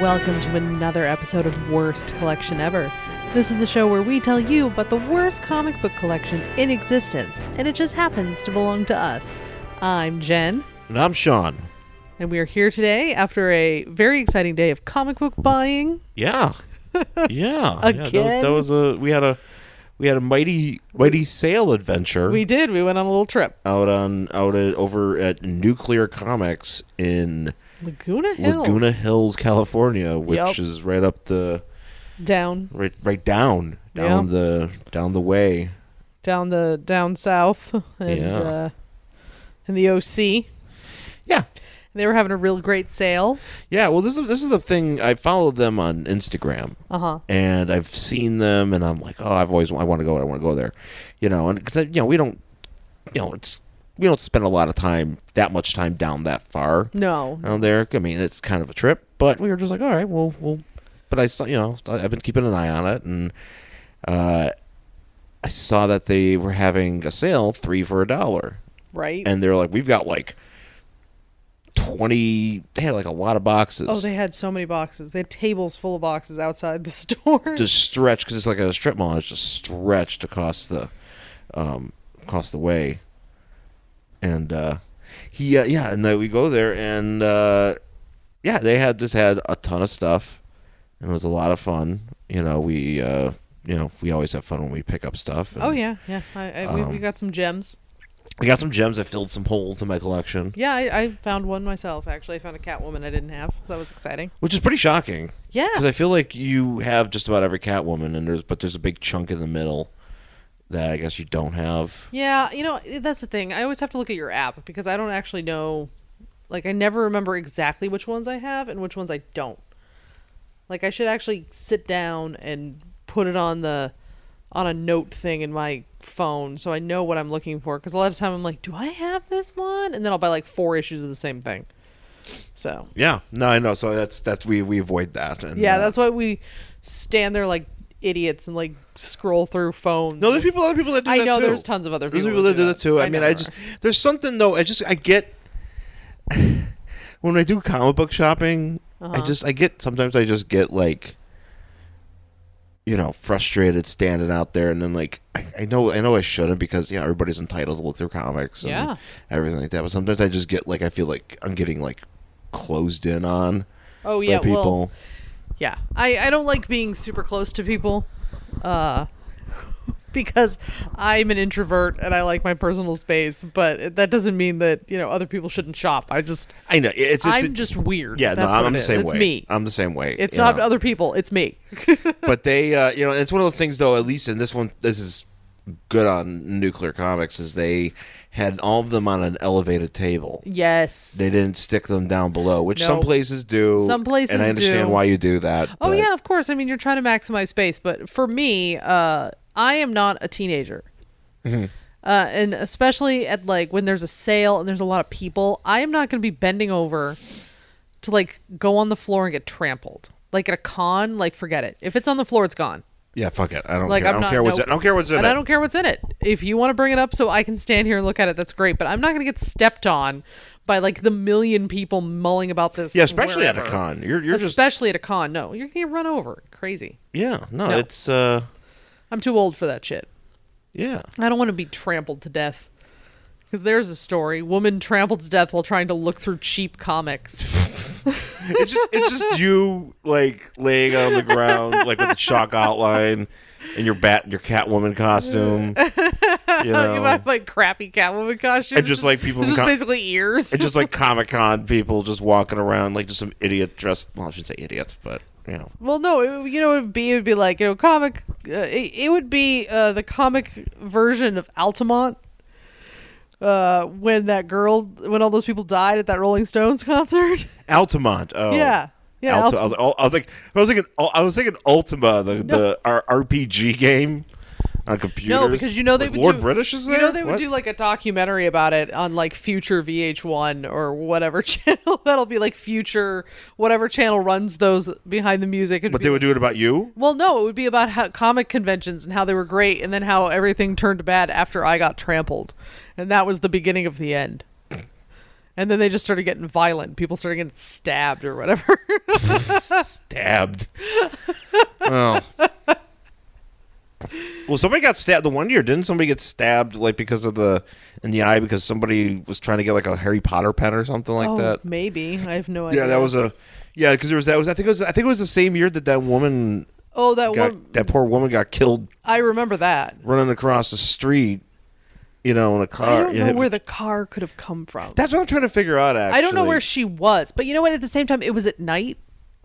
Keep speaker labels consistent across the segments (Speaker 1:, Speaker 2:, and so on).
Speaker 1: welcome to another episode of Worst Collection Ever. This is the show where we tell you about the worst comic book collection in existence, and it just happens to belong to us. I'm Jen,
Speaker 2: And I'm Sean.
Speaker 1: and we are here today after a very exciting day of comic book buying.
Speaker 2: Yeah. Yeah. Yeah,
Speaker 1: Again?
Speaker 2: that, was, that was a we had a we had a mighty mighty sail adventure
Speaker 1: We did, we went on a little trip.
Speaker 2: out on out at, over at Nuclear Comics in
Speaker 1: Laguna Hills.
Speaker 2: Laguna Hills, California, which
Speaker 1: Yep.
Speaker 2: is right up the
Speaker 1: Down,
Speaker 2: right right down down
Speaker 1: Yeah.
Speaker 2: the down the way.
Speaker 1: down the, down south, and,
Speaker 2: Yeah.
Speaker 1: uh, and the OC.
Speaker 2: Yeah.
Speaker 1: They were having a real great sale.
Speaker 2: Yeah, well this is this is the thing I followed them on Instagram
Speaker 1: Uh huh.
Speaker 2: and I've seen them, and I'm like, oh, I've always I want to go, I want to go there, you know, and because you know we don't, you know, it's we don't spend a lot of time that much time down that far
Speaker 1: No.
Speaker 2: down there. I mean, it's kind of a trip, but we were just like, all right, well, well, but I saw, you know, I- I've been keeping an eye on it, and uh, I saw that they were having a sale, three for a dollar,
Speaker 1: Right?
Speaker 2: and they're like, we've got like twenty. They had like a lot of boxes.
Speaker 1: Oh, they had so many boxes. They had tables full of boxes outside the store.
Speaker 2: just stretch because it's like a strip mall. It's just stretched across the, um, across the way. And uh, he, uh, yeah, and then we go there, and uh, yeah, they had just had a ton of stuff, and it was a lot of fun. You know, we, uh, you know, we always have fun when we pick up stuff. and
Speaker 1: oh yeah, yeah. I, I, we,
Speaker 2: Um,
Speaker 1: we got some gems.
Speaker 2: I got some gems. I filled some holes in my collection,
Speaker 1: Yeah, I, I found one myself. Actually, I found a Catwoman I didn't have. That was exciting.
Speaker 2: which is pretty shocking because
Speaker 1: Yeah,
Speaker 2: I feel like you have just about every Catwoman, and there's but there's a big chunk in the middle that I guess you don't have.
Speaker 1: yeah. You know, eh, that's the thing. I always have to look at your app because I don't actually know. Like, I never remember exactly which ones I have and which ones I don't. Like, I should actually sit down and put it on the on a note thing in my phone so I know what I'm looking for. Because a lot of time I'm like, do I have this one? And then I'll buy like four issues of the same thing. So
Speaker 2: Yeah, no, I know. So that's that's we we avoid that. And,
Speaker 1: Yeah,
Speaker 2: uh,
Speaker 1: that's why we stand there like idiots and like scroll through phones.
Speaker 2: no. There's people, other people that do
Speaker 1: I
Speaker 2: that
Speaker 1: know
Speaker 2: too.
Speaker 1: there's tons of other
Speaker 2: There's
Speaker 1: people
Speaker 2: people that do that too. I, mean,
Speaker 1: know
Speaker 2: I
Speaker 1: there
Speaker 2: just
Speaker 1: are.
Speaker 2: there's something though. I just I get when I do comic book shopping,
Speaker 1: Uh-huh.
Speaker 2: I just I get sometimes I just get like you know frustrated standing out there, and then like I, I know I know I shouldn't because yeah everybody's entitled to look through comics and
Speaker 1: Yeah.
Speaker 2: everything like that. But sometimes I just get like I feel like I'm getting like closed in on
Speaker 1: oh yeah,
Speaker 2: by people.
Speaker 1: Well, yeah, I I don't like being super close to people, uh, because I'm an introvert and I like my personal space. But that doesn't mean that you know other people shouldn't shop. I just
Speaker 2: I know it's, it's
Speaker 1: I'm
Speaker 2: it's-
Speaker 1: just weird.
Speaker 2: Yeah,
Speaker 1: That's
Speaker 2: no,
Speaker 1: what
Speaker 2: I'm,
Speaker 1: it
Speaker 2: the
Speaker 1: is.
Speaker 2: same
Speaker 1: It's
Speaker 2: way.
Speaker 1: me.
Speaker 2: I'm the same way.
Speaker 1: it's
Speaker 2: you
Speaker 1: not
Speaker 2: know.
Speaker 1: other people. It's me.
Speaker 2: but they, uh, you know, it's one of those things though. At least in this one, this is good on Nuclear Comics is they had all of them on an elevated table.
Speaker 1: yes.
Speaker 2: They didn't stick them down below, which
Speaker 1: No.
Speaker 2: some places do.
Speaker 1: Some places
Speaker 2: and I understand
Speaker 1: do.
Speaker 2: why you do that.
Speaker 1: Oh
Speaker 2: but-
Speaker 1: yeah, of course. I mean, you're trying to maximize space, but for me, uh, I am not a teenager,
Speaker 2: Mm-hmm.
Speaker 1: uh, and especially at like when there's a sale and there's a lot of people, I am not going to be bending over to like go on the floor and get trampled. Like at a con, like forget it. If it's on the floor, it's gone.
Speaker 2: yeah. Fuck it. I don't
Speaker 1: Like
Speaker 2: care.
Speaker 1: I'm
Speaker 2: I don't
Speaker 1: not.
Speaker 2: care what's.
Speaker 1: no-
Speaker 2: in, I don't care what's in
Speaker 1: and
Speaker 2: it.
Speaker 1: I don't care what's in it. If you want to bring it up so I can stand here and look at it, that's great. But I'm not going to get stepped on by like the million people mulling about this.
Speaker 2: yeah, especially at a
Speaker 1: wherever.
Speaker 2: con. You're you're just
Speaker 1: especially at a con. No, you're going to get run over. Crazy.
Speaker 2: yeah. No,
Speaker 1: No.
Speaker 2: it's uh
Speaker 1: I'm too old for that shit.
Speaker 2: yeah.
Speaker 1: I don't want to be trampled to death. Because there's a story: woman trampled to death while trying to look through cheap comics.
Speaker 2: It's just it's just you like laying on the ground like with a chalk outline in your bat your Catwoman costume. You
Speaker 1: you
Speaker 2: know.
Speaker 1: have like crappy Catwoman costume,
Speaker 2: And just, like, people
Speaker 1: It's just
Speaker 2: com-
Speaker 1: basically ears.
Speaker 2: and just like Comic Con people just walking around like just some idiot dressed. Well, I shouldn't say idiot, but you know.
Speaker 1: well, no, it, you know, it would be it would be like you know, comic. Uh, it, it would be uh, the comic version of Altamont. Uh, when that girl, when all those people died at that Rolling Stones concert.
Speaker 2: Altamont. Oh.
Speaker 1: Yeah. Yeah,
Speaker 2: Alta-
Speaker 1: Alta-
Speaker 2: I, was, I, was thinking, I was thinking. I was thinking Ultima, the the our RPG game on computers.
Speaker 1: No, because you know they
Speaker 2: Like,
Speaker 1: would
Speaker 2: Lord
Speaker 1: do,
Speaker 2: British is there.
Speaker 1: You know they would
Speaker 2: What?
Speaker 1: do like a documentary about it on like future VH1 or whatever channel. That'll be like future whatever channel runs those behind the music. It'd
Speaker 2: But
Speaker 1: be
Speaker 2: they
Speaker 1: like-
Speaker 2: would do it about you.
Speaker 1: Well, no, it would be about how comic conventions and how they were great, and then how everything turned bad after I got trampled, and that was the beginning of the end. And then they just started getting violent. People started getting stabbed or whatever.
Speaker 2: stabbed. well. Well, somebody got stabbed. The one year, didn't somebody get stabbed like because of the in the eye because somebody was trying to get like a Harry Potter pen or something like
Speaker 1: oh,
Speaker 2: that?
Speaker 1: maybe. I have no idea.
Speaker 2: Yeah, that was a yeah because there was that was I think it was I think it was the same year that that woman
Speaker 1: Oh, that
Speaker 2: got
Speaker 1: one.
Speaker 2: that poor woman got killed
Speaker 1: I remember that.
Speaker 2: running across the street, you know, in a
Speaker 1: I
Speaker 2: car.
Speaker 1: don't
Speaker 2: Yeah,
Speaker 1: know where the car could have come from.
Speaker 2: that's what I'm trying to figure out. Actually,
Speaker 1: I don't know where she was, but you know what? At the same time, it was at night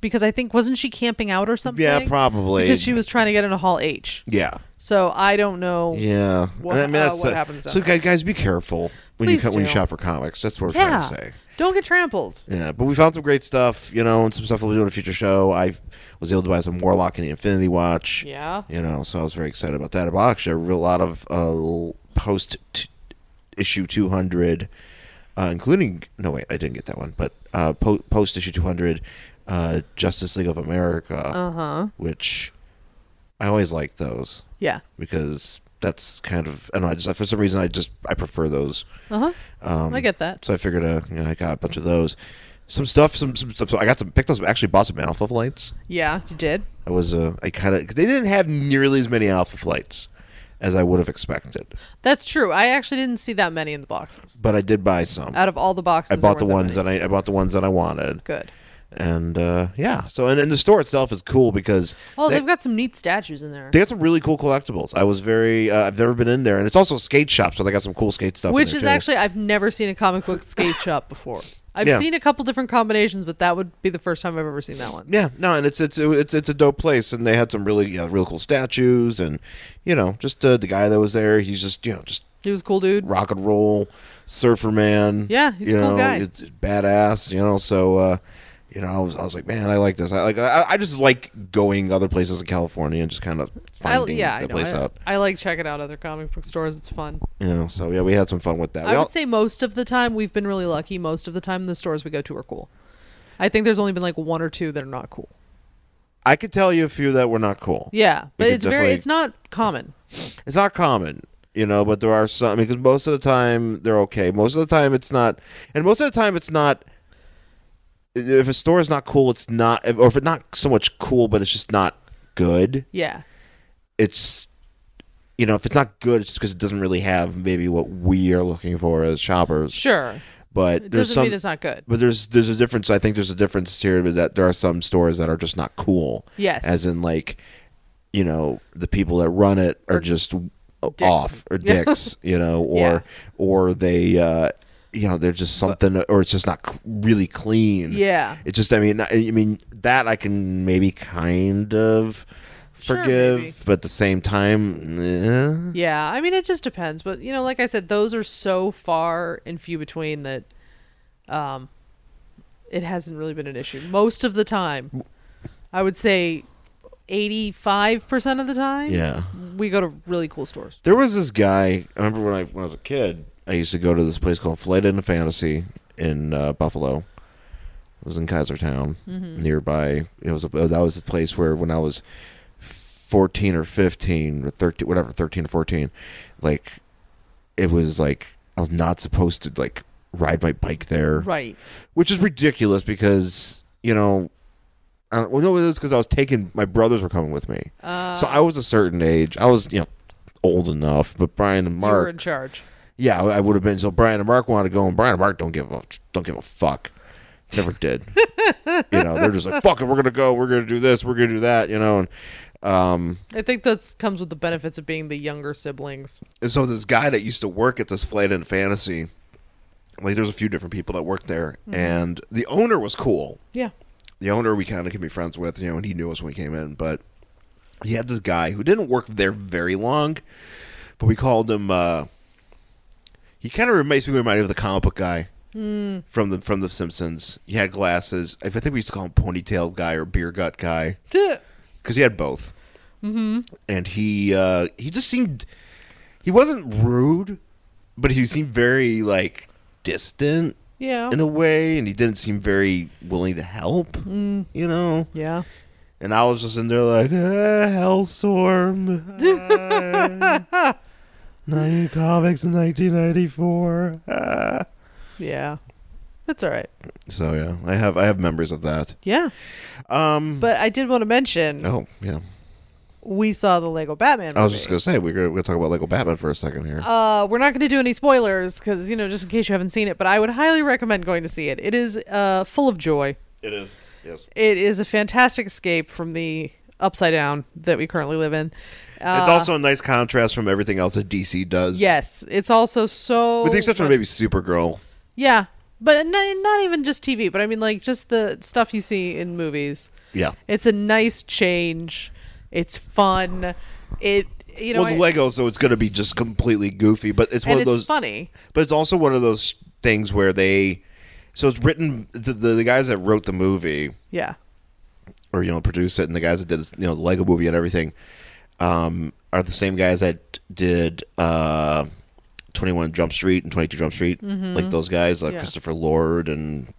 Speaker 1: because I think wasn't she camping out or something?
Speaker 2: Yeah, probably.
Speaker 1: because she was trying to get into Hall H.
Speaker 2: yeah.
Speaker 1: So I don't know.
Speaker 2: Yeah,
Speaker 1: What-
Speaker 2: I
Speaker 1: uh,
Speaker 2: mean, that's
Speaker 1: what
Speaker 2: the-
Speaker 1: happens
Speaker 2: So
Speaker 1: down
Speaker 2: guys, guys, be careful when you
Speaker 1: Please
Speaker 2: co- when you
Speaker 1: do.
Speaker 2: shop for comics. That's what we're
Speaker 1: Yeah.
Speaker 2: trying to say.
Speaker 1: Don't get trampled.
Speaker 2: Yeah, but we found some great stuff, you know, and some stuff we'll do in a future show. I was able to buy some Warlock and the Infinity Watch.
Speaker 1: Yeah.
Speaker 2: You know, so I was very excited about that. I bought actually a real lot of uh, post t- issue 200, uh, including, no, wait, I didn't get that one, but uh, po- post issue 200, uh, Justice League of America,
Speaker 1: Uh huh.
Speaker 2: which I always like those
Speaker 1: Yeah.
Speaker 2: because that's kind of I don't know. I just for some reason I just I prefer those.
Speaker 1: Uh huh.
Speaker 2: Um,
Speaker 1: I get that.
Speaker 2: So I figured uh, you know, I got a bunch of those. Some stuff, some some stuff. So I got some picked up. Some, actually, bought some alpha flights.
Speaker 1: Yeah, you did.
Speaker 2: I was uh, I kind of they didn't have nearly as many alpha flights as I would have expected,
Speaker 1: That's true. I actually didn't see that many in the boxes.
Speaker 2: but I did buy some.
Speaker 1: Out of all the boxes,
Speaker 2: I
Speaker 1: there
Speaker 2: bought the
Speaker 1: weren't
Speaker 2: ones that I, I bought the ones that I wanted,
Speaker 1: many. good.
Speaker 2: and uh, yeah. So and, and the store itself is cool because
Speaker 1: Oh,
Speaker 2: they,
Speaker 1: they've got some neat statues in there,
Speaker 2: they got some really cool collectibles. I was very uh, I've never been in there, and it's also a skate shop, so they got some cool skate stuff. in
Speaker 1: which
Speaker 2: there,
Speaker 1: is
Speaker 2: too.
Speaker 1: actually I've never seen a comic book skate shop before. I've
Speaker 2: Yeah.
Speaker 1: seen a couple different combinations, but that would be the first time I've ever seen that one.
Speaker 2: Yeah, no, and it's it's it's it's a dope place, and they had some really uh, real cool statues, and you know, just uh, the guy that was there, he's just you know just
Speaker 1: He was a cool dude.
Speaker 2: rock and roll surfer man.
Speaker 1: Yeah, he's a
Speaker 2: you
Speaker 1: cool
Speaker 2: know,
Speaker 1: guy.
Speaker 2: It's badass, you know. So uh, you know, I was, I was like, man, I like this. I like I, I just like going other places in California and just kind of
Speaker 1: I,
Speaker 2: finding
Speaker 1: yeah, I
Speaker 2: the
Speaker 1: know.
Speaker 2: place
Speaker 1: I,
Speaker 2: out.
Speaker 1: I like checking out other comic book stores. It's fun.
Speaker 2: You know, so yeah, we had some fun with that. We
Speaker 1: I
Speaker 2: all-
Speaker 1: would say most of the time we've been really lucky. Most of the time the stores we go to are cool. I think there's only been like one or two that are not cool.
Speaker 2: I could tell you a few that were not cool.
Speaker 1: Yeah, but
Speaker 2: could
Speaker 1: it's very
Speaker 2: definitely-
Speaker 1: it's not common.
Speaker 2: it's not common you know but there are some because most of the time they're okay most of the time it's not and most of the time it's not if a store is not cool it's not or if it's not so much cool but it's just not good
Speaker 1: Yeah.
Speaker 2: it's you know if it's not good it's just because it doesn't really have maybe what we are looking for as shoppers
Speaker 1: Sure.
Speaker 2: but
Speaker 1: It
Speaker 2: there's
Speaker 1: doesn't
Speaker 2: some
Speaker 1: mean it's not good.
Speaker 2: but there's there's a difference i think there's a difference here is that there are some stores that are just not cool
Speaker 1: Yes.
Speaker 2: as in like you know the people that run it are
Speaker 1: Or
Speaker 2: just
Speaker 1: dicks.
Speaker 2: off or
Speaker 1: Yeah.
Speaker 2: dicks you know or
Speaker 1: Yeah.
Speaker 2: or they uh you know they're just something or it's just not c- really clean
Speaker 1: Yeah.
Speaker 2: it's just i mean i I mean that i can maybe kind of
Speaker 1: Sure,
Speaker 2: forgive
Speaker 1: maybe.
Speaker 2: but at the same time eh.
Speaker 1: Yeah, I mean it just depends, but you know, like I said, those are so far and few between that, um, it hasn't really been an issue most of the time. I would say, eighty-five percent of the time,
Speaker 2: yeah
Speaker 1: we go to really cool stores.
Speaker 2: There was this guy. I remember when I when I was a kid, I used to go to this place called Flight Into Fantasy in uh, Buffalo. It was in Kaisertown, nearby. It was a, oh, that was the place where when I was fourteen or fifteen or thirteen, whatever, thirteen or fourteen, like it was like I was not supposed to like ride my bike there,
Speaker 1: Right?
Speaker 2: which is ridiculous because you know. I don't, well, no, it was because I was taking. My brothers were coming with me,
Speaker 1: Uh,
Speaker 2: so I was a certain age. I was, you know, old enough. But Brian and
Speaker 1: you were
Speaker 2: Mark,
Speaker 1: in charge.
Speaker 2: yeah, I would have been. So Brian and Mark wanted to go, and Brian and Mark don't give a don't give a fuck. Never did. you know, they're just like, fuck it, we're gonna go, we're gonna do this, we're gonna do that. You know, and um,
Speaker 1: I think that comes with the benefits of being the younger siblings.
Speaker 2: and so this guy that used to work at this flight in fantasy, like, there's a few different people that worked there,
Speaker 1: Mm-hmm.
Speaker 2: and the owner was cool.
Speaker 1: Yeah.
Speaker 2: the owner we kind of can be friends with, you know, and he knew us when we came in, but he had this guy who didn't work there very long, but we called him. Uh, he kind of reminds me reminded me of the comic book guy from the from the Simpsons. He had glasses. I think we used to call him ponytail guy or beer gut guy because he had both. Mm-hmm. And he uh, he just seemed he wasn't rude, but he seemed very like distant
Speaker 1: Yeah.
Speaker 2: in a way, and he didn't seem very willing to help.
Speaker 1: Mm.
Speaker 2: You know,
Speaker 1: yeah.
Speaker 2: and I was just in there like ah, Hellstorm. ah, Nine comics in 1994. ah."
Speaker 1: Yeah. It's all right.
Speaker 2: So yeah, I have I have members of that.
Speaker 1: Yeah.
Speaker 2: Um.
Speaker 1: But I did want to mention
Speaker 2: oh yeah,
Speaker 1: we saw the Lego Batman. Movie.
Speaker 2: I was just gonna say we're gonna, we're gonna talk about Lego Batman for a second here.
Speaker 1: Uh, we're not going to do any spoilers because you know, just in case you haven't seen it. But I would highly recommend going to see it. It is uh full of joy.
Speaker 2: it is. Yes.
Speaker 1: It is a fantastic escape from the upside down that we currently live in. Uh,
Speaker 2: it's also a nice contrast from everything else that DC does.
Speaker 1: yes, it's also so.
Speaker 2: With the exception of
Speaker 1: much-
Speaker 2: maybe Supergirl.
Speaker 1: yeah, but not, not even just TV, but I mean like just the stuff you see in movies.
Speaker 2: Yeah.
Speaker 1: It's a nice change. It's fun. It you know
Speaker 2: well,
Speaker 1: I-
Speaker 2: it's Lego, so it's going to be just completely goofy, but it's one
Speaker 1: and
Speaker 2: of
Speaker 1: it's
Speaker 2: those.
Speaker 1: funny.
Speaker 2: But it's also one of those things where they. So it's written the, the the guys that wrote the movie,
Speaker 1: Yeah.
Speaker 2: or you know, produced it, and the guys that did you know the Lego movie and everything, um, are the same guys that did uh, Twenty One Jump Street and Twenty Two Jump Street, like those guys, like
Speaker 1: Mm-hmm. Yeah.
Speaker 2: Christopher Lord and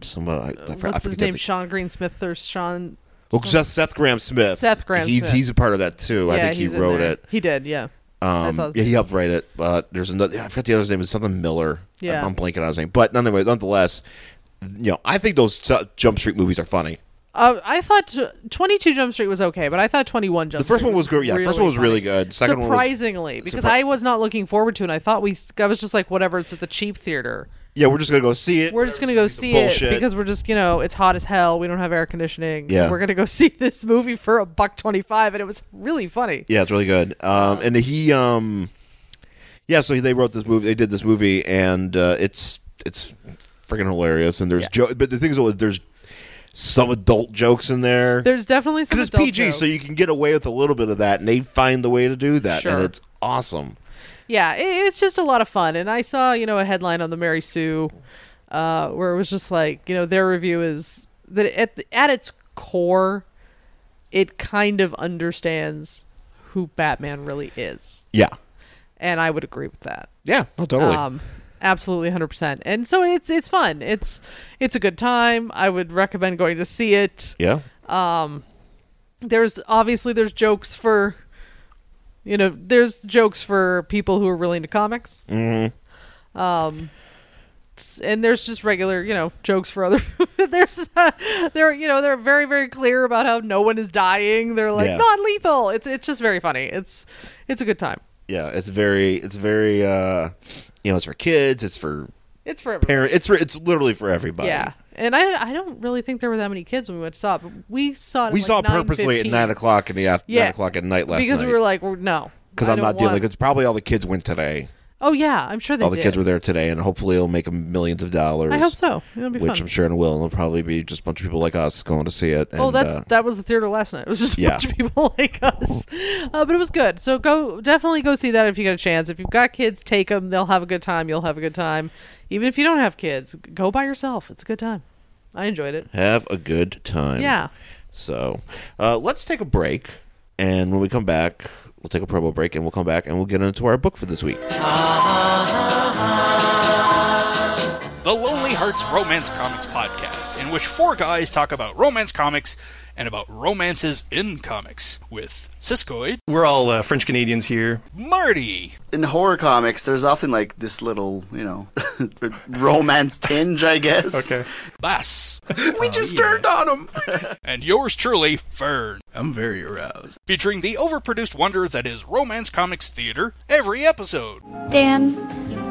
Speaker 2: somebody. I, I, forget- I
Speaker 1: What's his
Speaker 2: forget
Speaker 1: name?
Speaker 2: the-
Speaker 1: Sean Greensmith or Sean?
Speaker 2: Well, Seth, Seth Graham Smith.
Speaker 1: Seth Graham
Speaker 2: He's
Speaker 1: Smith.
Speaker 2: he's a part of that too. I
Speaker 1: Yeah,
Speaker 2: think he
Speaker 1: he's in
Speaker 2: wrote
Speaker 1: there.
Speaker 2: it.
Speaker 1: He did. Yeah. I saw
Speaker 2: Um,
Speaker 1: his
Speaker 2: yeah, he
Speaker 1: name.
Speaker 2: helped write it, but there's another. I forget the other's name. It's something Miller.
Speaker 1: Yeah.
Speaker 2: I'm, I'm blanking on his name. But nonetheless, nonetheless, you know, I think those uh, Jump Street movies are funny.
Speaker 1: Uh, I thought t- 22 Jump Street was okay, but I thought 21 Jump
Speaker 2: The first
Speaker 1: Street
Speaker 2: one was good. Yeah, the
Speaker 1: really
Speaker 2: first one was
Speaker 1: funny.
Speaker 2: really good. Second one was
Speaker 1: Surprisingly, because
Speaker 2: surpri-
Speaker 1: I was not looking forward to it. I thought we, s- I was just like, whatever, it's at the cheap theater.
Speaker 2: yeah. We're just gonna go see it.
Speaker 1: We're just going to go see it
Speaker 2: bullshit.
Speaker 1: because we're just, you know, it's hot as hell. We don't have air conditioning. So
Speaker 2: Yeah.
Speaker 1: we're going to go see this movie for a buck 25. And it was really funny.
Speaker 2: Yeah, it's really good. Um, and he, um, yeah, so they wrote this movie. They did this movie, and uh, it's it's freaking hilarious. And there's
Speaker 1: Yeah.
Speaker 2: jo- but the thing is, well, there's some adult jokes in there because
Speaker 1: There's definitely some
Speaker 2: it's
Speaker 1: adult
Speaker 2: PG,
Speaker 1: jokes.
Speaker 2: so you can get away with a little bit of that. And they find the way to do that,
Speaker 1: Sure.
Speaker 2: and it's awesome.
Speaker 1: yeah, it, it's just a lot of fun. And I saw, you know, a headline on the Mary Sue uh, where it was just like, you know, their review is that at, the, at its core, it kind of understands who Batman really is.
Speaker 2: Yeah,
Speaker 1: And I would agree with that.
Speaker 2: yeah, no, totally.
Speaker 1: Um, absolutely 100%. And so it's it's fun. It's it's a good time. I would recommend going to see it.
Speaker 2: yeah,
Speaker 1: There's obviously there's jokes for you know, there's jokes for people who are really into comics.
Speaker 2: Mhm.
Speaker 1: Um, s- and there's just regular, you know, jokes for other. there's, uh, they're, you know, they're very, very clear about how no one is dying. They're like
Speaker 2: Yeah.
Speaker 1: not lethal. It's, it's just very funny. It's, it's a good time.
Speaker 2: yeah. It's very, it's very, uh, you know, it's for kids. It's for
Speaker 1: It's for everyone.
Speaker 2: parents. It's for, it's literally for everybody.
Speaker 1: Yeah, and I, I don't really think there were that many kids when we went to saw it. But we saw it. at,
Speaker 2: We
Speaker 1: like,
Speaker 2: saw it purposely
Speaker 1: 9:15.
Speaker 2: at nine o'clock in the after
Speaker 1: Yeah.
Speaker 2: nine o'clock at night last
Speaker 1: because
Speaker 2: night
Speaker 1: we were like, well, no,
Speaker 2: because
Speaker 1: I
Speaker 2: I'm
Speaker 1: don't
Speaker 2: not dealing.
Speaker 1: want-
Speaker 2: Because probably all the kids went today.
Speaker 1: Oh yeah, I'm sure they
Speaker 2: all the
Speaker 1: did.
Speaker 2: kids were there today, and hopefully it'll make them millions of dollars.
Speaker 1: I hope so. It'll be
Speaker 2: Which
Speaker 1: fun.
Speaker 2: I'm sure it will. And it'll probably be just a bunch of people like us going to see it. And,
Speaker 1: Oh, that's
Speaker 2: uh,
Speaker 1: that was the theater last night. It was just a
Speaker 2: Yeah.
Speaker 1: bunch of people like us, uh, but it was good. So go definitely go see that if you get a chance. If you've got kids, take them. They'll have a good time. You'll have a good time. Even if you don't have kids, go by yourself. It's a good time. I enjoyed it.
Speaker 2: have a good time.
Speaker 1: Yeah.
Speaker 2: So uh, let's take a break, and when we come back, we'll take a promo break, and we'll come back, and we'll get into our book for this week.
Speaker 3: the Lonely Hearts Romance Comics podcast, in which four guys talk about romance comics and about romances in comics with Siskoid,
Speaker 4: We're all uh, French Canadians here.
Speaker 3: Marty,
Speaker 5: in horror comics, there's often like this little, you know, romance tinge, I guess.
Speaker 4: Okay.
Speaker 3: Bass,
Speaker 5: We just turned on him.
Speaker 3: and yours truly, Fern,
Speaker 4: I'm very aroused.
Speaker 3: featuring the overproduced wonder that is Romance Comics Theater every episode.
Speaker 6: Dan,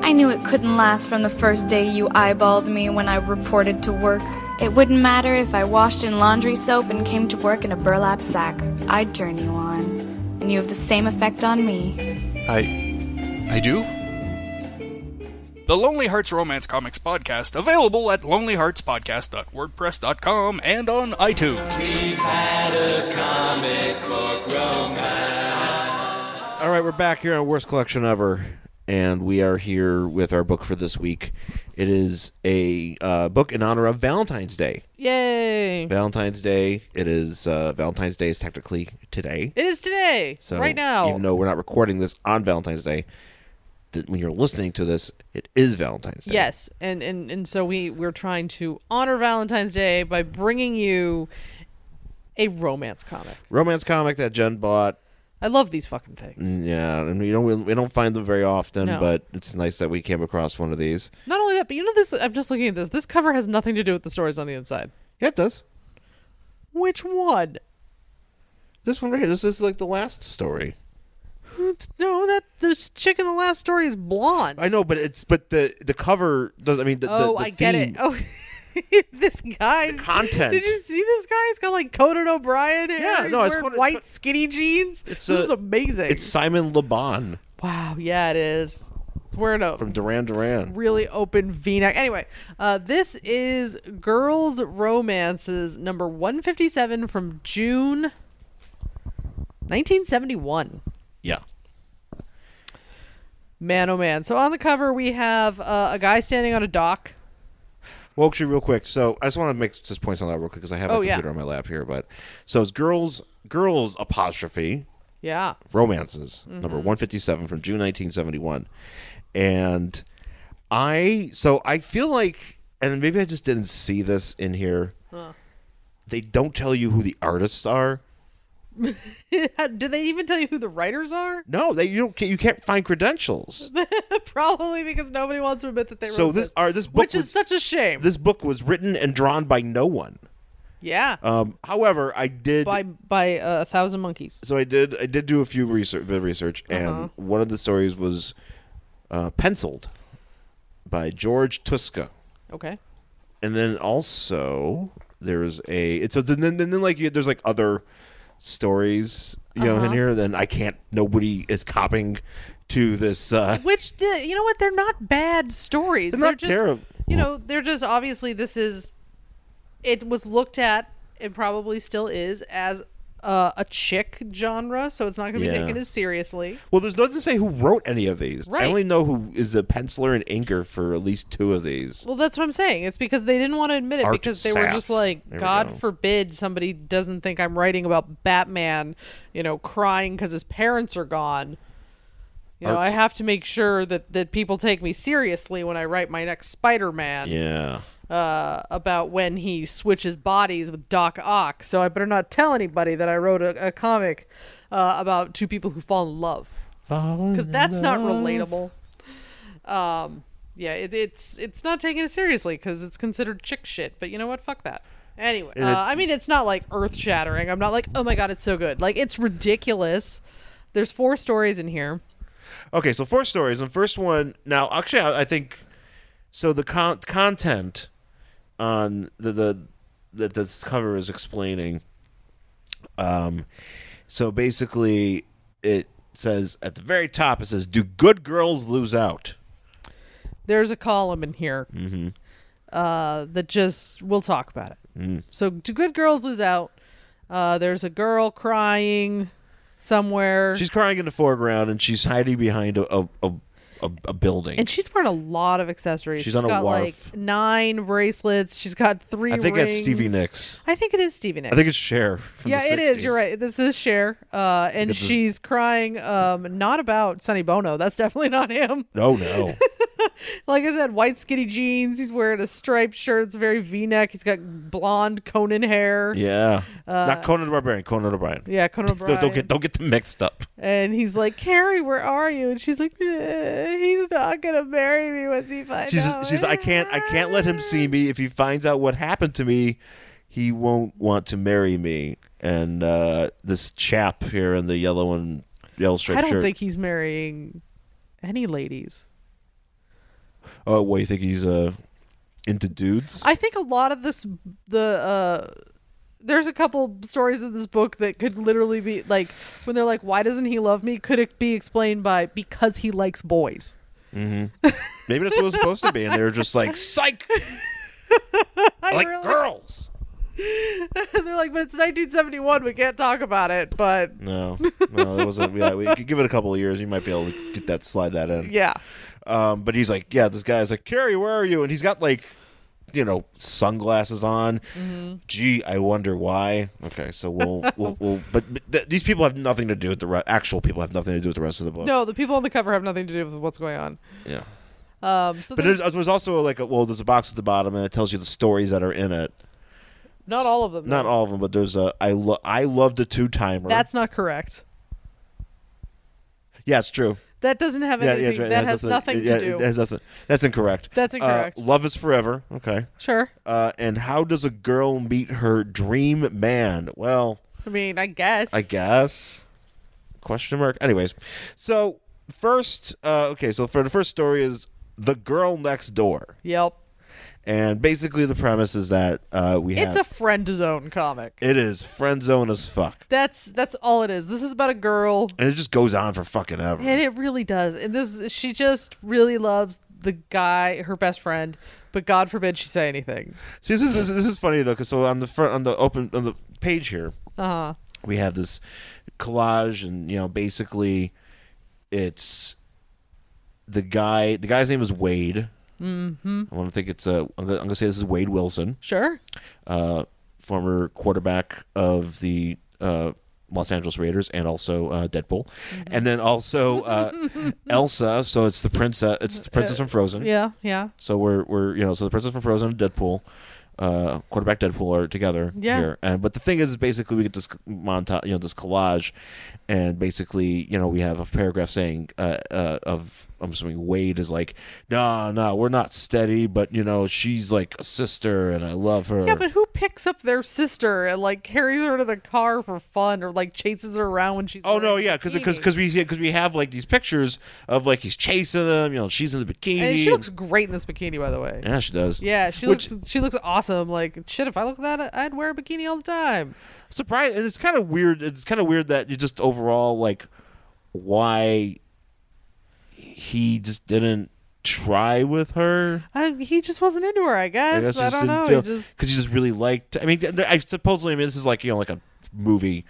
Speaker 6: I knew it couldn't last from the first day you eyeballed me when I reported to work. It wouldn't matter if I washed in laundry soap and came to work in a burlap sack. I'd turn you on. And you have the same effect on me.
Speaker 4: I, I do.
Speaker 3: The Lonely Hearts Romance Comics podcast, available at lonelyheartspodcast.wordpress.com and on iTunes.
Speaker 2: All right, we're back here on Worst Collection Ever, and we are here with our book for this week. It is a uh, book in honor of Valentine's Day.
Speaker 1: Yay!
Speaker 2: Valentine's Day. It is uh, Valentine's Day is technically today.
Speaker 1: It is today.
Speaker 2: So
Speaker 1: right now.
Speaker 2: even though we're not recording this on Valentine's Day, th- when you're listening to this, it is Valentine's Day.
Speaker 1: Yes, and, and and so we we're trying to honor Valentine's Day by bringing you a romance comic.
Speaker 2: romance comic that Jen bought.
Speaker 1: I love these fucking things.
Speaker 2: Yeah, and we don't we don't find them very often,
Speaker 1: No.
Speaker 2: but it's nice that we came across one of these.
Speaker 1: Not only that, that, but you know this. I'm just looking at this. This cover has nothing to do with the stories on the inside.
Speaker 2: Yeah, it does.
Speaker 1: Which one?
Speaker 2: This one right here. This is like the last story.
Speaker 1: No, that this chick in the last story is blonde.
Speaker 2: I know, but it's but the the cover does. I mean, the,
Speaker 1: oh,
Speaker 2: the, the
Speaker 1: I get it.
Speaker 2: theme-
Speaker 1: Oh, this guy.
Speaker 2: The content.
Speaker 1: Did you see this guy? He's got like Conan O'Brien. hair.
Speaker 2: Yeah,
Speaker 1: He's
Speaker 2: no, it's
Speaker 1: wearing
Speaker 2: Conan-
Speaker 1: white skinny jeans.
Speaker 2: It's
Speaker 1: this
Speaker 2: a-
Speaker 1: is amazing.
Speaker 2: It's Simon Le Bon
Speaker 1: wow. Yeah, it is. It's wearing a
Speaker 2: from Duran Duran.
Speaker 1: really open V-neck. Anyway, uh, this is Girls Romances number 157 from June 1971.
Speaker 2: Yeah.
Speaker 1: Man, oh man. So on the cover, we have uh, a guy standing on a dock.
Speaker 2: Well, actually, real quick. So I just want to make just points on that real quick because I have
Speaker 1: Oh,
Speaker 2: my
Speaker 1: yeah.
Speaker 2: computer on my lap here. But so it's girls, girls apostrophe
Speaker 1: Yeah.
Speaker 2: romances
Speaker 1: Mm-hmm.
Speaker 2: number one fifty seven from June nineteen seventy one, and I so I feel like and maybe I just didn't see this in here. They don't tell you who the artists are.
Speaker 1: Do they even tell you who the writers are?
Speaker 2: No, they you don't you can't find credentials.
Speaker 1: Probably because nobody wants to admit that they wrote
Speaker 2: So this- our- this book
Speaker 1: which
Speaker 2: was-
Speaker 1: is such a shame.
Speaker 2: this book was written and drawn by no one.
Speaker 1: yeah.
Speaker 2: Um, however, I did
Speaker 1: by by uh, a thousand monkeys.
Speaker 2: so I did I did do a few research bit of research,
Speaker 1: Uh-huh.
Speaker 2: and one of the stories was uh, penciled by George Tuska,
Speaker 1: Okay.
Speaker 2: and then also there's a it's a, then then then like you, there's like other stories you know in
Speaker 1: Uh-huh.
Speaker 2: here. Then I can't nobody is copying to this. Uh,
Speaker 1: Which did you know what? They're not bad stories.
Speaker 2: They're not
Speaker 1: just,
Speaker 2: terrible.
Speaker 1: You know, they're just obviously this is. It was looked at and probably still is as uh, a chick genre, so it's not going to be
Speaker 2: Yeah.
Speaker 1: taken as seriously.
Speaker 2: well, there's nothing to say who wrote any of these.
Speaker 1: Right.
Speaker 2: I only know who is a penciler and inker for at least two of these.
Speaker 1: Well, that's what I'm saying. It's because they didn't want to admit it
Speaker 2: Art
Speaker 1: because they were
Speaker 2: Saf.
Speaker 1: just like,
Speaker 2: There we
Speaker 1: God
Speaker 2: go.
Speaker 1: forbid somebody doesn't think I'm writing about Batman, you know, crying because his parents are gone. You know,
Speaker 2: Art-
Speaker 1: I have to make sure that, that people take me seriously when I write my next Spider Man.
Speaker 2: Yeah.
Speaker 1: uh, about when he switches bodies with Doc Ock, so I better not tell anybody that I wrote a, a comic uh, about two people who fall in love because that's not relatable. Um, yeah, it, it's it's not taken seriously because it's considered chick shit. But you know what? Fuck that. Anyway, uh,
Speaker 2: it's-
Speaker 1: I mean, it's not like earth shattering. I'm not like, oh my god, it's so good. Like it's ridiculous. There's four stories in here.
Speaker 2: Okay, so four stories. And first one now, actually, I, I think so. The con- content on the the that this cover is explaining. Um, so basically, it says at the very top, it says, "Do good girls lose out?"
Speaker 1: there's a column in here
Speaker 2: Mm-hmm.
Speaker 1: uh, that just we'll talk about it.
Speaker 2: Mm.
Speaker 1: So, do good girls lose out? Uh, there's a girl crying somewhere,
Speaker 2: She's crying in the foreground, and she's hiding behind a a, a, a, a building.
Speaker 1: and she's wearing a lot of accessories.
Speaker 2: She's on a
Speaker 1: got
Speaker 2: wharf.
Speaker 1: like nine bracelets. She's got three.
Speaker 2: I think that's Stevie
Speaker 1: rings.
Speaker 2: Nicks.
Speaker 1: I think it is Stevie Nicks.
Speaker 2: I think it's Cher. From
Speaker 1: yeah,
Speaker 2: the
Speaker 1: it is.
Speaker 2: 60s.
Speaker 1: You're right. This is Cher, uh, and
Speaker 2: This is-
Speaker 1: she's crying. Um, not about Sonny Bono. That's definitely not him.
Speaker 2: No, no.
Speaker 1: like I said, white skinny jeans. He's wearing a striped shirt. It's very V-neck. He's got blonde Conan hair.
Speaker 2: yeah, not Conan the Barbarian. Conan O'Brien.
Speaker 1: Uh, Yeah, Conan O'Brien.
Speaker 2: Don't, don't get don't get them mixed up.
Speaker 1: and he's like, Carrie, where are you? And she's like, "Eh, he's not gonna marry me once he finds
Speaker 2: She's
Speaker 1: out.
Speaker 2: she's I can't I can't let him see me. If he finds out what happened to me, he won't want to marry me. And uh, this chap here in the yellow and yellow
Speaker 1: I
Speaker 2: striped
Speaker 1: don't
Speaker 2: shirt.
Speaker 1: think he's marrying any ladies.
Speaker 2: oh, what you think he's uh into dudes?
Speaker 1: I think a lot of this, the uh, there's a couple stories in this book that could literally be like when they're like, why doesn't he love me? Could it be explained by because he likes boys?
Speaker 2: Maybe that's what it was supposed to be. And they were just like psych. I like
Speaker 1: really-
Speaker 2: girls.
Speaker 1: And they're like, but it's 1971, we can't talk about it. But
Speaker 2: No, no, that wasn't. Yeah, we could give it a couple of years. You might be able to get that slide that in.
Speaker 1: yeah,
Speaker 2: Um, but he's like, yeah, this guy's like, Carrie, where are you? And he's got like, you know, sunglasses on.
Speaker 1: Mm-hmm.
Speaker 2: Gee, I wonder why. Okay, so we'll, we'll, we'll but, but th- these people have nothing to do with the re- actual people have nothing to do with the rest of the book.
Speaker 1: no, the people on the cover have nothing to do with what's going on.
Speaker 2: Yeah.
Speaker 1: Um, so
Speaker 2: But
Speaker 1: there's-
Speaker 2: there's, there's also like, a, well, there's a box at the bottom and it tells you the stories that are in it.
Speaker 1: Not all of them.
Speaker 2: Not
Speaker 1: though.
Speaker 2: all of them, but there's a I love I love the two timer.
Speaker 1: That's not correct.
Speaker 2: yeah, it's true.
Speaker 1: That doesn't have
Speaker 2: Yeah,
Speaker 1: anything.
Speaker 2: yeah, that's right. It
Speaker 1: that has nothing
Speaker 2: yeah,
Speaker 1: to do.
Speaker 2: It has nothing. That's incorrect.
Speaker 1: That's
Speaker 2: Uh,
Speaker 1: incorrect.
Speaker 2: love is forever. Okay.
Speaker 1: Sure.
Speaker 2: Uh, and how does a girl meet her dream man? Well,
Speaker 1: I mean, I guess.
Speaker 2: I guess. Question mark. Anyways, so first, uh, okay, so for the first story is the girl next door,
Speaker 1: Yep.
Speaker 2: and basically the premise is that uh, we
Speaker 1: It's a
Speaker 2: have
Speaker 1: friend zone comic.
Speaker 2: it is friend zone as fuck,
Speaker 1: that's that's all it is. This is about a girl,
Speaker 2: and it just goes on for fucking ever.
Speaker 1: and it really does. And this, she just really loves the guy, her best friend. But God forbid she say anything.
Speaker 2: See, this is this is funny though, because so on the front on the open on the page here,
Speaker 1: Uh huh.
Speaker 2: we have this collage and you know basically it's the guy the guy's name is wade mm-hmm. i want to think it's uh, I'm, gonna, I'm gonna say this is wade wilson
Speaker 1: Sure.
Speaker 2: uh, former quarterback of the uh, los angeles raiders and also uh, deadpool and then also uh, elsa so it's the princess it's the princess from frozen
Speaker 1: Yeah. Yeah.
Speaker 2: so we're we're you know so the princess from Frozen and Deadpool, uh, quarterback Deadpool are together
Speaker 1: Yeah.
Speaker 2: here. And but the thing is, is basically we get this montage, you know, this collage, and basically you know we have a paragraph saying uh, uh, of I'm assuming Wade is like, no, no, we're not steady, but you know she's like a sister and I love her.
Speaker 1: Yeah, but who picks up their sister and like carries her to the car for fun, or like chases her around when she's?
Speaker 2: Oh no,
Speaker 1: wearing a
Speaker 2: yeah, because
Speaker 1: bikini?
Speaker 2: because we because we have like these pictures of like he's chasing them, you know, she's in the bikini.
Speaker 1: and she looks great in this bikini, by the way.
Speaker 2: yeah, she does.
Speaker 1: Yeah, she
Speaker 2: Which-
Speaker 1: looks she looks awesome. Like shit, if I look that, I'd wear a bikini all the time.
Speaker 2: surprised and it's kind of weird it's kind of weird that you just overall like why he just didn't try with her
Speaker 1: I, he just wasn't into her, I guess. I,
Speaker 2: guess he
Speaker 1: don't know.
Speaker 2: feel-
Speaker 1: he just
Speaker 2: he just really liked i mean there- i supposedly i mean this is like you know like a movie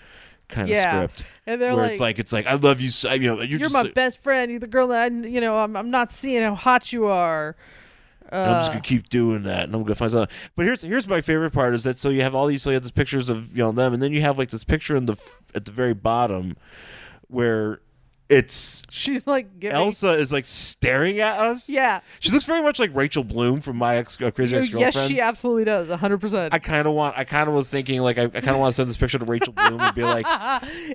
Speaker 2: kind of
Speaker 1: Yeah.
Speaker 2: script
Speaker 1: And they're
Speaker 2: where
Speaker 1: like-
Speaker 2: it's like it's like i love you so you know you're,
Speaker 1: you're
Speaker 2: just,
Speaker 1: my
Speaker 2: like-
Speaker 1: best friend. You're the girl that I, you know. I'm I'm not seeing how hot you are.
Speaker 2: and i'm just gonna keep doing that and i'm gonna find something but here's here's my favorite part is that so you have all these so you have these pictures of you know them and then you have like this picture in the f- at the very bottom where it's
Speaker 1: She's like giving.
Speaker 2: Elsa is like staring at us.
Speaker 1: Yeah. Oh,
Speaker 2: She looks very much like Rachel Bloom from my ex uh, crazy ex girlfriend.
Speaker 1: Yes, she absolutely does. 100. percent
Speaker 2: I kind of want. I kind of was thinking like I, I kind of want to send this picture to Rachel Bloom and be like,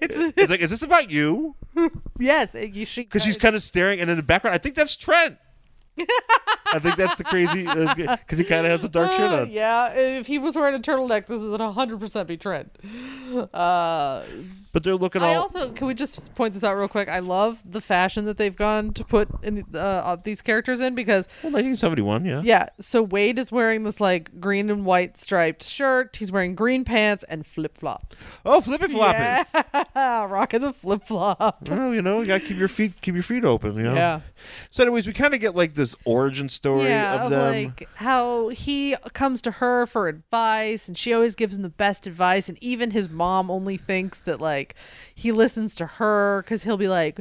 Speaker 1: It's,
Speaker 2: "It's like, is this about you?"
Speaker 1: yes, it, you- she
Speaker 2: Because she's kind of staring, and in the background, I think that's Trent. I think that's the crazy because he kind of has the dark shirt
Speaker 1: Uh,
Speaker 2: on.
Speaker 1: yeah, if he was wearing a turtleneck, this is an 100% be Trent. Uh,
Speaker 2: But they're looking
Speaker 1: I
Speaker 2: all.
Speaker 1: also can we just point this out real quick? I love the fashion that they've gone to put in uh, uh, these characters in because
Speaker 2: well, 1971, oh, yeah.
Speaker 1: yeah, so Wade is wearing this like green and white striped shirt. He's wearing green pants and flip flops.
Speaker 2: Oh, flippy floppers.
Speaker 1: Rocking the flip flop.
Speaker 2: Well, you know, you gotta keep your feet keep your feet open. You know.
Speaker 1: Yeah.
Speaker 2: So, anyways, we kind of get like this origin story
Speaker 1: Yeah,
Speaker 2: of,
Speaker 1: of
Speaker 2: them.
Speaker 1: like how he comes to her for advice, and she always gives him the best advice. And even his mom only thinks that like he listens to her because he'll be like,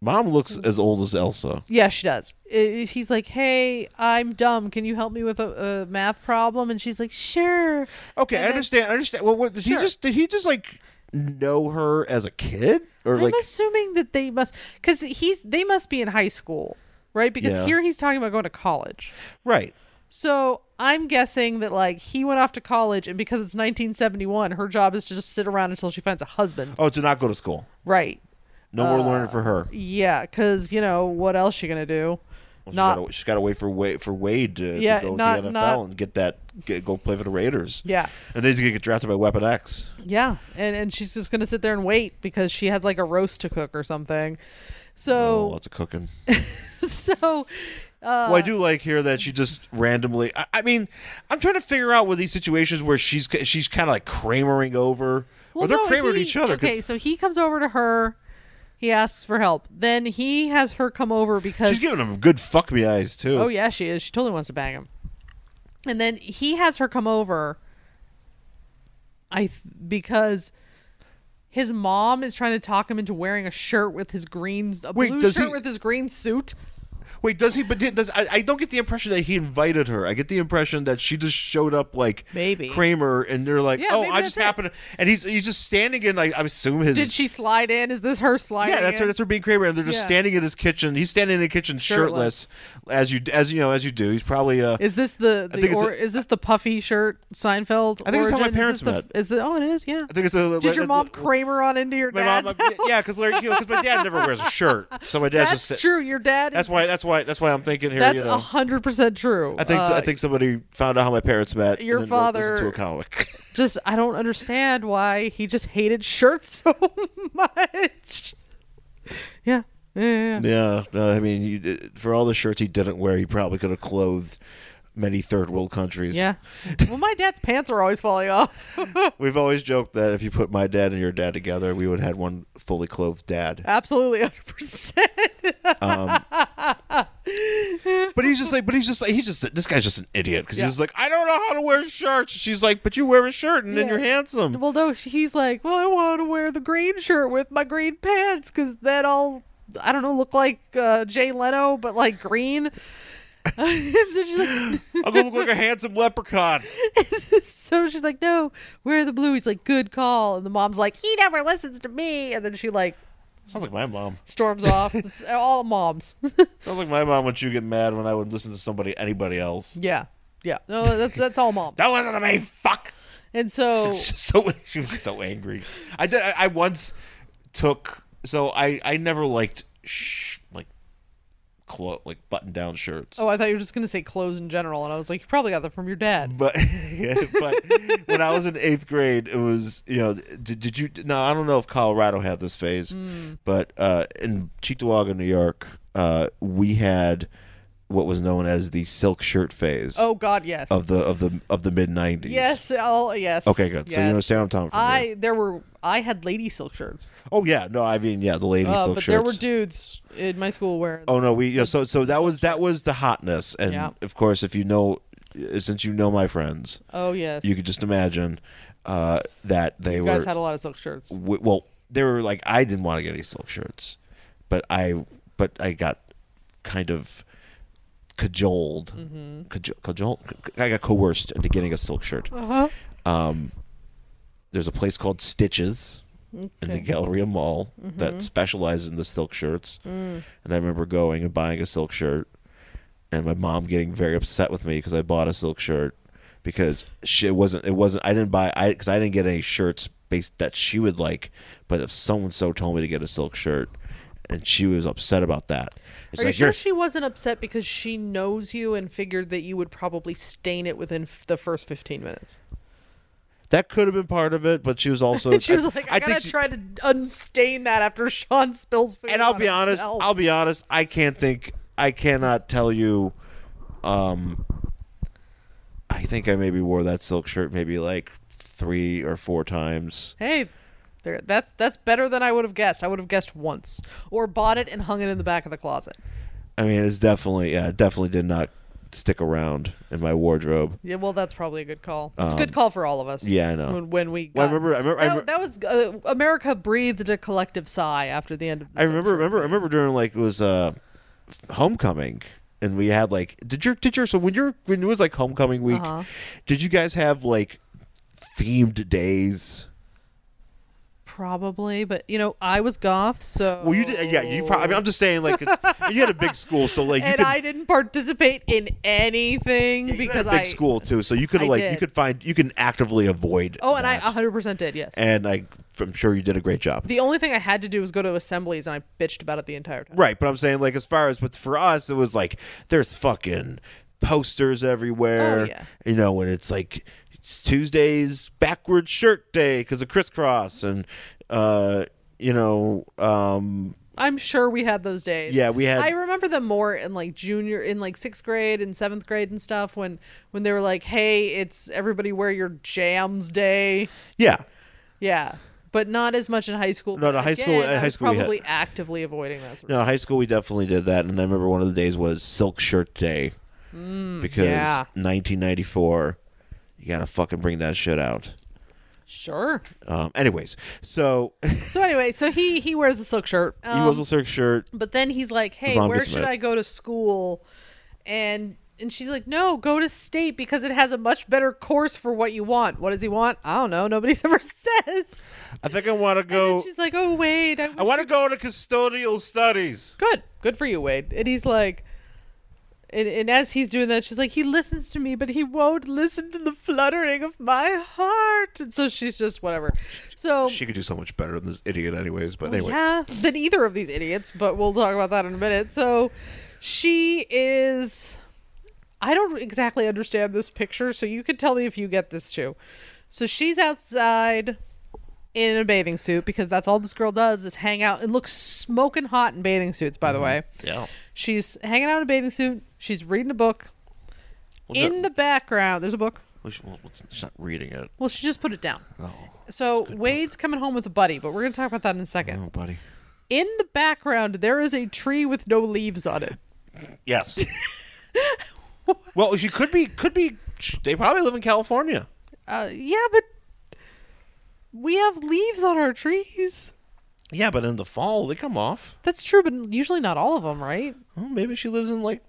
Speaker 2: Mom looks
Speaker 1: mm.
Speaker 2: as old as Elsa.
Speaker 1: Yeah, she does. I- He's like, "Hey, I'm dumb. Can you help me with a, a math problem?" And she's like, "Sure."
Speaker 2: Okay,
Speaker 1: And
Speaker 2: I
Speaker 1: then-
Speaker 2: understand. I understand. Well, what, did
Speaker 1: Sure.
Speaker 2: he just did he just like know her as a kid or like
Speaker 1: I'm assuming that they must, because he's they must be in high school, right? Because
Speaker 2: Yeah.
Speaker 1: here he's talking about going to college.
Speaker 2: right?
Speaker 1: So I'm guessing that like he went off to college, and because it's 1971, her job is to just sit around until she finds a husband,
Speaker 2: Oh, to not go to school.
Speaker 1: right?
Speaker 2: No
Speaker 1: Uh,
Speaker 2: more learning for her. She's
Speaker 1: Yeah, because you know what else she gonna do? Not
Speaker 2: gotta, she's got to wait for Wade for Wade to, to
Speaker 1: Yeah,
Speaker 2: go
Speaker 1: not-
Speaker 2: to the NFL
Speaker 1: not-
Speaker 2: and get that get, go play for the Raiders.
Speaker 1: Yeah.
Speaker 2: and then he's gonna get drafted by Weapon X.
Speaker 1: Yeah, and and she's just gonna sit there and wait because she had like a roast to cook or something.
Speaker 2: Oh,
Speaker 1: So
Speaker 2: lots of cooking.
Speaker 1: uh, so
Speaker 2: well, I do like here that she just randomly. I, I mean, I'm trying to figure out with these situations where she's ca- she's kind of like Kramering over,
Speaker 1: well,
Speaker 2: or they're
Speaker 1: no,
Speaker 2: Kramering
Speaker 1: he-
Speaker 2: each other. 'cause
Speaker 1: Okay, so he comes over to her. He asks for help. Then he has her come over because
Speaker 2: she's giving him good fuck me eyes too.
Speaker 1: oh yeah, she is. She totally wants to bang him. And then he has her come over. I th- because his mom is trying to talk him into wearing a shirt with his green a
Speaker 2: Wait,
Speaker 1: blue
Speaker 2: does
Speaker 1: shirt
Speaker 2: he-
Speaker 1: with his green suit.
Speaker 2: Wait, does he? But did- does I, I don't get the impression that he invited her. I get the impression that she just showed up like
Speaker 1: Maybe.
Speaker 2: Kramer, and they're like,
Speaker 1: Yeah,
Speaker 2: oh,
Speaker 1: maybe
Speaker 2: I just
Speaker 1: that's it.
Speaker 2: happened, to, and he's he's just standing in. Like, I assume his.
Speaker 1: Did she slide in? Is this her slide?
Speaker 2: yeah, that's her.
Speaker 1: in?
Speaker 2: That's her being Kramer, and they're just
Speaker 1: Yeah.
Speaker 2: standing in his kitchen. He's standing in the kitchen shirtless,
Speaker 1: Shirtless.
Speaker 2: as you as you know as you do. He's probably uh,
Speaker 1: Is this the,
Speaker 2: think
Speaker 1: the
Speaker 2: it's
Speaker 1: or,
Speaker 2: a-
Speaker 1: is this the puffy shirt Seinfeld?
Speaker 2: I think it's how my
Speaker 1: origin?
Speaker 2: parents
Speaker 1: is this
Speaker 2: met.
Speaker 1: The, is the oh it is yeah.
Speaker 2: I think it's a,
Speaker 1: Did your mom Kramer on into your
Speaker 2: my
Speaker 1: dad's
Speaker 2: mom,
Speaker 1: house?
Speaker 2: yeah, because my dad never wears a shirt, so my dad's
Speaker 1: That's
Speaker 2: just
Speaker 1: true. Your dad.
Speaker 2: That's
Speaker 1: That's
Speaker 2: why. That's why. That's why I'm thinking here.
Speaker 1: that's
Speaker 2: you know,
Speaker 1: hundred percent true.
Speaker 2: I think
Speaker 1: Uh,
Speaker 2: I think somebody found out how my parents met.
Speaker 1: your
Speaker 2: and then wrote this
Speaker 1: father-
Speaker 2: into a comic.
Speaker 1: just I don't understand why he just hated shirts so much. Yeah. Yeah, yeah, yeah.
Speaker 2: yeah, no, I mean, you, uh, for all the shirts he didn't wear, he probably could have clothed many third world countries.
Speaker 1: Yeah. Well, my dad's pants are always falling off.
Speaker 2: we've always joked that if you put my dad and your dad together, we would have had one fully clothed dad.
Speaker 1: Absolutely, hundred percent.
Speaker 2: But he's just like, but he's just like, he's just this guy's just an idiot because
Speaker 1: Yeah.
Speaker 2: he's like, I don't know how to wear shirts. She's like, but you wear a shirt and then
Speaker 1: Yeah.
Speaker 2: you're handsome.
Speaker 1: Well, no, he's like, well, I want to wear the green shirt with my green pants because that all I don't know look like uh, Jay Leno, but like green. so she's like,
Speaker 2: I'll go look like a handsome leprechaun.
Speaker 1: so she's like, no, wear the blue. He's like, good call. And the mom's like, he never listens to me. And then she like
Speaker 2: Sounds like my mom.
Speaker 1: storms off. It's all moms.
Speaker 2: Sounds like my mom when she would get mad when I would listen to somebody, anybody else.
Speaker 1: yeah, yeah. No, that's that's all moms.
Speaker 2: Don't listen to me, fuck.
Speaker 1: And so
Speaker 2: So she was so angry. I did. I, I once took. So I I never liked sh- like clo- like button down shirts.
Speaker 1: Oh, I thought you were just gonna say clothes in general, and I was like, you probably got that from your dad.
Speaker 2: but yeah, but when I was in eighth grade, it was you know did, did you now I don't know if Colorado had this phase,
Speaker 1: Hmm.
Speaker 2: but uh, in Cheektowaga, New York, uh, we had what was known as the silk shirt phase
Speaker 1: Oh God, yes,
Speaker 2: of the of the of the mid nineties.
Speaker 1: yes, all yes.
Speaker 2: Okay, good. So you
Speaker 1: yes.
Speaker 2: understand what I'm talking about.
Speaker 1: I there were I had lady silk shirts,
Speaker 2: Oh yeah, no, I mean yeah, the lady
Speaker 1: uh,
Speaker 2: silk
Speaker 1: but
Speaker 2: shirts.
Speaker 1: there were dudes in my school wearing.
Speaker 2: Oh no, we yeah, so so that was that was the hotness, and
Speaker 1: Yeah.
Speaker 2: of course, if you know, uh, since you know my friends,
Speaker 1: oh yes,
Speaker 2: you could just imagine uh, that they
Speaker 1: You
Speaker 2: were
Speaker 1: guys had a lot of silk shirts.
Speaker 2: w- well, they were like I didn't want to get any silk shirts, but I but I got kind of cajoled,
Speaker 1: Mm-hmm.
Speaker 2: cajol, cajol, I got coerced into getting a silk shirt.
Speaker 1: Oh.
Speaker 2: Um, there's a place called Stitches in the Galleria Mall
Speaker 1: Mm-hmm.
Speaker 2: that specializes in the silk shirts,
Speaker 1: Mm.
Speaker 2: and I remember going and buying a silk shirt, and my mom getting very upset with me because I bought a silk shirt because she it wasn't it wasn't I didn't buy I because I didn't get any shirts based that she would like, but if someone so told me to get a silk shirt, and she was upset about that. It's
Speaker 1: Are you
Speaker 2: like
Speaker 1: sure
Speaker 2: "You're-
Speaker 1: she wasn't upset because she knows you and figured that you would probably stain it within f- the first fifteen minutes?
Speaker 2: that could have been part of it, but she was also
Speaker 1: She was like, I, gotta
Speaker 2: she-
Speaker 1: try to unstain that after Sean spills food.
Speaker 2: and I'll
Speaker 1: on
Speaker 2: be honest,
Speaker 1: himself."
Speaker 2: I'll be honest, I can't think I cannot tell you um I think I maybe wore that silk shirt maybe like 3 or 4 times.
Speaker 1: Hey, there, that's that's better than I would have guessed. I would have guessed once, or bought it and hung it in the back of the closet.
Speaker 2: I mean, it's definitely yeah, it definitely did not stick around in my wardrobe.
Speaker 1: Yeah, well, that's probably a good call. It's a good call for all of us.
Speaker 2: Um, yeah, I know.
Speaker 1: When, when we,
Speaker 2: Well, I
Speaker 1: got-
Speaker 2: remember- I remember- I
Speaker 1: That,
Speaker 2: remember-
Speaker 1: that was uh, America breathed a collective sigh after the end of. The
Speaker 2: I remember,
Speaker 1: social
Speaker 2: remember, I remember during like it was uh, homecoming, and we had like did your did your so when you're when it was like homecoming week, did you guys have like themed days?
Speaker 1: Probably, but you know, I was goth, so.
Speaker 2: Well, you did, yeah. You probably. I mean, I'm just saying, like, it's, you had a big school, so like you
Speaker 1: and
Speaker 2: could
Speaker 1: I didn't participate in anything
Speaker 2: you had
Speaker 1: because
Speaker 2: a big
Speaker 1: I.
Speaker 2: school too, so you could
Speaker 1: I
Speaker 2: like you
Speaker 1: did.
Speaker 2: could find you can actively avoid.
Speaker 1: Oh, and I
Speaker 2: that.
Speaker 1: 100% did. Yes.
Speaker 2: and I I'm sure you did a great job.
Speaker 1: the only thing I had to do was go to assemblies, and I bitched about it the entire time.
Speaker 2: Right, but I'm saying like as far as but for us it was like there's fucking posters everywhere.
Speaker 1: Oh, yeah.
Speaker 2: You know, and it's like it's Tuesday's backward shirt day because of crisscross and uh you know um
Speaker 1: I'm sure we had those days.
Speaker 2: Yeah, we had-
Speaker 1: I remember them more in like junior, in like sixth grade and seventh grade and stuff. When when they were like, "Hey, it's everybody wear your jams day."
Speaker 2: yeah.
Speaker 1: Yeah, but not as much in high school.
Speaker 2: No,
Speaker 1: But
Speaker 2: no, high school-
Speaker 1: again,
Speaker 2: at
Speaker 1: I
Speaker 2: high
Speaker 1: was
Speaker 2: school we had-
Speaker 1: probably actively avoiding that. Sort of
Speaker 2: No, high school we definitely did that and I remember one of the days was silk shirt day. because
Speaker 1: Mm, yeah.
Speaker 2: 1994 you got to fucking bring that shit out.
Speaker 1: Sure.
Speaker 2: Um, anyways, so he
Speaker 1: So anyway, so he he wears a silk shirt. Um,
Speaker 2: was a silk shirt.
Speaker 1: But then he's like, "Hey,
Speaker 2: Mom
Speaker 1: where
Speaker 2: gets
Speaker 1: should
Speaker 2: mad.
Speaker 1: I go to school?" And and she's like, "No, go to state because it has a much better course for what you want." What does he want? I don't know. Nobody's ever says.
Speaker 2: I think I want to
Speaker 1: And
Speaker 2: go.
Speaker 1: she's like, "Oh, Wade, I,
Speaker 2: I want to go to custodial studies.
Speaker 1: good, good for you, Wade." And he's like. And, and as he's doing that, she's like, he listens to me, but he won't listen to the fluttering of my heart. And so she's just whatever. So
Speaker 2: She could do so much better than this idiot, anyways. But
Speaker 1: Oh,
Speaker 2: anyway,
Speaker 1: Yeah, than either of these idiots, but we'll talk about that in a minute. So she is. I don't exactly understand this picture, so you could tell me if you get this too. So she's outside in a bathing suit because that's all this girl does is hang out and look smoking hot in bathing suits, by the way.
Speaker 3: Yeah.
Speaker 1: She's hanging out in a bathing suit. She's reading a book.
Speaker 2: What's
Speaker 1: in
Speaker 2: that-
Speaker 1: the background, there's a book.
Speaker 2: Which- well, what's- she's not reading it.
Speaker 1: Well, she just put it down.
Speaker 2: Oh,
Speaker 1: So Wade's coming home with a buddy, but we're going to talk about that in a second.
Speaker 2: no, buddy.
Speaker 1: In the background, there is a tree with no leaves on it.
Speaker 2: Yes. well, she could be. Could be. They probably live in California.
Speaker 1: Uh, yeah, but we have leaves on our trees.
Speaker 2: Yeah, but in the fall they come off.
Speaker 1: That's true, but usually not all of them, right?
Speaker 2: Well, maybe she lives in like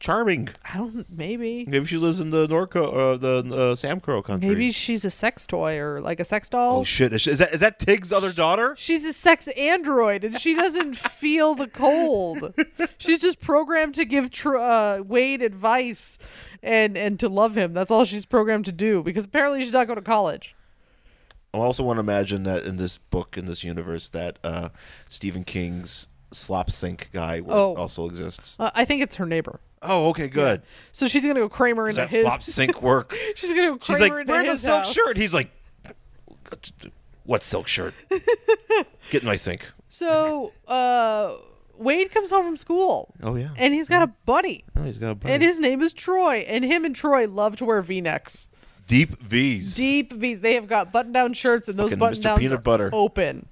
Speaker 2: charming.
Speaker 1: I don't. Maybe.
Speaker 2: Maybe she lives in the Norco or the uh, Sam Crow country.
Speaker 1: Maybe she's a sex toy or like a sex doll.
Speaker 2: Oh shit! Is, is that is that Tig's other daughter?
Speaker 1: she's a sex android, and she doesn't feel the cold. She's just programmed to give tr- uh, Wade advice and and to love him. That's all she's programmed to do. Because apparently, she's not going to college.
Speaker 2: I also want to imagine that in this book, in this universe, that uh, Stephen King's slop sink guy will-
Speaker 1: Oh.
Speaker 2: also exists.
Speaker 1: Uh, I think it's her neighbor.
Speaker 2: Oh, okay, good.
Speaker 1: So she's gonna go Kramer
Speaker 2: Does
Speaker 1: into
Speaker 2: that
Speaker 1: his.
Speaker 2: slop sink work?
Speaker 1: She's gonna go
Speaker 2: She's
Speaker 1: Kramer
Speaker 2: like,
Speaker 1: into
Speaker 2: wear the
Speaker 1: his
Speaker 2: silk
Speaker 1: house.
Speaker 2: shirt. He's like, what silk shirt? Get in my sink.
Speaker 1: So uh, Wade comes home from school.
Speaker 2: Oh, yeah.
Speaker 1: and he's got a buddy,
Speaker 2: Oh, he's got a
Speaker 1: and his name is Troy. And him and Troy love to wear V-necks,
Speaker 2: deep V's.
Speaker 1: deep V's. They have got button-down shirts, and those
Speaker 2: Fucking Mr.
Speaker 1: button-downs
Speaker 2: Peanut
Speaker 1: are
Speaker 2: Butter.
Speaker 1: open.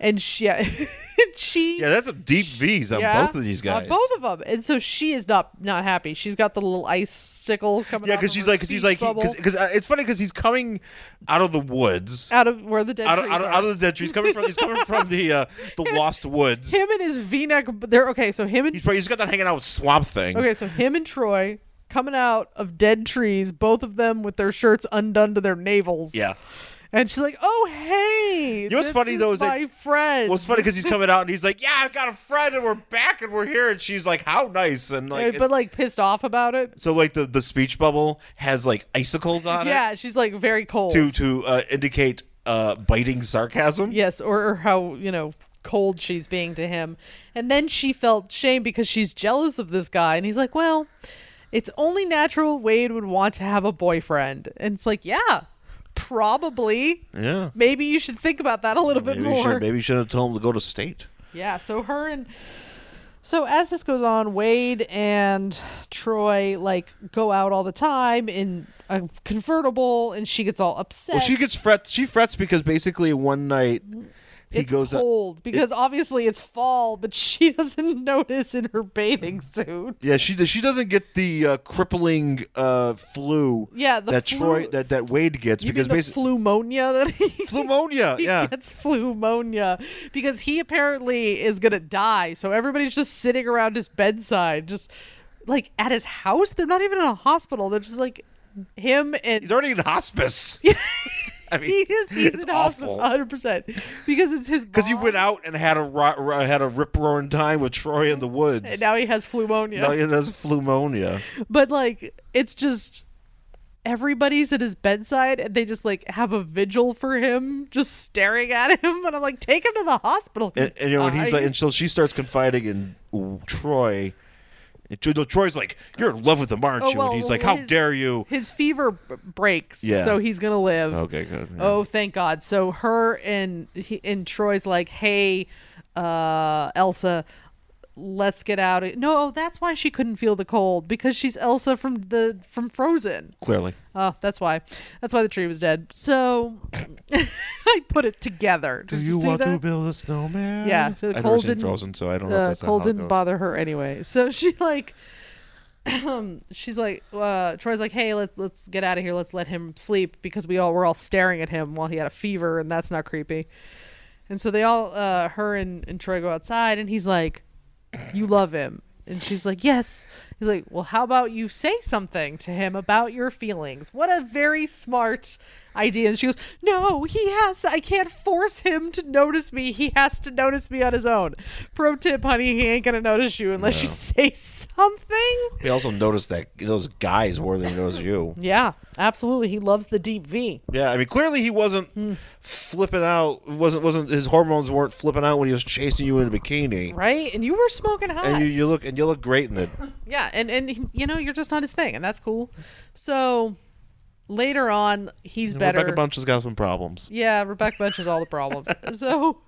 Speaker 1: And she, yeah, and she,
Speaker 2: Yeah, that's a deep V's on
Speaker 1: yeah,
Speaker 2: both of these guys.
Speaker 1: on both of them. And so she is not not happy. She's got the little icicles coming.
Speaker 2: yeah,
Speaker 1: because
Speaker 2: because she's like, because he's like, because uh, it's funny because he's coming out of the woods.
Speaker 1: out of where the dead
Speaker 2: out of,
Speaker 1: trees
Speaker 2: out, of,
Speaker 1: are.
Speaker 2: out of the dead trees. Coming from he's coming from the uh, the lost woods.
Speaker 1: him and his V-neck. They're okay. So him and
Speaker 2: He's probably he's got that hanging out with Swamp Thing.
Speaker 1: Okay, so him and Troy coming out of dead trees, both of them with their shirts undone to their navels.
Speaker 2: Yeah.
Speaker 1: And she's like, "Oh, hey, you
Speaker 2: know what's funny, though, is that-
Speaker 1: my friend."
Speaker 2: Well, it's funny because he's coming out and he's like, "Yeah, I've got a friend and we're back and we're here." And she's like, "How nice!" And
Speaker 1: Right,
Speaker 2: like,
Speaker 1: but like pissed off about it.
Speaker 2: so like the the speech bubble has like icicles on it
Speaker 1: Yeah, she's like very cold.
Speaker 2: to to uh, indicate uh, biting sarcasm.
Speaker 1: Yes, or, or how you know cold she's being to him, and then she felt shame because she's jealous of this guy, and he's like, "Well, it's only natural Wade would want to have a boyfriend," and it's like, "Yeah, probably."
Speaker 2: Yeah.
Speaker 1: Maybe you should think about that a little bit
Speaker 2: Maybe
Speaker 1: more.
Speaker 2: you should maybe you should have told him to go to state.
Speaker 1: Yeah, so her and so as this goes on, Wade and Troy like go out all the time in a convertible, and she gets all upset.
Speaker 2: Well, she gets frets. She frets because basically one night he
Speaker 1: it's
Speaker 2: goes. uh, out-
Speaker 1: cold because obviously it's fall, but she doesn't notice in her bathing suit.
Speaker 2: Yeah, she does. She doesn't get the uh, crippling uh, flu.
Speaker 1: Yeah, the
Speaker 2: that
Speaker 1: flu-
Speaker 2: Troy that that Wade gets
Speaker 1: You
Speaker 2: because
Speaker 1: mean the
Speaker 2: basically
Speaker 1: flumonia that he
Speaker 2: pneumonia.
Speaker 1: he
Speaker 2: Yeah,
Speaker 1: gets flumonia because he apparently is gonna die. So everybody's just sitting around his bedside, just like at his house. They're not even in a hospital. They're just like him and
Speaker 2: he's already in hospice. I mean,
Speaker 1: he is he's
Speaker 2: it's
Speaker 1: in hospice Uh,
Speaker 2: awful.
Speaker 1: 100 percent because it's his
Speaker 2: because you
Speaker 1: mom,
Speaker 2: went out and had a ro- ro- had a rip roaring time with Troy in the woods.
Speaker 1: and now he has flumonia.
Speaker 2: No, yeah, that's pneumonia.
Speaker 1: But like it's just everybody's at his bedside and they just like have a vigil for him, just staring at him. And I'm like, take him to the hospital.
Speaker 2: And, and, you know, and he's like,
Speaker 1: Guys.
Speaker 2: and so she starts confiding in Troy. And Tro- no, Troy's like, "You're in love with him, aren't
Speaker 1: Oh,
Speaker 2: you?"
Speaker 1: well,
Speaker 2: and he's
Speaker 1: well,
Speaker 2: like, "How
Speaker 1: his-
Speaker 2: dare you?"
Speaker 1: His fever b- breaks,
Speaker 2: Yeah.
Speaker 1: so he's gonna live.
Speaker 2: Okay, good. yeah.
Speaker 1: Oh, thank God. So her and he, and Troy's like, hey, uh, Elsa, let's get out. of-" No, oh, that's why she couldn't feel the cold because she's Elsa from the from Frozen.
Speaker 2: clearly.
Speaker 1: Oh, that's why. That's why the tree was dead. So I put it together. Did see that?
Speaker 2: build a snowman?
Speaker 1: Yeah, so the
Speaker 2: I've never
Speaker 1: cold
Speaker 2: seen
Speaker 1: didn't-
Speaker 2: Frozen, so I don't know.
Speaker 1: the
Speaker 2: if that's not
Speaker 1: cold
Speaker 2: how it
Speaker 1: didn't
Speaker 2: goes.
Speaker 1: bother her anyway. So she like um, she's like, uh, Troy's like, hey, let's let's get out of here. Let's let him sleep because we all were all staring at him while he had a fever, and that's not creepy. And so they all, uh, her and, and Troy go outside, and he's like, you love him. And she's like, yes. He's like, well, how about you say something to him about your feelings? What a very smart idea. And she goes, no, he has. I can't force him to notice me. He has to notice me on his own. Pro tip, honey, he ain't going to notice you unless you say something.
Speaker 2: We also noticed that those guys more than he knows you.
Speaker 1: Yeah, absolutely. He loves the deep V.
Speaker 2: Yeah, I mean, clearly he wasn't
Speaker 1: Hmm.
Speaker 2: flipping out. wasn't wasn't His hormones weren't flipping out when he was chasing you in a bikini.
Speaker 1: Right, and you were smoking hot.
Speaker 2: And you, you look and you look great in it.
Speaker 1: yeah, and and he- you know you're just not his thing, and that's cool. So later on, he's better.
Speaker 2: Rebecca Bunch has got some problems.
Speaker 1: Yeah, Rebecca Bunch has all the problems. so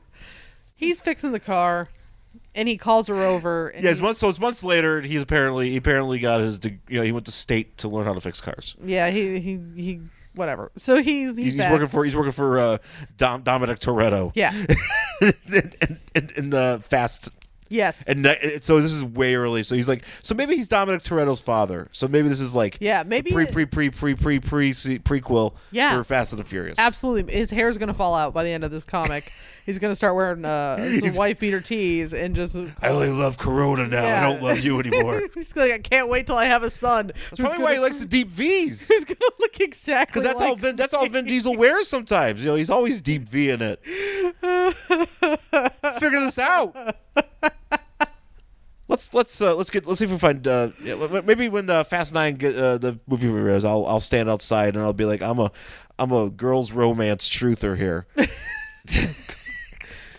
Speaker 1: he's fixing the car, and he calls her over. And
Speaker 2: Yeah, it's
Speaker 1: he-
Speaker 2: months, so it's months later. and He's apparently he apparently got his deg- you know he went to state to learn how to fix cars.
Speaker 1: yeah, he he he whatever. So he's he's,
Speaker 2: He's, he's
Speaker 1: back.
Speaker 2: working for he's working for uh, Dom, Dominic Toretto.
Speaker 1: yeah.
Speaker 2: in, in, in the fast
Speaker 1: Yes.
Speaker 2: and that- it- so this is way early. So he's like, so maybe he's Dominic Toretto's father. So maybe this is like,
Speaker 1: Yeah, maybe
Speaker 2: pre
Speaker 1: it-
Speaker 2: pre pre pre pre pre se- prequel.
Speaker 1: Yeah.
Speaker 2: for Fast and the Furious.
Speaker 1: Absolutely, his hair's gonna fall out by the end of this comic. He's gonna start wearing uh, some white beater tees and just
Speaker 2: I only love Corona now.
Speaker 1: Yeah.
Speaker 2: I don't love you anymore. That's
Speaker 1: He's like, I can't wait till I have a son. That's
Speaker 2: probably why he likes the deep V's.
Speaker 1: He's gonna look exactly
Speaker 2: Because that's all
Speaker 1: like.
Speaker 2: Vin, that's all Vin Diesel wears sometimes. You know, he's always deep V in it. Figure this out. Let's let's uh, let's get let's see if we find uh, yeah, w- w- maybe when uh, Fast Nine get, uh, the movie premieres, I'll I'll stand outside and I'll be like I'm a I'm a girls romance truther here.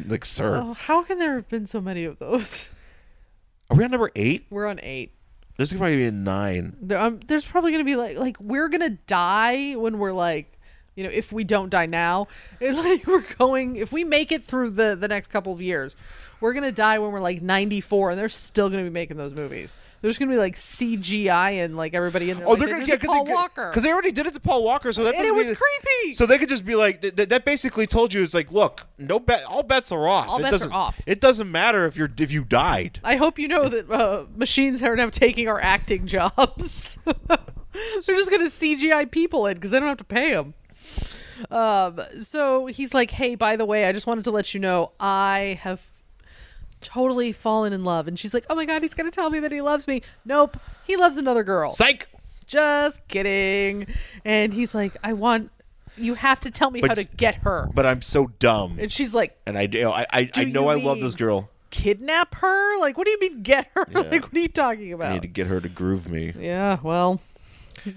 Speaker 2: like sir,
Speaker 1: Oh, how can there have been so many of those?
Speaker 2: are we on number eight?
Speaker 1: We're on eight.
Speaker 2: There's gonna probably be a nine.
Speaker 1: There, um, there's probably gonna be like, like we're gonna die when we're like, you know, if we don't die now, it's like we're going. If we make it through the the next couple of years, we're gonna die when we're like 94, and they're still gonna be making those movies. They're just gonna be like CGI and like everybody in there.
Speaker 2: Oh,
Speaker 1: like
Speaker 2: they're
Speaker 1: they
Speaker 2: gonna
Speaker 1: did
Speaker 2: get
Speaker 1: to Paul Walker.
Speaker 2: because they already did it to Paul Walker, so that
Speaker 1: And it
Speaker 2: doesn't
Speaker 1: was
Speaker 2: mean-
Speaker 1: creepy.
Speaker 2: So they could just be like th- th- that. Basically, told you it's like, look, no bet, all bets are off.
Speaker 1: All
Speaker 2: it
Speaker 1: bets are
Speaker 2: doesn't,
Speaker 1: off.
Speaker 2: It doesn't matter if you're if you died.
Speaker 1: I hope you know that uh, machines are now taking our acting jobs. They're just going to CGI people in because they don't have to pay them. Um, so he's like, hey, by the way, I just wanted to let you know I have totally fallen in love. And she's like, oh my God, he's going to tell me that he loves me. Nope, he loves another girl.
Speaker 2: Psych.
Speaker 1: just kidding. And he's like, I want, you have to tell me
Speaker 2: But-
Speaker 1: how to get her.
Speaker 2: But I'm so dumb,
Speaker 1: and she's like,
Speaker 2: and I you know, I I, I
Speaker 1: Do
Speaker 2: know
Speaker 1: you
Speaker 2: I love this
Speaker 1: mean-
Speaker 2: girl.
Speaker 1: kidnap her? Like, what do you mean get her? Like, what are you talking about?
Speaker 2: I need to get her to groove me.
Speaker 1: Yeah, well,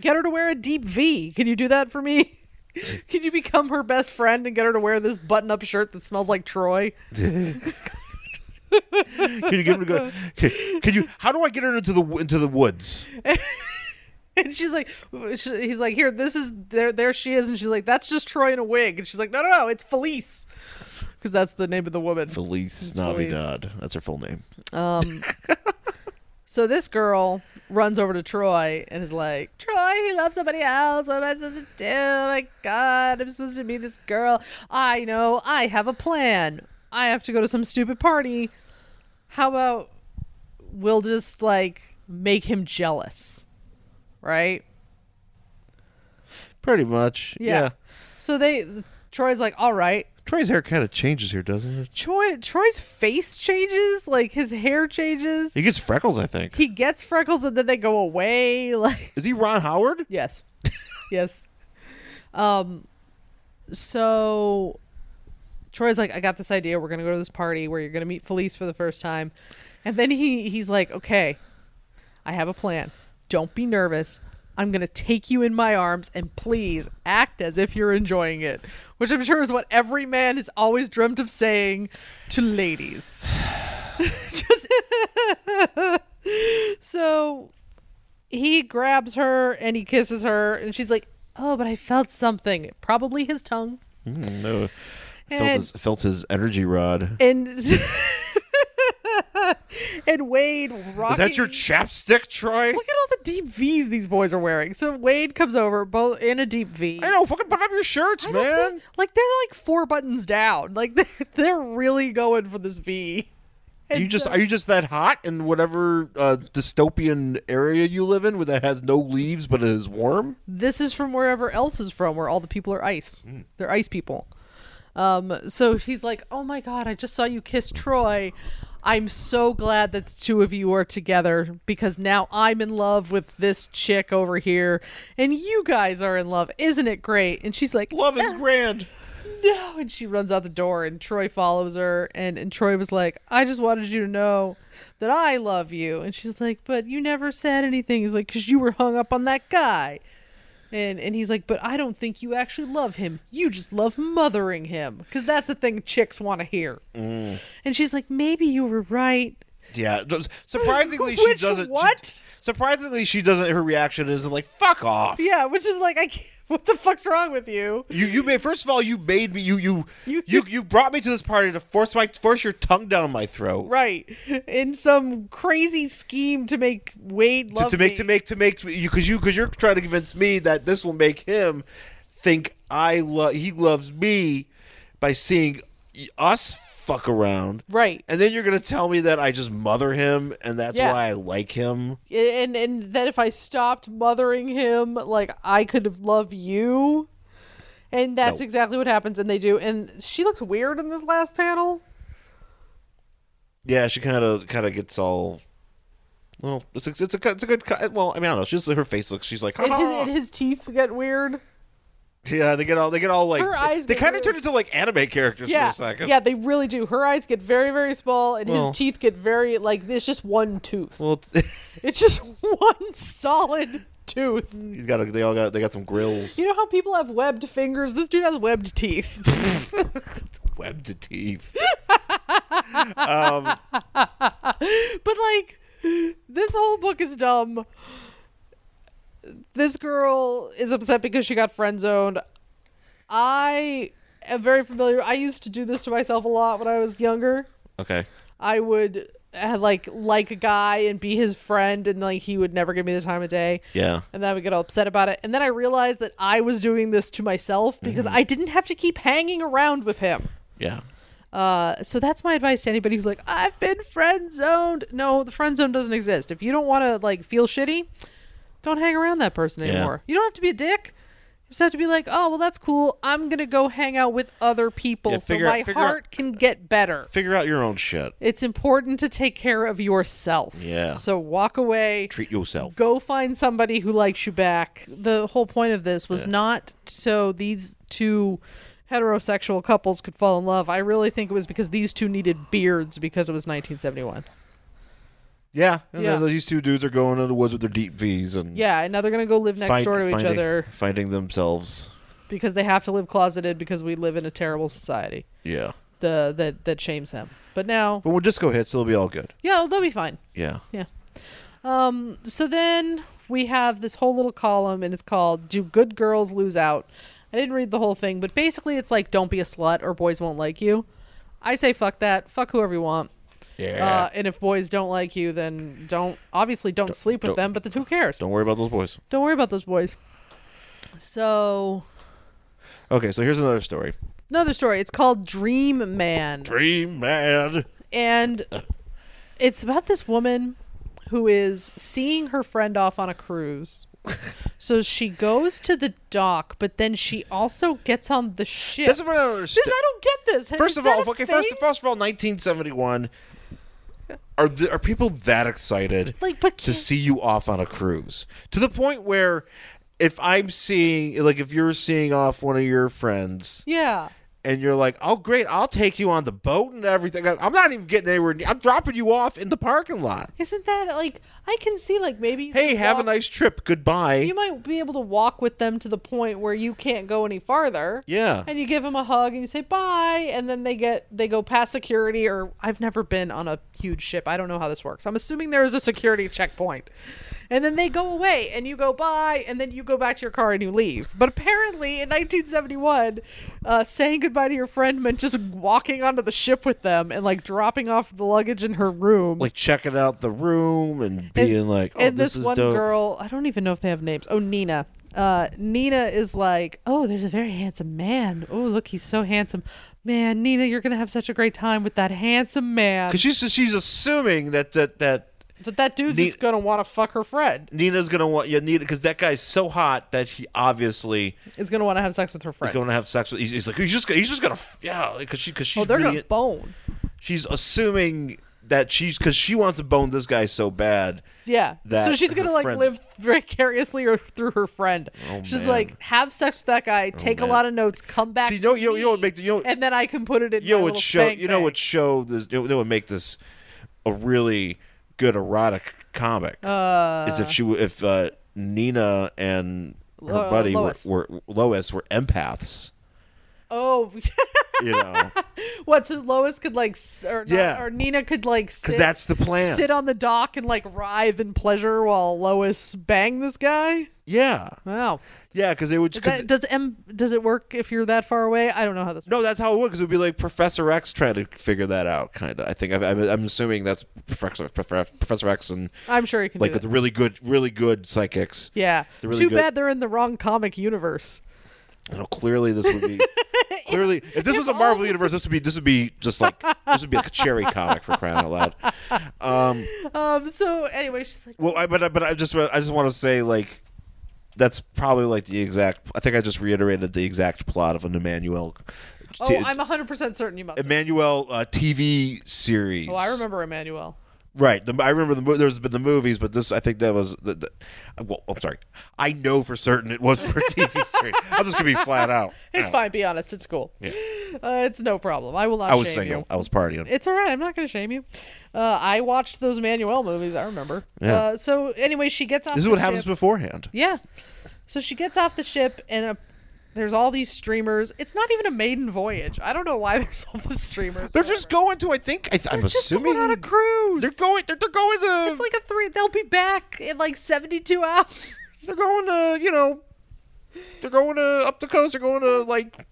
Speaker 1: get her to wear a deep V. Can you do that for me? Can you become her best friend and get her to wear this button-up shirt that smells like Troy?
Speaker 2: Can you get her to go? Can, can you? How do I get her into the into the woods?
Speaker 1: And she's like, she- he's like, here, this is there, there she is, and she's like, that's just Troy in a wig, and she's like, no, no, no, it's Felice, because that's the name of the woman.
Speaker 2: Felice
Speaker 1: Felice.
Speaker 2: Navidad. That's her full name.
Speaker 1: So this girl runs over to Troy and is like, Troy, he loves somebody else. What am I supposed to do? Oh my God, I'm supposed to meet this girl. I know. I have a plan. I have to go to some stupid party. How about we'll just like make him jealous? Right?
Speaker 2: Pretty much. Yeah.
Speaker 1: So they, Troy's like, all right.
Speaker 2: Troy's hair kind of changes here, doesn't it?
Speaker 1: Troy, Troy's face changes, like his hair changes.
Speaker 2: He gets freckles, I think.
Speaker 1: He gets freckles and then they go away. Like,
Speaker 2: Is he Ron Howard?
Speaker 1: Yes. yes. Um so Troy's like, I got this idea. We're gonna go to this party where you're gonna meet Felice for the first time. And then he he's like, Okay, I have a plan. Don't be nervous. I'm gonna take you in my arms and please act as if you're enjoying it. Which I'm sure is what every man has always dreamt of saying to ladies. Just so he grabs her and he kisses her and she's like oh but i felt something probably his tongue
Speaker 2: Mm, No. Felt
Speaker 1: And-
Speaker 2: his, felt his energy rod.
Speaker 1: and and wade rocking
Speaker 2: Is that your chapstick, Troy?
Speaker 1: look at all the deep v's these boys are wearing so wade comes over both in a deep v
Speaker 2: I know. Fucking put up your shirts,
Speaker 1: I don't
Speaker 2: man.
Speaker 1: think- like they're like four buttons down like they're, they're really going for this v
Speaker 2: you just are you just that hot in whatever uh, dystopian area you live in, where that has no leaves but it is warm?
Speaker 1: This is from wherever else is from, where all the people are ice.
Speaker 2: Hmm.
Speaker 1: They're ice people. Um, so he's like, "Oh my god, I just saw you kiss Troy. I'm so glad that the two of you are together because now I'm in love with this chick over here, and you guys are in love. Isn't it great?" And she's like,
Speaker 2: Love is grand.
Speaker 1: no and she runs out the door and troy follows her and, and troy was like i just wanted you to know that i love you and she's like but you never said anything he's like because you were hung up on that guy and and he's like but i don't think you actually love him you just love mothering him because that's the thing chicks want to hear
Speaker 2: Mm.
Speaker 1: and she's like maybe you were right
Speaker 2: Yeah. d- Surprisingly, she
Speaker 1: Which
Speaker 2: doesn't. she-
Speaker 1: what?
Speaker 2: surprisingly, she doesn't. Her reaction isn't like "fuck off."
Speaker 1: yeah which is like i can't what the fuck's wrong with you
Speaker 2: You you made first of all you made me you you
Speaker 1: You-
Speaker 2: you you, brought me to this party to force my force your tongue down my throat
Speaker 1: right in some crazy scheme to make wade
Speaker 2: to,
Speaker 1: love
Speaker 2: to make
Speaker 1: me.
Speaker 2: to make to make you because you because you're trying to convince me that this will make him think I love he loves me by seeing y- us fuck around
Speaker 1: right
Speaker 2: and then you're gonna tell me that I just mother him and that's
Speaker 1: Yeah.
Speaker 2: why I like him
Speaker 1: and and then if I stopped mothering him, like I could love you, and that's
Speaker 2: No.
Speaker 1: exactly what happens. And they do. And she looks weird in this last panel.
Speaker 2: yeah she kind of kind of gets all. Well, it's a, it's a it's a good well. I mean, I don't know. She's her face looks. She's like,
Speaker 1: And his, and his teeth get weird.
Speaker 2: Yeah, they get all they get all like
Speaker 1: Her
Speaker 2: they-
Speaker 1: eyes
Speaker 2: they
Speaker 1: get
Speaker 2: kind of
Speaker 1: really-
Speaker 2: turn into like anime characters
Speaker 1: Yeah,
Speaker 2: for a second. Oh.
Speaker 1: yeah, they really do. Her eyes get very, very small, and
Speaker 2: Well-
Speaker 1: his teeth get very like it's just one tooth.
Speaker 2: Well,
Speaker 1: It's just one solid tooth.
Speaker 2: he's got a, they all got they got some grills,
Speaker 1: You know how people have webbed fingers? This dude has webbed teeth.
Speaker 2: webbed teeth.
Speaker 1: But like, this whole book is dumb. This girl is upset because she got friend zoned. I am very familiar. I used to do this to myself a lot when I was younger.
Speaker 2: Okay.
Speaker 1: I would uh, like like a guy and be his friend, and like he would never give me the time of day.
Speaker 2: Yeah.
Speaker 1: And then I would get all upset about it. And then I realized that I was doing this to myself because I didn't have to keep hanging around with him.
Speaker 2: Yeah.
Speaker 1: Uh, so that's my advice to anybody who's like, I've been friend zoned. No, the friend zone doesn't exist. If you don't want to like feel shitty, don't hang around that person
Speaker 2: Yeah.
Speaker 1: anymore. You don't have to be a dick. You just have to be like, oh well, that's cool. I'm gonna go hang out with other people
Speaker 2: Yeah,
Speaker 1: so
Speaker 2: figure out-
Speaker 1: my
Speaker 2: figure out-
Speaker 1: heart can get better.
Speaker 2: Figure out your own shit.
Speaker 1: It's important to take care of yourself.
Speaker 2: Yeah.
Speaker 1: So walk away.
Speaker 2: Treat yourself.
Speaker 1: Go find somebody who likes you back. The whole point of this was not so these two heterosexual couples could fall in love. I really think it was because these two needed beards because it was 1971.
Speaker 2: Yeah. And
Speaker 1: Yeah.
Speaker 2: then these two dudes are going into the woods with their deep V's and
Speaker 1: Yeah, and now they're going to go live next
Speaker 2: find-
Speaker 1: door to each
Speaker 2: finding-
Speaker 1: other
Speaker 2: finding themselves.
Speaker 1: because they have to live closeted because we live in a terrible society
Speaker 2: Yeah.
Speaker 1: the, that, that shames them. But now,
Speaker 2: But when disco hits, it'll be all good.
Speaker 1: yeah, they'll be fine.
Speaker 2: Yeah.
Speaker 1: Yeah. Um, so then we have this whole little column, and it's called Do Good Girls Lose Out? I didn't read the whole thing, but basically it's like don't be a slut or boys won't like you. I say fuck that. Fuck whoever you want.
Speaker 2: Yeah.
Speaker 1: Uh, and if boys don't like you, then don't, obviously don't, sleep with
Speaker 2: don't-
Speaker 1: them, but then who cares? Don't,
Speaker 2: Don't worry about those boys.
Speaker 1: worry about those boys. So,
Speaker 2: Okay, so here's another story.
Speaker 1: another story. It's called Dream Man.
Speaker 2: Dream man.
Speaker 1: and it's about this woman who is seeing her friend off on a cruise. So she goes to the dock, but then she also gets on the ship.
Speaker 2: That's what I don't
Speaker 1: This-
Speaker 2: understand.
Speaker 1: I don't get this.
Speaker 2: First
Speaker 1: Is
Speaker 2: of
Speaker 1: that
Speaker 2: all,
Speaker 1: a
Speaker 2: okay. First,
Speaker 1: thing?
Speaker 2: first of all, 1971. Are th- are people that excited
Speaker 1: Like, but
Speaker 2: to
Speaker 1: can't-
Speaker 2: see you off on a cruise to the point where if I'm seeing like if you're seeing off one of your friends
Speaker 1: yeah,
Speaker 2: and you're like, oh great, I'll take you on the boat and everything. I- I'm not even getting anywhere. Near, I'm dropping you off in the parking lot.
Speaker 1: isn't that like I can see like maybe you
Speaker 2: Hey,
Speaker 1: can
Speaker 2: have a
Speaker 1: walk-
Speaker 2: nice trip. Goodbye.
Speaker 1: You might be able to walk with them to the point where you can't go any farther.
Speaker 2: Yeah.
Speaker 1: and you give them a hug and you say bye and then they get they go past security or i've never been on a huge ship i don't know how this works i'm assuming there is a security checkpoint and then they go away and you go bye and then you go back to your car and you leave but apparently in 1971 uh, saying goodbye to your friend meant just walking onto the ship with them and like dropping off the luggage in her room
Speaker 2: Like checking out the room and being like, oh,
Speaker 1: and
Speaker 2: this,
Speaker 1: this,
Speaker 2: is
Speaker 1: one
Speaker 2: dope.
Speaker 1: girl i don't even know if they have names oh nina uh, nina is like oh there's a very handsome man oh look he's so handsome Man, Nina, you're gonna have such a great time with that handsome man.
Speaker 2: Because she's she's assuming that that that
Speaker 1: That that dude's
Speaker 2: Ni-
Speaker 1: just gonna want to fuck her friend.
Speaker 2: Nina's gonna want yeah Nina because that guy's so hot that he obviously
Speaker 1: Is gonna want to have sex with her
Speaker 2: is
Speaker 1: friend.
Speaker 2: going to have sex with. He's, he's like he's just he's just gonna f- yeah because she because she's
Speaker 1: oh, they're
Speaker 2: really,
Speaker 1: gonna bone.
Speaker 2: she's assuming that she's because she wants to bone this guy so bad.
Speaker 1: Yeah.
Speaker 2: that
Speaker 1: so she's
Speaker 2: her
Speaker 1: gonna like
Speaker 2: friends- Oh,
Speaker 1: live vicariously or through her friend. she's
Speaker 2: man. Oh,
Speaker 1: like, have sex with that guy, take a
Speaker 2: man.
Speaker 1: lot of notes, come back.
Speaker 2: See, you
Speaker 1: to
Speaker 2: know- you know-
Speaker 1: me,
Speaker 2: you know what make the- you know-
Speaker 1: and then I can put it in.
Speaker 2: You know
Speaker 1: my
Speaker 2: would
Speaker 1: little
Speaker 2: show
Speaker 1: bang
Speaker 2: you know
Speaker 1: bang.
Speaker 2: would show this you know would make this a really good erotic comic uh, is if she w- if uh, Nina and her
Speaker 1: Lo- uh,
Speaker 2: buddy
Speaker 1: Lois.
Speaker 2: were were Lois were empaths.
Speaker 1: Oh,
Speaker 2: You know.
Speaker 1: what? So Lois could like, s- or not-
Speaker 2: Yeah.
Speaker 1: or Nina could like, because
Speaker 2: that's the plan.
Speaker 1: Sit on the dock and like writhe in pleasure while Lois bang this guy.
Speaker 2: yeah.
Speaker 1: Wow.
Speaker 2: Yeah, because they would.
Speaker 1: Is
Speaker 2: 'cause
Speaker 1: that, does M does it work if you're that far away? I don't know how this.
Speaker 2: No, that's how it would. Because it would be like Professor X trying to figure that out, kind of. I think I, I'm, I'm assuming that's Professor Prof- Professor X and
Speaker 1: I'm sure you can
Speaker 2: like
Speaker 1: do
Speaker 2: with
Speaker 1: that.
Speaker 2: really good, really good psychics.
Speaker 1: yeah.
Speaker 2: They're really
Speaker 1: Too
Speaker 2: good.
Speaker 1: bad they're in the wrong comic universe.
Speaker 2: You know, clearly this would be clearly if this was a
Speaker 1: all
Speaker 2: Marvel universe, this would be this would be just like this would be like a cherry comic for crying out loud. Um,
Speaker 1: Um. So anyway, she's like,
Speaker 2: well, I, but I- but I just I just want to say like that's probably like the exact. I think I just reiterated the exact plot of an Emmanuel.
Speaker 1: "Oh,
Speaker 2: t-
Speaker 1: I'm 100 percent certain you must." have."
Speaker 2: Emmanuel uh, TV series.
Speaker 1: Oh, I remember Emmanuel.
Speaker 2: Right. The, I remember the mo- there's been the movies, but this I think that was the, the well. I'm sorry. I know for certain it was for a TV series. I'm just gonna be flat out.
Speaker 1: It's
Speaker 2: Ow.
Speaker 1: fine. Be honest. It's cool. Uh, it's no problem. I will not.
Speaker 2: I was
Speaker 1: shame
Speaker 2: single.
Speaker 1: you.
Speaker 2: I was partying.
Speaker 1: It's all right. I'm not going to shame you. Uh, I watched those Manuel movies. I remember.
Speaker 2: Yeah.
Speaker 1: Uh, so anyway, she gets off.
Speaker 2: this is
Speaker 1: the
Speaker 2: what
Speaker 1: ship.
Speaker 2: happens beforehand.
Speaker 1: Yeah. So she gets off the ship and uh there's all these streamers. It's not even a maiden voyage. I don't know why there's all the streamers.
Speaker 2: They're just going to. I think. I, I'm
Speaker 1: just
Speaker 2: assuming
Speaker 1: going on a cruise.
Speaker 2: They're going. They're, they're going to.
Speaker 1: It's like a three. They'll be back in like 72 hours.
Speaker 2: they're going to. You know. They're going to up the coast. They're going to like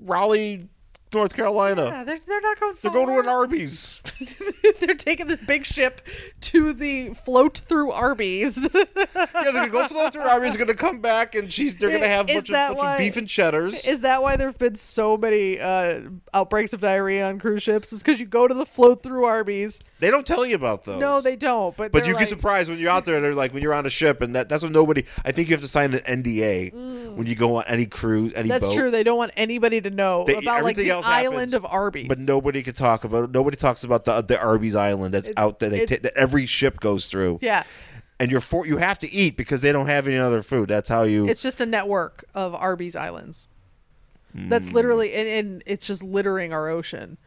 Speaker 2: Raleigh, North Carolina.
Speaker 1: Yeah, they're, they're not going.
Speaker 2: They're going to an
Speaker 1: far.
Speaker 2: Arby's.
Speaker 1: they're taking this big ship to the float through Arby's.
Speaker 2: yeah, they're gonna go for the through Arby's. They're gonna come back, and she's. They're gonna have a
Speaker 1: Is
Speaker 2: bunch, of,
Speaker 1: that
Speaker 2: bunch
Speaker 1: why-
Speaker 2: of beef and cheddars.
Speaker 1: Is that why there have been so many uh, outbreaks of diarrhea on cruise ships? Is because you go to the float through Arby's.
Speaker 2: They don't tell you about those.
Speaker 1: No, they don't. But
Speaker 2: But
Speaker 1: they're
Speaker 2: you
Speaker 1: like,
Speaker 2: get surprised when you're out there. They're like when you're on a ship, and that, that's when nobody. I think you have to sign an NDA when you go on any cruise, any
Speaker 1: Mm. That's
Speaker 2: boat.
Speaker 1: true. They don't want anybody to know
Speaker 2: They-
Speaker 1: about like
Speaker 2: everything
Speaker 1: the
Speaker 2: else
Speaker 1: island
Speaker 2: happens,
Speaker 1: of Arby's.
Speaker 2: But nobody can talk about. it. Nobody talks about the the Arby's Island that's out there. They
Speaker 1: it-
Speaker 2: ta- that every ship goes through.
Speaker 1: Yeah,
Speaker 2: And you're for you have to eat because they don't have any other food. That's how you.
Speaker 1: it's just a network of Arby's islands. That's
Speaker 2: Hmm.
Speaker 1: literally, and, and it's just littering our ocean.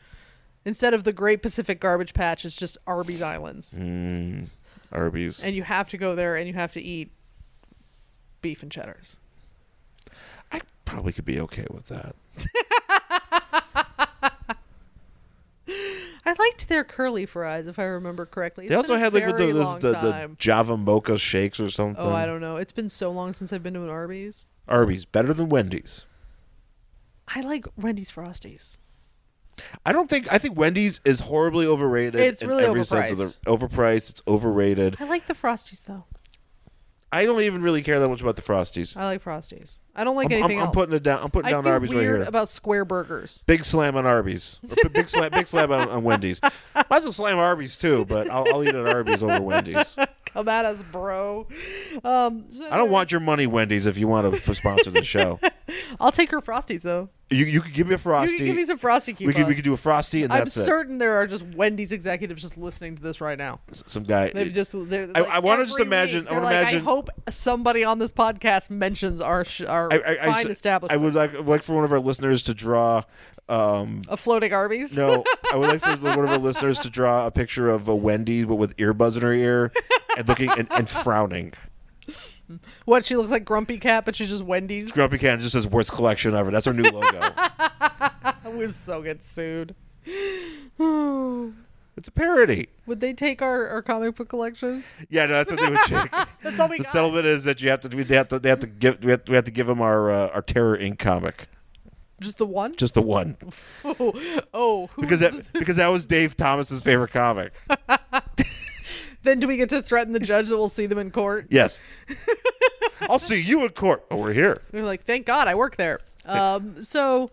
Speaker 1: Instead of the Great Pacific Garbage Patch, it's just Arby's islands,
Speaker 2: Hmm. Arby's.
Speaker 1: and you have to go there and you have to eat beef and cheddars.
Speaker 2: I probably could be okay with that.
Speaker 1: I liked their curly fries, if I remember correctly. It's
Speaker 2: They also
Speaker 1: been a
Speaker 2: had like with
Speaker 1: very
Speaker 2: the, the,
Speaker 1: long
Speaker 2: the, the
Speaker 1: time.
Speaker 2: Java mocha shakes or something.
Speaker 1: Oh, I don't know. It's been so long since I've been to an Arby's.
Speaker 2: Arby's better than Wendy's.
Speaker 1: I like Wendy's Frosties.
Speaker 2: I don't think I think Wendy's is horribly overrated.
Speaker 1: It's
Speaker 2: in
Speaker 1: really
Speaker 2: every Sense of the, overpriced. It's overrated.
Speaker 1: I like the Frosties though.
Speaker 2: I don't even really care that much about the Frosties.
Speaker 1: I like Frosties. I don't like
Speaker 2: I'm,
Speaker 1: anything
Speaker 2: I'm- I'm
Speaker 1: else.
Speaker 2: putting it down. I'm putting
Speaker 1: I
Speaker 2: down
Speaker 1: feel
Speaker 2: Arby's right
Speaker 1: weird
Speaker 2: here.
Speaker 1: about square burgers.
Speaker 2: big slam on Arby's. Or b- big slam. Big slam on, on Wendy's. Might as well slam Arby's too. But I'll, I'll eat at Arby's over Wendy's.
Speaker 1: Come at us, bro. Um, so
Speaker 2: I don't want your money, Wendy's. If you want to sponsor the show,
Speaker 1: I'll take her Frosties though.
Speaker 2: you you could give me a frosty.
Speaker 1: You can give me some Frosty
Speaker 2: we
Speaker 1: coupons.
Speaker 2: could we could do a frosty, and
Speaker 1: I'm
Speaker 2: that's it.
Speaker 1: certain there are just Wendy's executives just listening to this right now.
Speaker 2: Some guy.
Speaker 1: They've just. They're,
Speaker 2: I-
Speaker 1: like,
Speaker 2: I wanna just
Speaker 1: every
Speaker 2: imagine-
Speaker 1: week,
Speaker 2: I
Speaker 1: they're
Speaker 2: wanna
Speaker 1: like,
Speaker 2: imagine-
Speaker 1: I hope somebody on this podcast mentions our sh- our
Speaker 2: I, I, I,
Speaker 1: fine
Speaker 2: I
Speaker 1: establishment.
Speaker 2: would like like for one of our listeners to draw. Um,
Speaker 1: a floating Arby's.
Speaker 2: No, I would like for the- one of our listeners to draw a picture of a Wendy, but with earbuds in her ear and looking and, and frowning.
Speaker 1: What she looks like Grumpy Cat, but she's just Wendy's.
Speaker 2: Grumpy Can just says worst collection ever. That's our new logo.
Speaker 1: We'd so get sued. would
Speaker 2: it's a parody.
Speaker 1: they take our, our comic book collection?
Speaker 2: Yeah, no, that's what they would check.
Speaker 1: That's all we
Speaker 2: the
Speaker 1: got.
Speaker 2: settlement is that you have to. We they have to. They have to give. We have, we have to give them our uh, our Terror Inc. comic,
Speaker 1: Just the one?
Speaker 2: just the one,
Speaker 1: oh, oh who
Speaker 2: because that because that was Dave Thomas's favorite comic.
Speaker 1: then do we get to threaten the judge that we'll see them in court?
Speaker 2: Yes. I'll see you in court. Oh, we're here.
Speaker 1: We're like, thank God I work there. Um, so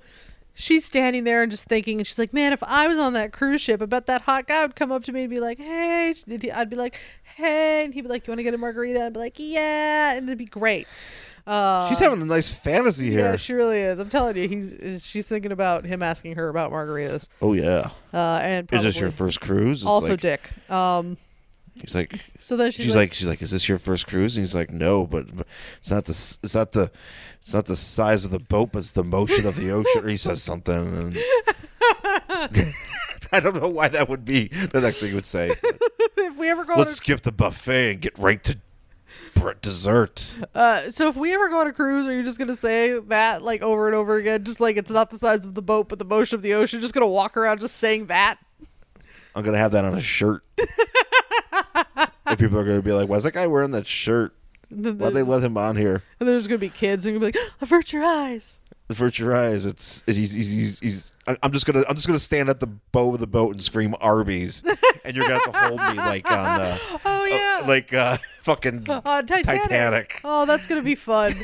Speaker 1: she's standing there and just thinking, and she's like, "Man, if I was on that cruise ship, I bet that hot guy would come up to me and be like, hey.' And he- I'd be like, hey, and he'd be like, you want to get a margarita? I'd be like, yeah, and it'd be great. Uh,
Speaker 2: She's having a nice fantasy here.
Speaker 1: yeah, she really is. I'm telling you, he's she's thinking about him asking her about margaritas.
Speaker 2: oh yeah.
Speaker 1: Uh, and
Speaker 2: Is this your
Speaker 1: probably
Speaker 2: first cruise? It's
Speaker 1: also
Speaker 2: like,
Speaker 1: Dick? Um,
Speaker 2: He's like,
Speaker 1: so then she's,
Speaker 2: she's like, she's like, is this your first cruise? And he's like, no, but but it's not the, s- it's not the, it's not the size of the boat, but it's the motion of the ocean. Or he says something, and I don't know why that would be the next thing he would say.
Speaker 1: if we ever go on a
Speaker 2: Let's skip the buffet and get right to br- dessert.
Speaker 1: Uh, so if we ever go on a cruise, are you just gonna say that like over and over again, just like it's not the size of the boat, but the motion of the ocean? Just gonna walk around just saying that?
Speaker 2: I'm gonna have that on a shirt. and people are gonna be like, why's that guy wearing that shirt?
Speaker 1: And then
Speaker 2: Why'd they let him on here?
Speaker 1: and there's gonna be kids and you're gonna be like, "Oh, avert your eyes.
Speaker 2: avert your eyes. It's he's he's, he's, he's I- I'm just gonna I'm just gonna stand at the bow of the boat and scream Arby's, and you're gonna have to hold me like on uh,
Speaker 1: Oh yeah,
Speaker 2: uh, like uh, fucking
Speaker 1: on Titanic.
Speaker 2: Titanic.
Speaker 1: Oh, that's gonna be fun.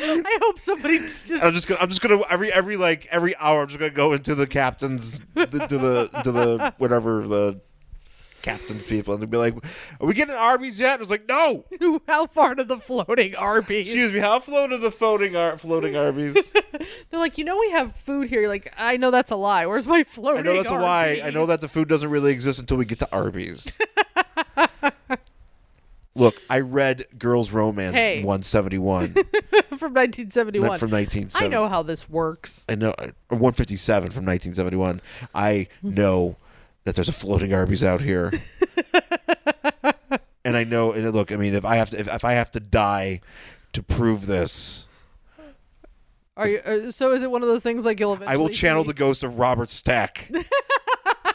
Speaker 1: I hope somebody just
Speaker 2: I'm just gonna I'm just gonna every every like every hour I'm just gonna go into the captain's to the to the whatever the captain people and be like, are we getting Arby's yet? And it's like no.
Speaker 1: how far to the floating Arby's.
Speaker 2: Excuse me, how floated the floating Ar- floating Arby's?
Speaker 1: They're like, you know, we have food here. You're like, I know that's a lie. Where's my
Speaker 2: I
Speaker 1: floating?
Speaker 2: know that's a lie. I
Speaker 1: Arby's?
Speaker 2: know that the food doesn't really exist until we get to Arby's. Look, I read Girls Romance
Speaker 1: Hey.
Speaker 2: 171
Speaker 1: from 1971.
Speaker 2: not from 1970.
Speaker 1: I know how this works.
Speaker 2: I know or 157 from 1971. I know that there's a floating Arby's out here. and I know and look, I mean if I have to if, if I have to die to prove this,
Speaker 1: Are you, uh, so is it one of those things like you'll eventually
Speaker 2: I will channel
Speaker 1: see-
Speaker 2: the ghost of Robert Stack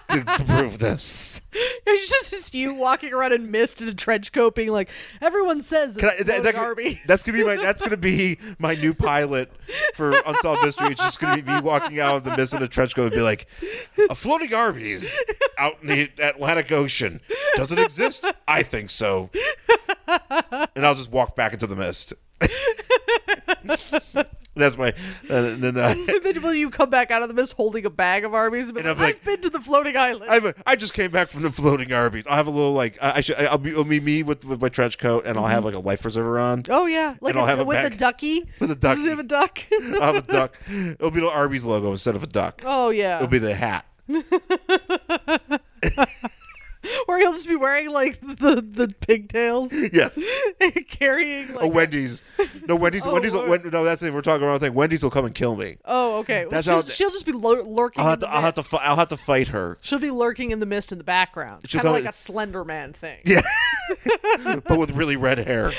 Speaker 2: to, to prove this.
Speaker 1: It's just, just you walking around in mist in a trench coat, being like, everyone says
Speaker 2: Can I,
Speaker 1: it's
Speaker 2: that, that,
Speaker 1: Lord Darby."
Speaker 2: that's gonna be my that's gonna be my new pilot for Unsolved Mystery. It's just gonna be me walking out of the mist in a trench coat and be like, a floating Arby's out in the Atlantic Ocean. Does it exist? I think so. And I'll just walk back into the mist. that's my and then uh,
Speaker 1: then will you come back out of the mist holding a bag of Arby's and be
Speaker 2: And
Speaker 1: like,
Speaker 2: I'm like-
Speaker 1: I've been to the floating island.
Speaker 2: I've, I just came back from the floating Arby's. I'll have a little like I, I should I'll be, it'll be me with, with my trench coat and I'll have like a life preserver on.
Speaker 1: oh yeah, like
Speaker 2: And I'll
Speaker 1: a-
Speaker 2: have a
Speaker 1: with a
Speaker 2: bag-
Speaker 1: ducky.
Speaker 2: with a
Speaker 1: Does it
Speaker 2: ducky.
Speaker 1: have a duck?
Speaker 2: I'll have a duck. It'll be the Arby's logo instead of a duck.
Speaker 1: oh yeah,
Speaker 2: It'll be the hat.
Speaker 1: or you'll just be wearing like the the pigtails,
Speaker 2: Yes.
Speaker 1: and carrying like.
Speaker 2: Oh, Wendy's. No, Wendy's.
Speaker 1: Oh,
Speaker 2: Wendy's.
Speaker 1: Lord.
Speaker 2: Wen- no, that's the thing. We're talking about thing. Wendy's will come and kill me.
Speaker 1: Oh, okay. Well,
Speaker 2: That's
Speaker 1: she'll,
Speaker 2: how-
Speaker 1: she'll just be lur- lurking.
Speaker 2: I'll
Speaker 1: in
Speaker 2: have
Speaker 1: the
Speaker 2: to. I'll have to.
Speaker 1: mist.
Speaker 2: Fi- I'll have to fight her.
Speaker 1: She'll be lurking in the mist in the background,
Speaker 2: She'll
Speaker 1: kind of
Speaker 2: come-
Speaker 1: like a Slender Man thing.
Speaker 2: Yeah. but with really red hair.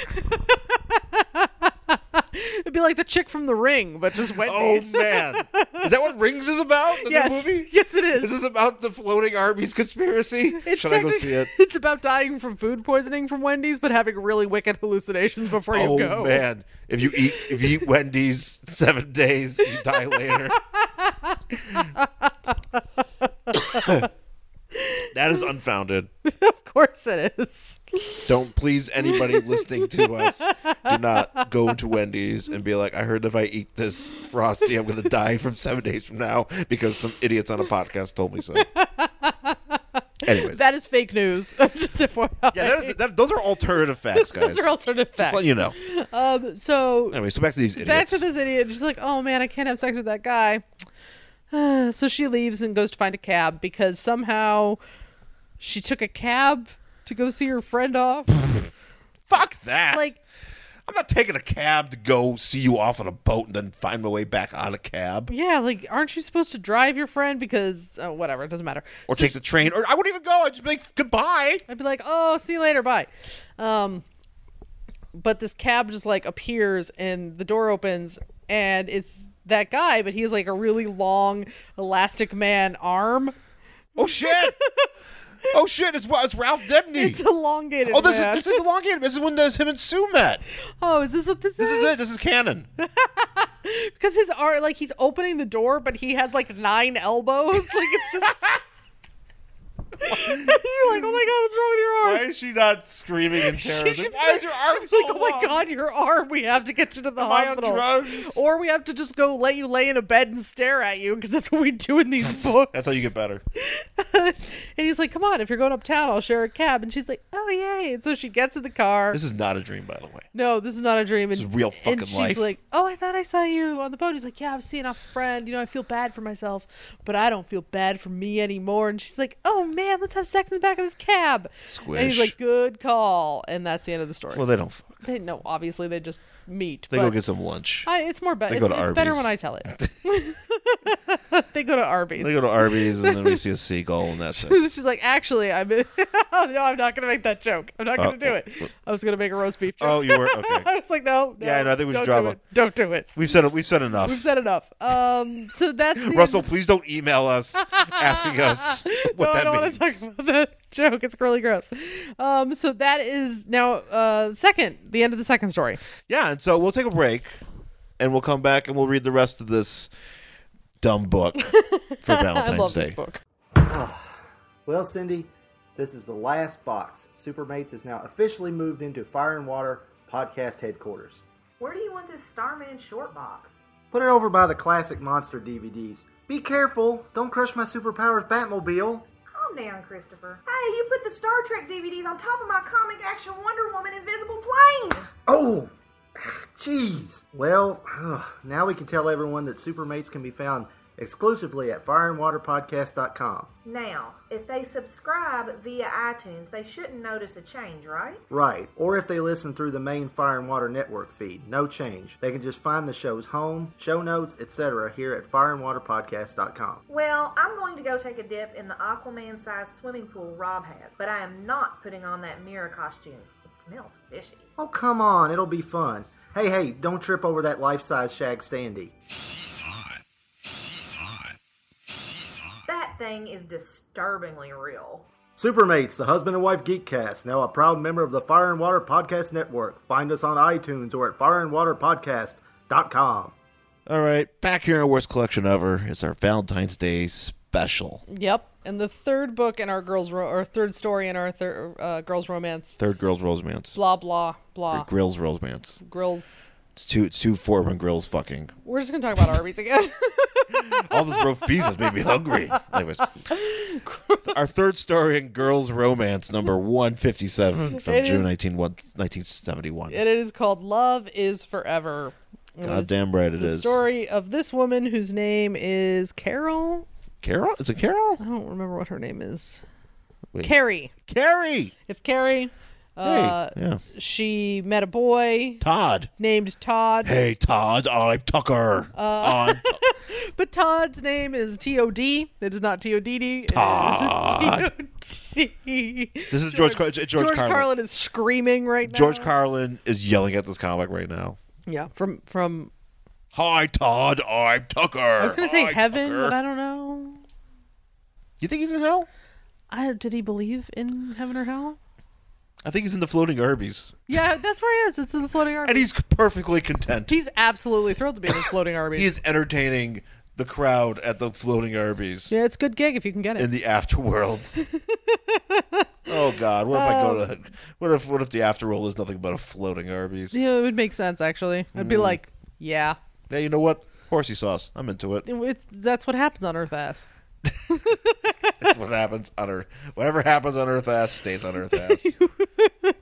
Speaker 1: It'd be like the chick from The Ring, but just Wendy's.
Speaker 2: Oh man, is that what Rings is about? The new
Speaker 1: yes,
Speaker 2: movie.
Speaker 1: yes, it is.
Speaker 2: Is this about the floating Arby's conspiracy?
Speaker 1: It's
Speaker 2: Should I go
Speaker 1: technic-
Speaker 2: see it?
Speaker 1: It's about dying from food poisoning from Wendy's, but having really wicked hallucinations before you
Speaker 2: Oh
Speaker 1: go.
Speaker 2: man, if you eat if you eat Wendy's seven days, you die later. that is unfounded.
Speaker 1: of course it is.
Speaker 2: Don't please anybody listening to us. Do not go to Wendy's and be like, I heard if I eat this frosty, I'm going to die from seven days from now because some idiots on a podcast told me so. Anyways,
Speaker 1: That is fake news. Just FYI.
Speaker 2: yeah, that is, that, those are alternative facts, guys.
Speaker 1: Those are alternative
Speaker 2: Just
Speaker 1: facts.
Speaker 2: letting you know.
Speaker 1: Um, so
Speaker 2: Anyway, so back to these
Speaker 1: back
Speaker 2: idiots.
Speaker 1: to this idiot. She's like, oh man, I can't have sex with that guy. so she leaves and goes to find a cab because somehow she took a cab to go see her friend off.
Speaker 2: Fuck that.
Speaker 1: like,
Speaker 2: I'm not taking a cab to go see you off on a boat and then find my way back on a cab.
Speaker 1: yeah, like, aren't you supposed to drive your friend? Because, uh, whatever, it doesn't matter.
Speaker 2: Or take the train. Or I wouldn't even go. I'd just be like, goodbye.
Speaker 1: I'd be like, "Oh, see you later, bye." Um, but this cab just like appears and the door opens and it's that guy, but he's like a really long elastic man arm.
Speaker 2: Oh, shit. oh, shit. It's, it's Ralph Debney.
Speaker 1: It's elongated.
Speaker 2: Oh, this
Speaker 1: man.
Speaker 2: is this is elongated. This is when those him and Sue met.
Speaker 1: oh, is this what this,
Speaker 2: This is it. This is canon.
Speaker 1: Because his arm, like he's opening the door, but he has like nine elbows. Like it's just. You're like, oh my god, what's wrong with your arm?
Speaker 2: Why is she not screaming in terror?
Speaker 1: She- she-
Speaker 2: Why is your arm
Speaker 1: she's
Speaker 2: so
Speaker 1: like, oh my
Speaker 2: long?
Speaker 1: god, your arm. We have to get you to the
Speaker 2: Am I on
Speaker 1: hospital.
Speaker 2: drugs?
Speaker 1: Or we have to just go let you lay in a bed and stare at you because that's what we do in these books.
Speaker 2: That's how you get better.
Speaker 1: and he's like, come on, if you're going uptown, I'll share a cab. And she's like, oh, yay. And so she gets in the car.
Speaker 2: This is not a dream, by the way.
Speaker 1: no, this is not a dream. And,
Speaker 2: is real fucking
Speaker 1: and she's
Speaker 2: life.
Speaker 1: like, oh, I thought I saw you on the boat. He's like, yeah, I'm seeing off a friend. You know, I feel bad for myself, but I don't feel bad for me anymore. And she's like, oh, man, let's have sex in the back of this cab. And
Speaker 2: Squish.
Speaker 1: he's like, good call. And that's the end of the story.
Speaker 2: Well, they don't. Fuck.
Speaker 1: They no, obviously they just meet.
Speaker 2: They
Speaker 1: but
Speaker 2: go get some lunch.
Speaker 1: I, it's more better.
Speaker 2: they go
Speaker 1: It's,
Speaker 2: to
Speaker 1: it's better
Speaker 2: Arby's.
Speaker 1: when I tell it. they go to Arby's.
Speaker 2: They go to Arby's and then we see a seagull and that's it.
Speaker 1: She's like, actually, I'm. no, I'm not gonna make that joke. I'm not gonna
Speaker 2: Oh.
Speaker 1: do it. I was gonna make a roast beef joke.
Speaker 2: Oh, you were okay.
Speaker 1: I was like, no, no.
Speaker 2: Yeah, no, I think we
Speaker 1: don't
Speaker 2: should draw
Speaker 1: do
Speaker 2: the-
Speaker 1: it. Don't do it.
Speaker 2: We've said we've said enough.
Speaker 1: We've said enough. Um, so that's the
Speaker 2: Russell, please don't email us asking us what
Speaker 1: no,
Speaker 2: that
Speaker 1: I don't
Speaker 2: means.
Speaker 1: want to talk about that joke. It's really gross. Um, so that is now uh, second, the end of the second story.
Speaker 2: Yeah, and so we'll take a break and we'll come back and we'll read the rest of this dumb book for Valentine's
Speaker 1: I love
Speaker 2: Day.
Speaker 1: this book.
Speaker 7: Well, Cindy, this is the last box. Supermates is now officially moved into Fire and Water podcast headquarters.
Speaker 8: Where do you want this Starman short box?
Speaker 7: Put it over by the classic monster DVDs. Be careful! Don't crush my superpowers Batmobile.
Speaker 8: Calm down, Christopher. Hey, you put the Star Trek DVDs on top of my comic action Wonder Woman invisible plane!
Speaker 7: Oh, jeez. Well, now we can tell everyone that Supermates can be found exclusively at fireandwaterpodcast.com.
Speaker 8: Now, if they subscribe via iTunes, they shouldn't notice a change, right?
Speaker 7: Right, or if they listen through the main Fire and Water Network feed, no change. They can just find the show's home, show notes, etc. here at fireandwaterpodcast.com.
Speaker 8: Well, I'm going to go take a dip in the Aquaman sized swimming pool Rob has, but I am not putting on that mirror costume. It smells fishy.
Speaker 7: Oh, come on, it'll be fun. Hey, hey, don't trip over that life size shag standee.
Speaker 8: That thing is disturbingly real.
Speaker 7: Supermates, the husband and wife Geekcast, now a proud member of the Fire and Water Podcast Network. Find us on iTunes or at fireandwaterpodcast.com.
Speaker 2: All right, back here in our worst collection ever is our Valentine's Day special.
Speaker 1: Yep. And the third book in our girls' ro- or third story in our thir- uh, girls' romance.
Speaker 2: Third Girls Romance.
Speaker 1: Blah blah blah.
Speaker 2: Or Grills Romance.
Speaker 1: Grills.
Speaker 2: It's two it's two Foreman grills fucking.
Speaker 1: We're just gonna talk about Arby's again.
Speaker 2: All this roast beef has made me hungry. Anyways. Our third story in Girls Romance number 157 from
Speaker 1: It
Speaker 2: June
Speaker 1: is-
Speaker 2: 19, 1971.
Speaker 1: and it is called Love Is Forever. And it is
Speaker 2: Goddamn right it
Speaker 1: the
Speaker 2: is.
Speaker 1: story of this woman whose name is Carol.
Speaker 2: Carol? Is it Carol?
Speaker 1: I don't remember what her name is.
Speaker 2: Wait.
Speaker 1: Carrie.
Speaker 2: Carrie.
Speaker 1: It's Carrie.
Speaker 2: Hey.
Speaker 1: Uh,
Speaker 2: yeah.
Speaker 1: She met a boy
Speaker 2: Todd.
Speaker 1: named Todd,
Speaker 2: Hey, Todd. I'm Tucker.
Speaker 1: uh,
Speaker 2: I'm Tu-
Speaker 1: but Todd's name is T O D. It is not T O D D. Todd. T O D.
Speaker 2: this is George. Car- George,
Speaker 1: George
Speaker 2: Carlin.
Speaker 1: Carlin is screaming right now.
Speaker 2: George Carlin is yelling at this comic right now.
Speaker 1: Yeah, from from
Speaker 2: Hi, Todd. I'm Tucker.
Speaker 1: I was gonna say heaven, but I don't know.
Speaker 2: You think he's in hell?
Speaker 1: I did he believe in heaven or hell?
Speaker 2: I think he's in the floating Arby's,
Speaker 1: Yeah, that's where he is. It's in the floating Arby's.
Speaker 2: and he's perfectly content.
Speaker 1: He's absolutely thrilled to be in the floating Arby's.
Speaker 2: He is entertaining the crowd at the floating Arby's
Speaker 1: yeah, it's a good gig if you can get it.
Speaker 2: in the afterworld. oh God! What if I
Speaker 1: Um,
Speaker 2: go to? What if? What if the afterworld is nothing but a floating Arby's? Yeah,
Speaker 1: yeah, it would make sense actually. I'd
Speaker 2: Mm.
Speaker 1: be like, yeah,
Speaker 2: you know what? Horsey sauce. I'm into it.
Speaker 1: It- it's, that's what happens on Earth ass.
Speaker 2: That's what happens on Earth. Whatever happens on Earth ass stays on Earth ass.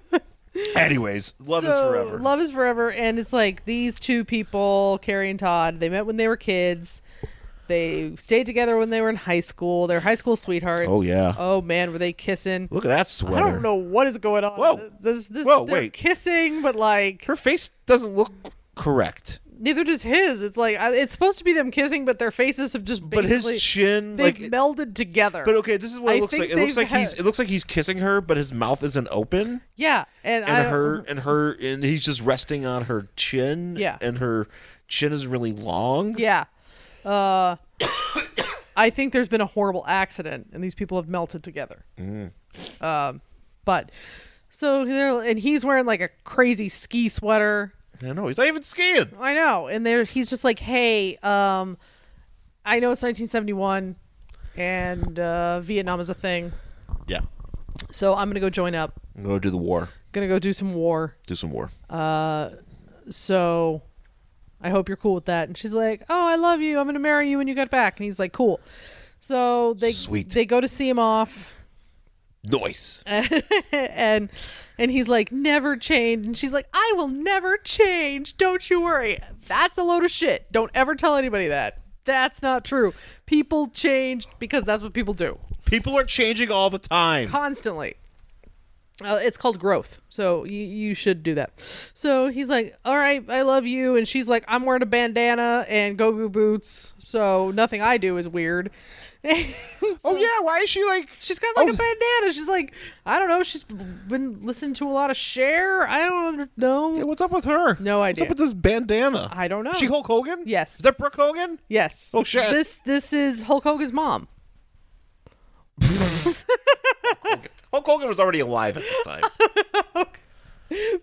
Speaker 2: Anyways, love is
Speaker 1: So,
Speaker 2: forever.
Speaker 1: Love is forever, and it's like these two people, Carrie and Todd. They met when they were kids. They stayed together when they were in high school. They're high school sweethearts.
Speaker 2: Oh, yeah.
Speaker 1: Oh man, were they kissing?
Speaker 2: Look at that
Speaker 1: I
Speaker 2: sweater.
Speaker 1: don't know what is going on.
Speaker 2: Whoa.
Speaker 1: This this
Speaker 2: Whoa,
Speaker 1: they're
Speaker 2: wait.
Speaker 1: kissing, but like
Speaker 2: Her face doesn't look correct,
Speaker 1: neither does his. It's like I- it's supposed to be them kissing, but their faces have just
Speaker 2: but
Speaker 1: basically
Speaker 2: his chin,
Speaker 1: they've
Speaker 2: like,
Speaker 1: melded together.
Speaker 2: but okay, this is what
Speaker 1: I
Speaker 2: it looks
Speaker 1: think
Speaker 2: like. It looks
Speaker 1: they've
Speaker 2: like he's,
Speaker 1: had-
Speaker 2: it looks like he's kissing her, but his mouth isn't open,
Speaker 1: yeah, and, I
Speaker 2: and
Speaker 1: don't-
Speaker 2: her, and her, and he's just resting on her chin.
Speaker 1: Yeah.
Speaker 2: and her chin is really long.
Speaker 1: yeah, uh, I think there's been a horrible accident, and these people have melted together. Um,
Speaker 2: Mm.
Speaker 1: but so they're and he's wearing like a crazy ski sweater.
Speaker 2: I know he's not even skiing.
Speaker 1: I know, and there he's just like, hey, um, I know it's 1971, and uh, Vietnam is a thing. So I'm gonna go join up.
Speaker 9: I'm gonna do the war.
Speaker 1: Gonna go do some war.
Speaker 9: Do some war.
Speaker 1: Uh, So I hope you're cool with that. And she's like, Oh, I love you. I'm gonna marry you when you get back. And he's like, Cool. So they
Speaker 9: Sweet.
Speaker 1: they go to see him off
Speaker 9: Noise.
Speaker 1: and and he's like, Never change and she's like, I will never change. Don't you worry. That's a load of shit. Don't ever tell anybody that. That's not true. People change because that's what people do.
Speaker 2: People are changing all the time.
Speaker 1: constantly. Uh, it's called growth, so you, you should do that. So he's like, "All right, I love you," and she's like, "I'm wearing a bandana and go-go boots, so nothing I do is weird."
Speaker 9: Oh yeah, why is she like?
Speaker 1: she's got
Speaker 2: oh,
Speaker 1: like a bandana. She's like, I don't know. She's been listening to a lot of Cher. I don't
Speaker 2: Yeah,
Speaker 1: know.
Speaker 2: what's up with her?
Speaker 1: No idea.
Speaker 2: What's up with this bandana?
Speaker 1: I don't know.
Speaker 2: Is she Hulk Hogan?
Speaker 1: Yes.
Speaker 2: Is that Brooke Hogan?
Speaker 1: Yes.
Speaker 2: Oh, shit.
Speaker 1: This this is Hulk Hogan's mom.
Speaker 9: Hulk Hogan was already alive at this time.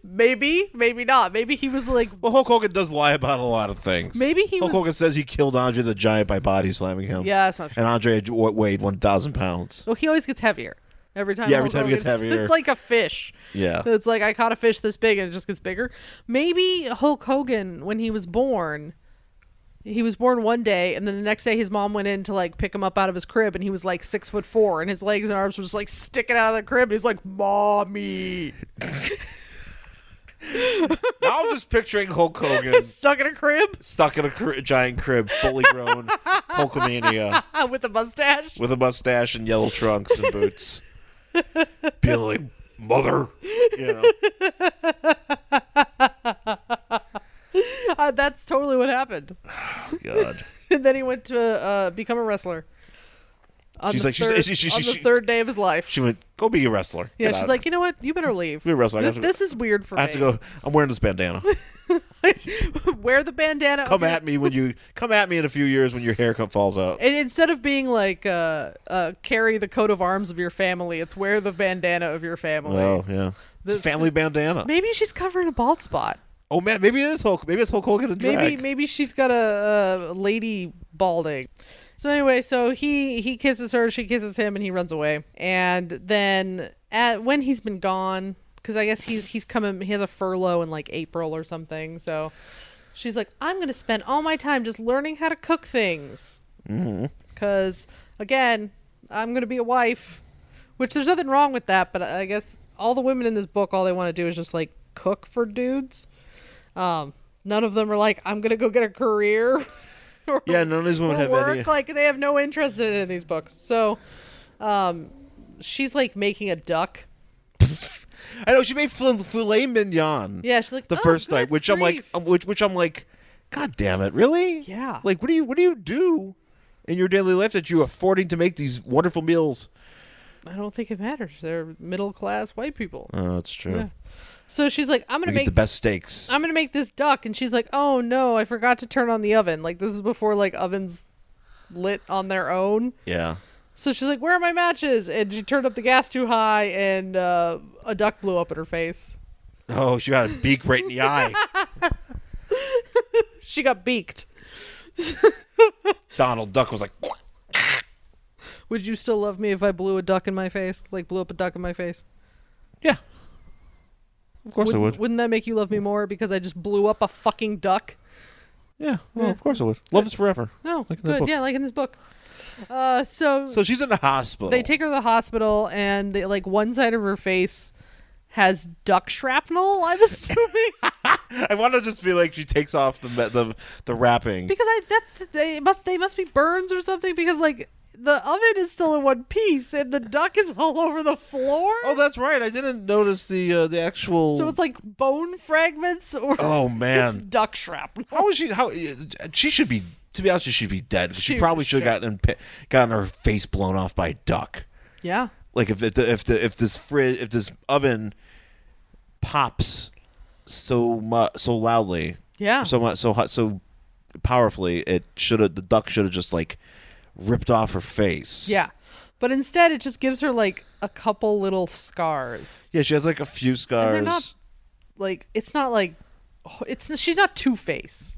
Speaker 1: Maybe, maybe not. Maybe he was like,
Speaker 2: Well, Hulk Hogan does lie about a lot of things.
Speaker 1: Maybe he
Speaker 2: Hulk
Speaker 1: was-
Speaker 2: Hogan says he killed Andre the Giant by body slamming him.
Speaker 1: Yeah, that's not true.
Speaker 2: And Andre had- wa- weighed one thousand pounds.
Speaker 1: Well, he always gets heavier every time.
Speaker 2: Yeah, every
Speaker 1: Hulk
Speaker 2: time he gets
Speaker 1: Hogan's-
Speaker 2: heavier.
Speaker 1: It's like a fish.
Speaker 2: Yeah.
Speaker 1: it's like I caught a fish this big and it just gets bigger. Maybe Hulk Hogan, when he was born, he was born one day, and then the next day his mom went in to like pick him up out of his crib, and he was like six foot four, and his legs and arms were just like sticking out of the crib. And he's like, "Mommy,"
Speaker 2: Now I'm just picturing Hulk Hogan
Speaker 1: stuck in a crib
Speaker 2: stuck in a cr- giant crib, fully grown Hulkamania
Speaker 1: uh, with a mustache.
Speaker 2: with a mustache and yellow trunks and boots, being like, "Mother," you know.
Speaker 1: Uh, that's totally what happened.
Speaker 2: God.
Speaker 1: And then he went to uh, become a wrestler. On
Speaker 2: She's
Speaker 1: the
Speaker 2: like- she's-
Speaker 1: third,
Speaker 2: she- she-
Speaker 1: on
Speaker 2: she-
Speaker 1: the
Speaker 2: she-
Speaker 1: third day of his life.
Speaker 2: She went, "Go be a wrestler."
Speaker 1: Yeah,
Speaker 2: Get
Speaker 1: she's
Speaker 2: out.
Speaker 1: like, you know what? You better leave.
Speaker 2: Be a wrestler. I
Speaker 1: This,
Speaker 2: have to-
Speaker 1: this is weird for
Speaker 2: "I
Speaker 1: me.
Speaker 2: have to go. I'm wearing this bandana.
Speaker 1: Wear the bandana.
Speaker 2: Come at me when you come at me in a few years when your haircut falls out."
Speaker 1: And instead of being like, uh, uh, carry the coat of arms of your family, it's wear the bandana of your family.
Speaker 2: Oh yeah,
Speaker 1: The-
Speaker 2: It's family bandana.
Speaker 1: Maybe she's covering a bald spot.
Speaker 2: Oh man, maybe it is Hulk. Maybe it's Hulk Hogan and drag.
Speaker 1: Maybe maybe she's got a, a lady balding. So anyway, so he he kisses her, she kisses him, and he runs away. And then at when he's been gone, because I guess he's he's coming, he has a furlough in like April or something. So she's like, I'm gonna spend all my time just learning how to cook things, because again, I'm gonna be a wife. Which there's nothing wrong with that, but I guess all the women in this book, all they want to do is just like cook for dudes. Um, none of them are like, I'm gonna go get a career. or,
Speaker 2: Yeah, none of these women
Speaker 1: or
Speaker 2: have
Speaker 1: work.
Speaker 2: any-
Speaker 1: Like they have no interest in, in these books. So, um, she's like making a duck.
Speaker 2: I know she made fil- filet mignon.
Speaker 1: Yeah, she's like
Speaker 2: the
Speaker 1: "Oh,
Speaker 2: first night,
Speaker 1: good
Speaker 2: which I'm like,
Speaker 1: grief."
Speaker 2: um, which which I'm like, God damn it, really?
Speaker 1: Yeah.
Speaker 2: Like, what do you what do you do in your daily life that you affording to make these wonderful meals?
Speaker 1: I don't think it matters. They're middle class white people.
Speaker 2: Oh, that's true.
Speaker 1: Yeah. So she's like, I'm
Speaker 2: You
Speaker 1: gonna
Speaker 2: get
Speaker 1: make
Speaker 2: the best steaks.
Speaker 1: I'm gonna make this duck, and she's like, "Oh no, I forgot to turn on the oven." Like this is before like ovens lit on their own.
Speaker 9: yeah.
Speaker 1: So she's like, "Where are my matches?" And she turned up the gas too high, and uh, a duck blew up in her face.
Speaker 2: oh, she got a beak right in the eye.
Speaker 1: She got beaked.
Speaker 2: Donald Duck was like, "Quack."
Speaker 1: Would you still love me if I blew a duck in my face? Like blew up a duck in my face?
Speaker 2: yeah. Of course
Speaker 1: Wouldn't, wouldn't that make you love me more because I just blew up a fucking duck?
Speaker 2: Yeah, well, of course I would. Love is forever.
Speaker 1: No,
Speaker 2: Like in the
Speaker 1: good.
Speaker 2: book.
Speaker 1: Yeah, like in this book. Uh, so,
Speaker 2: So she's in the hospital.
Speaker 1: they take her to the hospital, and they, like one side of her face has duck shrapnel. I'm assuming.
Speaker 2: I want to just be like she takes off the me- the the wrapping.
Speaker 1: because I that's they must they must be burns or something because like the oven is still in one piece and the duck is all over the floor.
Speaker 2: oh, that's right. I didn't notice the uh, the actual.
Speaker 1: so it's like bone fragments or
Speaker 2: Oh
Speaker 1: it's
Speaker 2: man,
Speaker 1: duck shrapnel.
Speaker 2: How was she? How uh, she should be? To be honest, she should be dead. 'cause She,
Speaker 1: She
Speaker 2: probably should
Speaker 1: should.
Speaker 2: have gotten pi- gotten her face blown off by a duck.
Speaker 1: Yeah,
Speaker 2: Like if if the, if, the, if this fridge if this oven pops so much so loudly,
Speaker 1: yeah.
Speaker 2: so much so hot so powerfully, it should have the duck should have just like ripped off her face.
Speaker 1: Yeah. But instead, it just gives her like a couple little scars.
Speaker 2: yeah. She has like a few scars.
Speaker 1: And they're not like it's not like oh, it's she's not Two Face.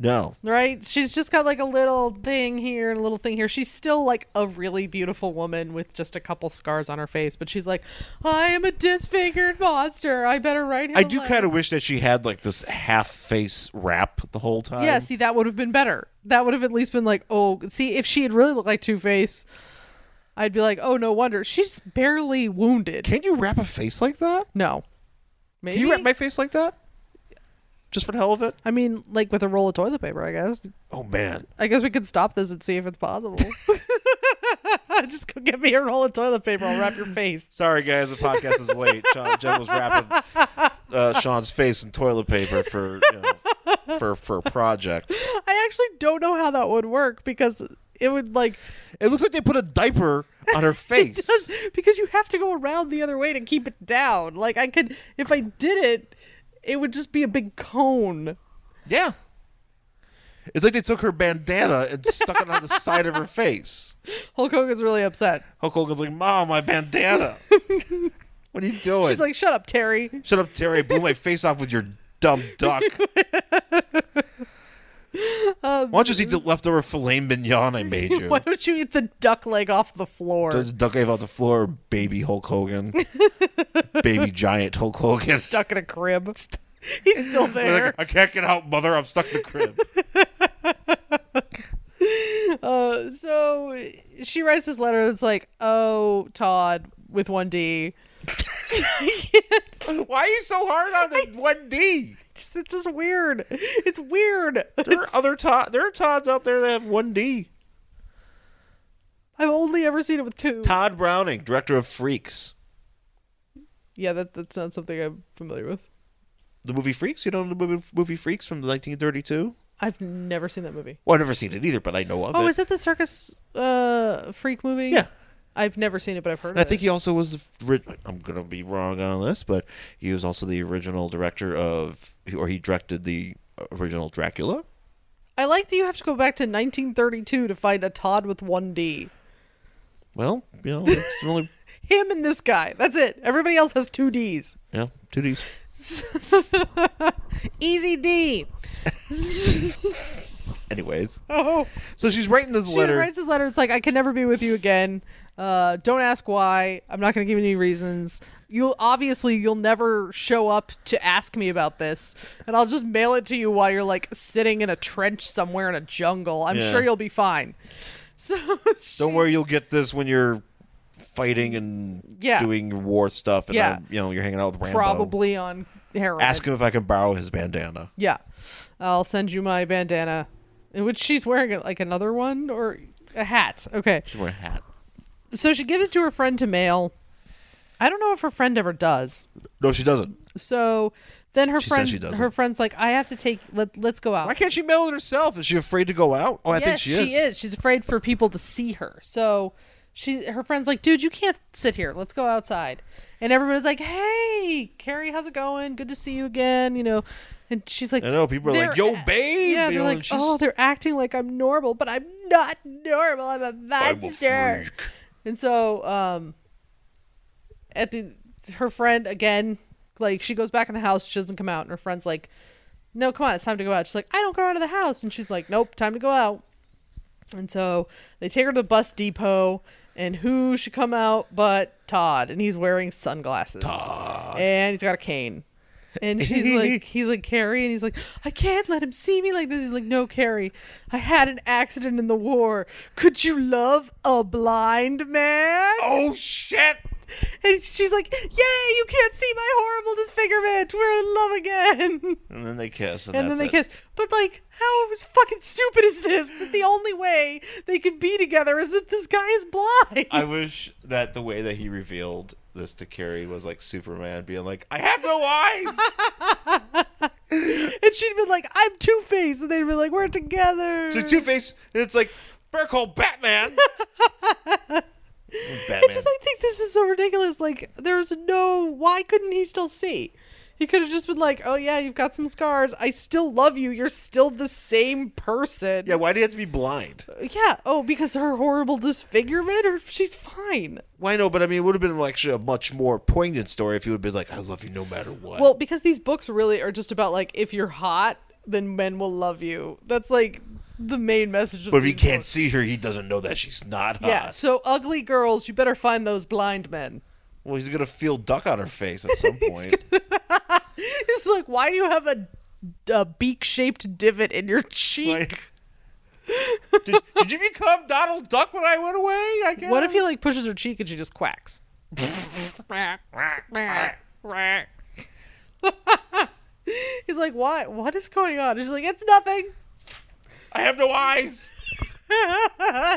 Speaker 2: No.
Speaker 1: right? She's just got like a little thing here and a little thing here. She's still like a really beautiful woman with just a couple scars on her face, but she's like, I am a disfigured monster. I better write him.
Speaker 2: I
Speaker 1: a
Speaker 2: do
Speaker 1: letter."
Speaker 2: kind of wish that she had like this half face wrap the whole time.
Speaker 1: Yeah, see, that would have been better. That would have at least been like, oh, see, if she had really looked like Two Face, I'd be like, oh, no wonder. She's barely wounded.
Speaker 2: Can you wrap a face like that?
Speaker 1: No. Maybe.
Speaker 2: Can you wrap my face like that? Just for the hell of it?
Speaker 1: I mean, like with a roll of toilet paper, I guess.
Speaker 2: Oh man.
Speaker 1: I guess we could stop this and see if it's possible. Just go get me a roll of toilet paper. I'll wrap your face.
Speaker 2: Sorry guys, the podcast is late. Sean Jen was wrapping uh, Sean's face in toilet paper for you know, for for a project.
Speaker 1: I actually don't know how that would work because it would like
Speaker 2: It looks like they put a diaper on her face.
Speaker 1: because you have to go around the other way to keep it down. Like I could if I did it, it would just be a big cone.
Speaker 2: Yeah. It's like they took her bandana and stuck it on the side of her face.
Speaker 1: Hulk Hogan's really upset.
Speaker 2: Hulk Hogan's like, Mom, my bandana. what are you doing?
Speaker 1: She's like, "Shut up, Terry."
Speaker 2: Shut up, Terry. I blew my face off with your dumb duck. Why don't you just eat the leftover filet mignon I made you?
Speaker 1: Um, Why don't you eat the duck leg off the floor?
Speaker 2: The duck gave out the floor, baby Hulk Hogan. baby giant Hulk Hogan.
Speaker 1: Stuck in a crib. He's still there.
Speaker 2: Like, I can't get out, mother. I'm stuck in the crib.
Speaker 1: Uh, so she writes this letter that's like, "Oh, Todd with one D."
Speaker 2: Why are you so hard on the 1D?
Speaker 1: It's it's just weird. It's weird.
Speaker 2: There are other Todd. There are Todds out there that have 1D.
Speaker 1: I've only ever seen it with two.
Speaker 2: Todd Browning, director of Freaks.
Speaker 1: Yeah, that that's not something I'm familiar with.
Speaker 2: The movie Freaks? You know the movie, movie Freaks from 1932?
Speaker 1: I've never seen that movie.
Speaker 2: Well, I've never seen it either, but I know of it.
Speaker 1: Oh, is it the circus uh, freak movie?
Speaker 2: Yeah.
Speaker 1: I've never seen it, but I've heard
Speaker 2: And I
Speaker 1: of
Speaker 2: think
Speaker 1: it.
Speaker 2: he also was the. ri- I'm gonna be wrong on this, but he was also the original director of, or he directed the original Dracula.
Speaker 1: I like that you have to go back to 1932 to find a Todd with one D.
Speaker 2: Well, you know, it's only
Speaker 1: Him and this guy. That's it. Everybody else has two D's.
Speaker 2: yeah, two D's.
Speaker 1: Easy D.
Speaker 2: Anyways,
Speaker 1: Oh.
Speaker 2: so she's writing this
Speaker 1: She
Speaker 2: letter.
Speaker 1: writes this letter. It's like I can never be with you again. Uh, don't ask why. I'm not going to give you any reasons. You'll obviously you'll never show up to ask me about this, and I'll just mail it to you while you're like sitting in a trench somewhere in a jungle. I'm
Speaker 2: Yeah.
Speaker 1: sure you'll be fine. So she-
Speaker 2: Don't worry, you'll get this when you're fighting and
Speaker 1: Yeah.
Speaker 2: doing war stuff, and
Speaker 1: Yeah.
Speaker 2: I'm- you know you're hanging out with Rambo.
Speaker 1: probably on heroin.
Speaker 2: ask him if I can borrow his bandana.
Speaker 1: Yeah, I'll send you my bandana, in which she's wearing like another one or a hat. Okay,
Speaker 2: She's wearing a hat.
Speaker 1: so she gives it to her friend to mail. I don't know if her friend ever does.
Speaker 2: No, she doesn't.
Speaker 1: So then her
Speaker 2: She says
Speaker 1: friend,
Speaker 2: she doesn't.
Speaker 1: her friend's like, I have to take. Let, let's go out.
Speaker 2: Why can't she mail it herself? Is she afraid to go out? Oh, I think
Speaker 1: yes,
Speaker 2: she is.
Speaker 1: She's afraid for people to see her. So she, her friend's like, dude, you can't sit here. Let's go outside. And everybody's like, hey, Carrie, how's it going? Good to see you again. You know. And she's like,
Speaker 2: I know, people are like,
Speaker 1: "They're
Speaker 2: "Yo,
Speaker 1: a-
Speaker 2: babe,"
Speaker 1: Yeah,
Speaker 2: you
Speaker 1: they're
Speaker 2: know,
Speaker 1: like,
Speaker 2: and she's-
Speaker 1: oh, they're acting like I'm normal, but I'm not normal. I'm a monster. And so, um, at the her friend again, like she goes back in the house, she doesn't come out, and her friend's like, "No, come on, it's time to go out." She's like, "I don't go out of the house," and she's like, "Nope, time to go out." And so they take her to the bus depot, and who should come out but Todd, and he's wearing sunglasses, and he's got a cane. And she's like, he's like Carrie, and he's like, I can't let him see me like this. He's like, No, Carrie, I had an accident in the war. Could you love a blind man?
Speaker 2: Oh shit!
Speaker 1: And she's like, Yay, you can't see my horrible disfigurement. We're in love again.
Speaker 2: And then they kiss, and,
Speaker 1: and then
Speaker 2: that's
Speaker 1: they
Speaker 2: it.
Speaker 1: kiss. But, like, how is fucking stupid is this? That the only way they could be together is if this guy is blind.
Speaker 2: I wish that the way that he revealed this to Carrie was like Superman being like, "I have no eyes."
Speaker 1: and she'd been like, I'm Two Face. And they'd be like, We're together.
Speaker 2: to Two Face, and it's like, "Better call Batman." Batman.
Speaker 1: I just I think this is so ridiculous. Like, there's no why couldn't he still see? He could have just been like, "Oh yeah, you've got some scars. I still love you. You're still the same person."
Speaker 2: yeah, why do you have to be blind?
Speaker 1: Yeah. Oh, because her horrible disfigurement, or she's fine.
Speaker 2: Why no? But I mean, it would have been actually a much more poignant story if he would have been like, "I love you no matter what."
Speaker 1: Well, because these books really are just about like if you're hot then men will love you. That's like the main message of
Speaker 2: But if he
Speaker 1: these
Speaker 2: can't
Speaker 1: books.
Speaker 2: see her, he doesn't know that she's not hot.
Speaker 1: Yeah, so ugly girls, you better find those blind men.
Speaker 2: Well, he's gonna feel duck on her face at some point.
Speaker 1: It's like, why do you have a, a beak shaped divot in your cheek?
Speaker 2: Like, did, did you become Donald Duck when I went away? I guess.
Speaker 1: what if he like pushes her cheek and she just quacks? He's like, what? What is going on? And she's like, it's nothing.
Speaker 2: I have no eyes,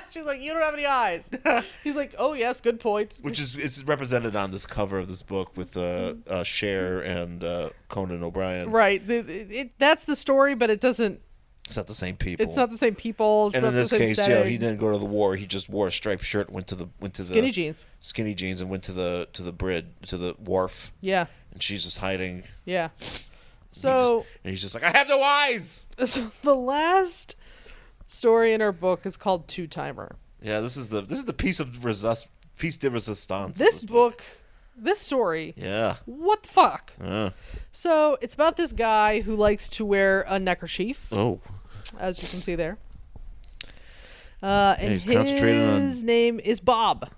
Speaker 1: She's like, you don't have any eyes. He's like, oh yes, good point.
Speaker 2: which is it's represented on this cover of this book with uh, uh Cher and uh, Conan O'Brien.
Speaker 1: Right. The- It, it- that's the story, but it doesn't.
Speaker 2: It's not the same people.
Speaker 1: It's not the same people. It's
Speaker 2: and
Speaker 1: not
Speaker 2: in this
Speaker 1: the same
Speaker 2: case,
Speaker 1: setting.
Speaker 2: yeah, he didn't uh, go to the war. He just wore a striped shirt, went to the went to
Speaker 1: Skinny
Speaker 2: the
Speaker 1: jeans.
Speaker 2: skinny jeans, and went to the to the bridge to the wharf.
Speaker 1: Yeah.
Speaker 2: And she's just hiding.
Speaker 1: Yeah. So,
Speaker 2: And he's just like, I have no eyes.
Speaker 1: so the last story in our book is called Two Timer.
Speaker 2: Yeah, this is the this is the piece of resist piece de resistance.
Speaker 1: This book, this story,
Speaker 2: Yeah.
Speaker 1: what the fuck?
Speaker 2: Uh,
Speaker 1: So it's about this guy who likes to wear a neckerchief,
Speaker 2: oh.
Speaker 1: as you can see there. Uh, and
Speaker 2: he's concentrating on-
Speaker 1: his name is Bob.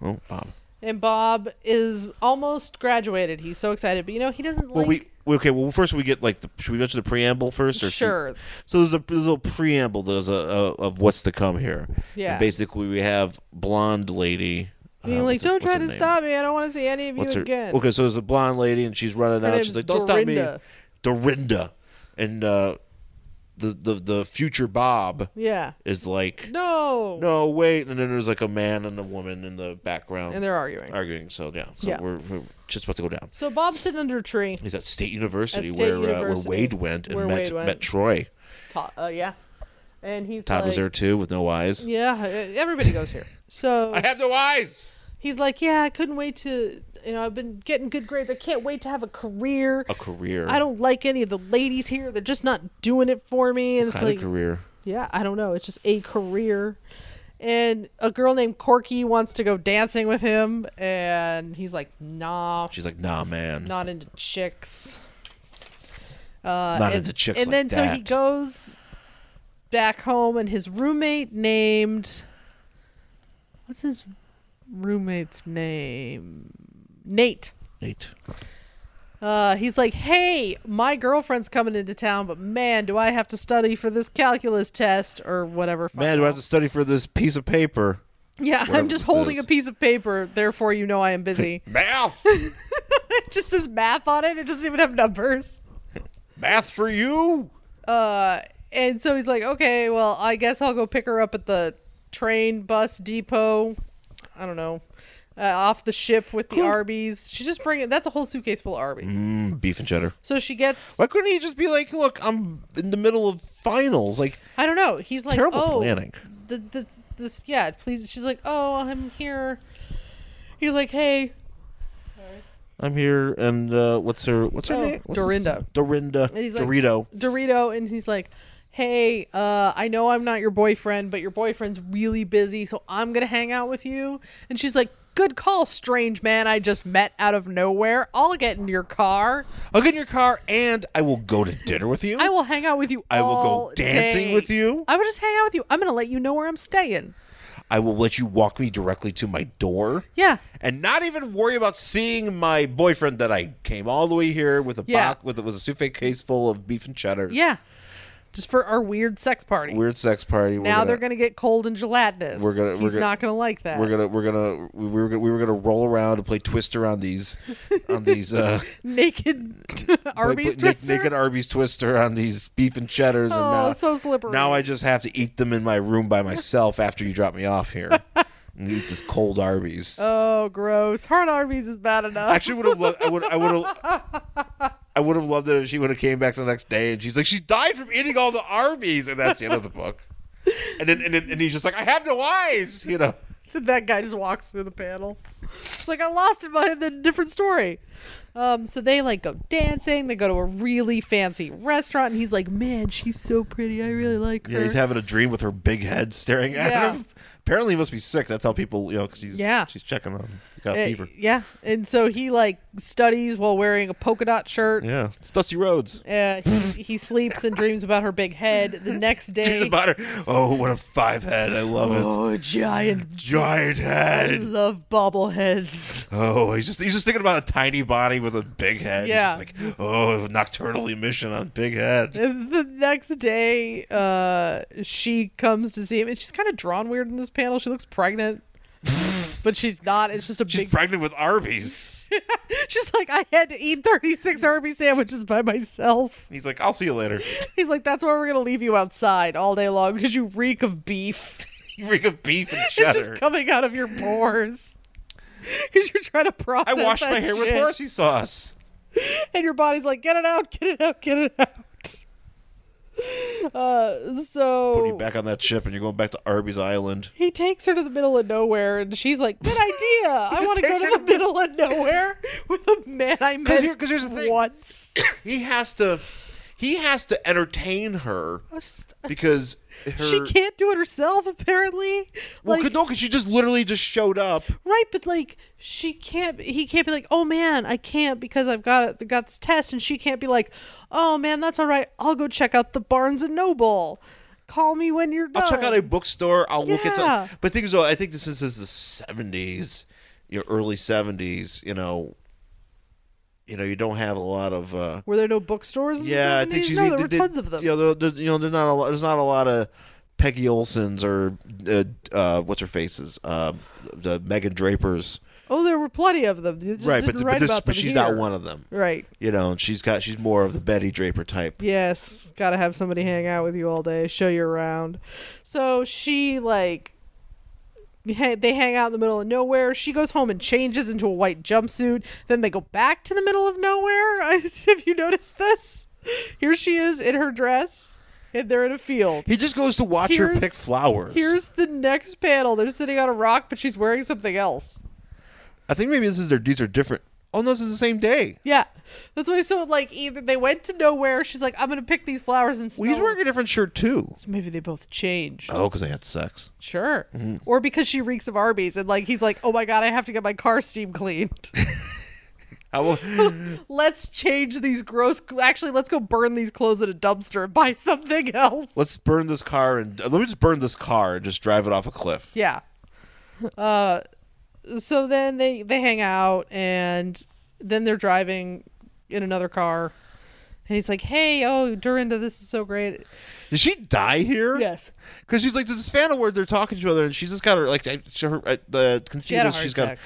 Speaker 2: Oh, Bob.
Speaker 1: And Bob is almost graduated. He's so excited, but you know he doesn't like.
Speaker 2: Well, we we- okay. Well, first we get like the should we mention the preamble first? Or should-
Speaker 1: Sure.
Speaker 2: so there's a there's a little preamble. There's a, a of what's to come here.
Speaker 1: Yeah.
Speaker 2: And basically, we have blonde lady.
Speaker 1: being
Speaker 2: uh,
Speaker 1: like,
Speaker 2: what's her-
Speaker 1: "Don't
Speaker 2: what's
Speaker 1: try
Speaker 2: her
Speaker 1: to
Speaker 2: name?
Speaker 1: stop me. I don't want to see any of
Speaker 2: What's
Speaker 1: you
Speaker 2: her?
Speaker 1: again."
Speaker 2: Okay, so there's a blonde lady, and she's running out.
Speaker 1: name's
Speaker 2: She's like, "Don't
Speaker 1: Dorinda."
Speaker 2: stop me, Dorinda." And uh, the the the future Bob
Speaker 1: Yeah.
Speaker 2: is like,
Speaker 1: No.
Speaker 2: "No, wait!" And then there's like a man and a woman in the background,
Speaker 1: And they're arguing.
Speaker 2: arguing. So yeah, so
Speaker 1: Yeah.
Speaker 2: We're, we're just about to go down.
Speaker 1: So Bob's sitting under a tree.
Speaker 2: He's at State University,
Speaker 1: State
Speaker 2: where, Uh, where
Speaker 1: University,
Speaker 2: Wade went and
Speaker 1: where
Speaker 2: met,
Speaker 1: Wade went.
Speaker 2: met Troy.
Speaker 1: Ta- uh, yeah. And he's
Speaker 2: Todd
Speaker 1: like,
Speaker 2: was there too with no eyes.
Speaker 1: Yeah, e- everybody goes here. So
Speaker 2: have no eyes.
Speaker 1: he's like, yeah, I couldn't wait to, you know, I've been getting good grades. I can't wait to have a career.
Speaker 2: A career.
Speaker 1: I don't like any of the ladies here. They're just not doing it for me. And
Speaker 2: kind
Speaker 1: it's like,
Speaker 2: of career.
Speaker 1: yeah, I don't know. It's just a career. And a girl named Corky wants to go dancing with him, and he's like, nah,
Speaker 2: She's like, nah, man.
Speaker 1: not into chicks.
Speaker 2: not
Speaker 1: and,
Speaker 2: into chicks.
Speaker 1: and
Speaker 2: like
Speaker 1: then so he
Speaker 2: that.
Speaker 1: goes back home, and his roommate named what's his roommate's name? Nate.
Speaker 2: Nate.
Speaker 1: Uh, he's like, "Hey, my girlfriend's coming into town, but man, do I have to study for this calculus test or whatever." fuck
Speaker 2: Man, do I have
Speaker 1: knows."
Speaker 2: to study for this piece of paper?
Speaker 1: yeah,
Speaker 2: whatever
Speaker 1: I'm just
Speaker 2: this
Speaker 1: holding
Speaker 2: is.
Speaker 1: a piece of paper, therefore you know I am busy.
Speaker 2: Math.
Speaker 1: it just says math on it. It doesn't even have numbers.
Speaker 2: Math for you.
Speaker 1: Uh, and so he's like, okay, well, I guess I'll go pick her up at the train bus depot. I don't know, uh, off the ship with the Arby's. She just bring it. That's a whole suitcase full of Arby's.
Speaker 2: Mm, beef and cheddar.
Speaker 1: So she gets.
Speaker 2: Why couldn't he just be like, look, I'm in the middle of finals. Like
Speaker 1: I don't know. He's like,
Speaker 2: terrible
Speaker 1: oh,
Speaker 2: planning.
Speaker 1: The, the, this, yeah, please. She's like, oh, I'm here. He's like, hey,
Speaker 2: I'm here, and uh, what's her what's her
Speaker 1: Oh,
Speaker 2: name? What's
Speaker 1: Dorinda.
Speaker 2: Dorinda.
Speaker 1: he's like-
Speaker 2: Dorito.
Speaker 1: Dorito, and he's like, "Hey, uh, I know I'm not your boyfriend, but your boyfriend's really busy, so I'm gonna hang out with you." And she's like, "Good call, strange man. I just met out of nowhere. I'll get in your car.
Speaker 2: I'll get in your car, and I will go to dinner with you.
Speaker 1: I will hang out with you.
Speaker 2: I will go
Speaker 1: all
Speaker 2: dancing
Speaker 1: day.
Speaker 2: with you.
Speaker 1: I will just hang out with you. I'm gonna let you know where I'm staying.
Speaker 2: I will let you walk me directly to my door.
Speaker 1: Yeah,
Speaker 2: And not even worry about seeing my boyfriend that I came all the way here with a
Speaker 1: Yeah.
Speaker 2: box with a, with a suitcase case full of beef and cheddar.
Speaker 1: yeah. Just for our weird sex party.
Speaker 2: Weird sex party. We're
Speaker 1: now they're gonna get cold and gelatinous.
Speaker 2: We're gonna- we're
Speaker 1: He's
Speaker 2: gonna-
Speaker 1: not gonna like that.
Speaker 2: We're gonna we're gonna we were gonna, we were gonna roll around and play Twister on these on these uh
Speaker 1: naked Arby's
Speaker 2: play- play-
Speaker 1: twister.
Speaker 2: naked Arby's Twister on these beef and cheddars and
Speaker 1: Oh,
Speaker 2: now
Speaker 1: so slippery.
Speaker 2: now I just have to eat them in my room by myself after you drop me off here and eat this cold Arby's.
Speaker 1: Oh, gross. Hard Arby's is bad enough.
Speaker 2: actually would have loved. I would. I would have. I would have loved it if she would have came back the next day and she's like, she died from eating all the Arby's, and that's the end of the book. And then and, then, and he's just like, I have no eyes, you know.
Speaker 1: that guy just walks through the panel. She's like, I lost it behind the different story. Um, so they like go dancing. They go to a really fancy restaurant, and he's like, "Man, she's so pretty. I really like her."
Speaker 2: Yeah, he's having a dream with her big head staring at
Speaker 1: Yeah.
Speaker 2: him. Apparently, he must be sick. That's how people, you know, because he's
Speaker 1: Yeah.
Speaker 2: she's checking on him. He's got
Speaker 1: Uh,
Speaker 2: a fever.
Speaker 1: Yeah, and so he like studies while wearing a polka dot shirt.
Speaker 2: Yeah, it's Dusty Rhodes.
Speaker 1: Uh, he, he sleeps and dreams about her big head. The next
Speaker 2: Here's
Speaker 1: day,
Speaker 2: the butter. Oh, what a five head! I love it.
Speaker 1: oh giant!
Speaker 2: Giant
Speaker 1: I
Speaker 2: head.
Speaker 1: love bobbleheads.
Speaker 2: Oh, he's just he's just thinking about a tiny body with a big head.
Speaker 1: Yeah.
Speaker 2: He's just like, oh, nocturnal emission on big head.
Speaker 1: And the next day, uh, she comes to see him, and she's kind of drawn weird in this panel. She looks pregnant, but she's not. It's just a
Speaker 2: She's
Speaker 1: big.
Speaker 2: pregnant with Arby's.
Speaker 1: she's like, I had to eat thirty six Arby's sandwiches by myself.
Speaker 2: He's like, I'll see you later.
Speaker 1: He's like, that's why we're gonna leave you outside all day long because you reek of beef.
Speaker 2: You reek of beef and
Speaker 1: It's
Speaker 2: cheddar.
Speaker 1: just coming out of your pores. Because you're trying to
Speaker 2: I
Speaker 1: process.
Speaker 2: washed my
Speaker 1: that
Speaker 2: hair with
Speaker 1: shit.
Speaker 2: horsey sauce.
Speaker 1: and your body's like, get it out, get it out, get it out. Uh,
Speaker 2: Put you
Speaker 1: so
Speaker 2: back on that ship, and you're going back to Arby's Island.
Speaker 1: he takes her to the middle of nowhere, and she's like, good idea. I want to go
Speaker 2: takes her
Speaker 1: to the
Speaker 2: to the-
Speaker 1: middle of nowhere with a man I met
Speaker 2: here- 'cause here's the thing.
Speaker 1: once.
Speaker 2: he has to he has to entertain her because her
Speaker 1: she can't do it herself, apparently.
Speaker 2: well,
Speaker 1: like,
Speaker 2: could- no, because she just literally just showed up.
Speaker 1: Right, but like she can't. He can't be like, "Oh man, I can't because I've got got this test," and she can't be like, "Oh man, that's all right. I'll go check out the Barnes and Noble. Call me when you're done."
Speaker 2: I'll check out a bookstore. I'll look at
Speaker 1: Oh. Yeah.
Speaker 2: something. But the thing is, though, I think this, since this is the seventies, your early seventies, you know, you know, you don't have a lot of. Uh,
Speaker 1: Were there no bookstores? In the
Speaker 2: yeah, I think
Speaker 1: 70s?
Speaker 2: she's.
Speaker 1: no. There
Speaker 2: they-
Speaker 1: were
Speaker 2: they-
Speaker 1: tons of them.
Speaker 2: You know, there- there- you know, there's not a lot. There's not a lot of Peggy Olsons or uh, uh, what's her faces, uh, the Megan Drapers.
Speaker 1: oh, there were plenty of them. You just
Speaker 2: right, but
Speaker 1: didn't
Speaker 2: but,
Speaker 1: write
Speaker 2: this,
Speaker 1: about
Speaker 2: but
Speaker 1: them
Speaker 2: she's not
Speaker 1: here.
Speaker 2: one of them.
Speaker 1: Right.
Speaker 2: you know, and she's got she's more of the Betty Draper type.
Speaker 1: Yes, gotta have somebody hang out with you all day, show you around. So she like ha- they hang out in the middle of nowhere. She goes home and changes into a white jumpsuit. Then they go back to the middle of nowhere. Have you noticed this? Here she is in her dress, and they're in a field.
Speaker 2: He just goes to watch her
Speaker 1: Here's-
Speaker 2: pick flowers.
Speaker 1: Here's the next panel. They're sitting on a rock, but she's wearing something else.
Speaker 2: I think maybe this is their these are different. Oh no, this is the same day.
Speaker 1: Yeah, that's why. So like, either they went to nowhere. She's like, I'm gonna pick these flowers and smell.
Speaker 2: Well, he's
Speaker 1: them."
Speaker 2: wearing a different shirt too.
Speaker 1: So maybe they both changed.
Speaker 2: Oh, because they had sex.
Speaker 1: Sure. Or because she reeks of Arby's and like he's like, "Oh my god, I have to get my car steam cleaned.
Speaker 2: How well,
Speaker 1: let's change these gross actually, let's go burn these clothes in a dumpster and buy something else."
Speaker 2: let's burn this car and uh, let me just burn this car and just drive it off a cliff.
Speaker 1: yeah. Uh so then they they hang out and then they're driving in another car. And he's like, "Hey, oh, Dorinda, this is so great."
Speaker 2: Did she die here?
Speaker 1: Yes.
Speaker 2: Because she's like there's this fan where they're talking to each other and she's just got her like I- she- her, uh, the conceit
Speaker 1: had a
Speaker 2: is
Speaker 1: heart
Speaker 2: she's got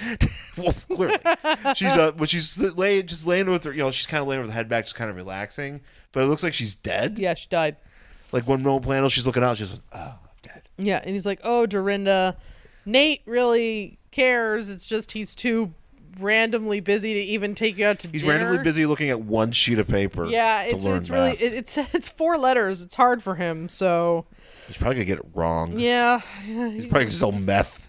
Speaker 2: well clearly she's uh but she's laying just laying with her you know she's kind of laying with her head back just kind of relaxing but it looks like she's dead
Speaker 1: Yeah, she died.
Speaker 2: Like one moment panel, she's looking out. She's like, "Oh, I'm dead."
Speaker 1: Yeah, and he's like, "Oh, Dorinda, Nate really cares. It's just he's too randomly busy to even take you out to
Speaker 2: He's
Speaker 1: dinner."
Speaker 2: randomly busy looking at one sheet of paper.
Speaker 1: Yeah,
Speaker 2: to
Speaker 1: it's
Speaker 2: learn
Speaker 1: it's really
Speaker 2: math.
Speaker 1: it, it's it's four letters. It's hard for him. So
Speaker 2: He's probably gonna get it wrong.
Speaker 1: yeah,
Speaker 2: He's probably gonna sell meth.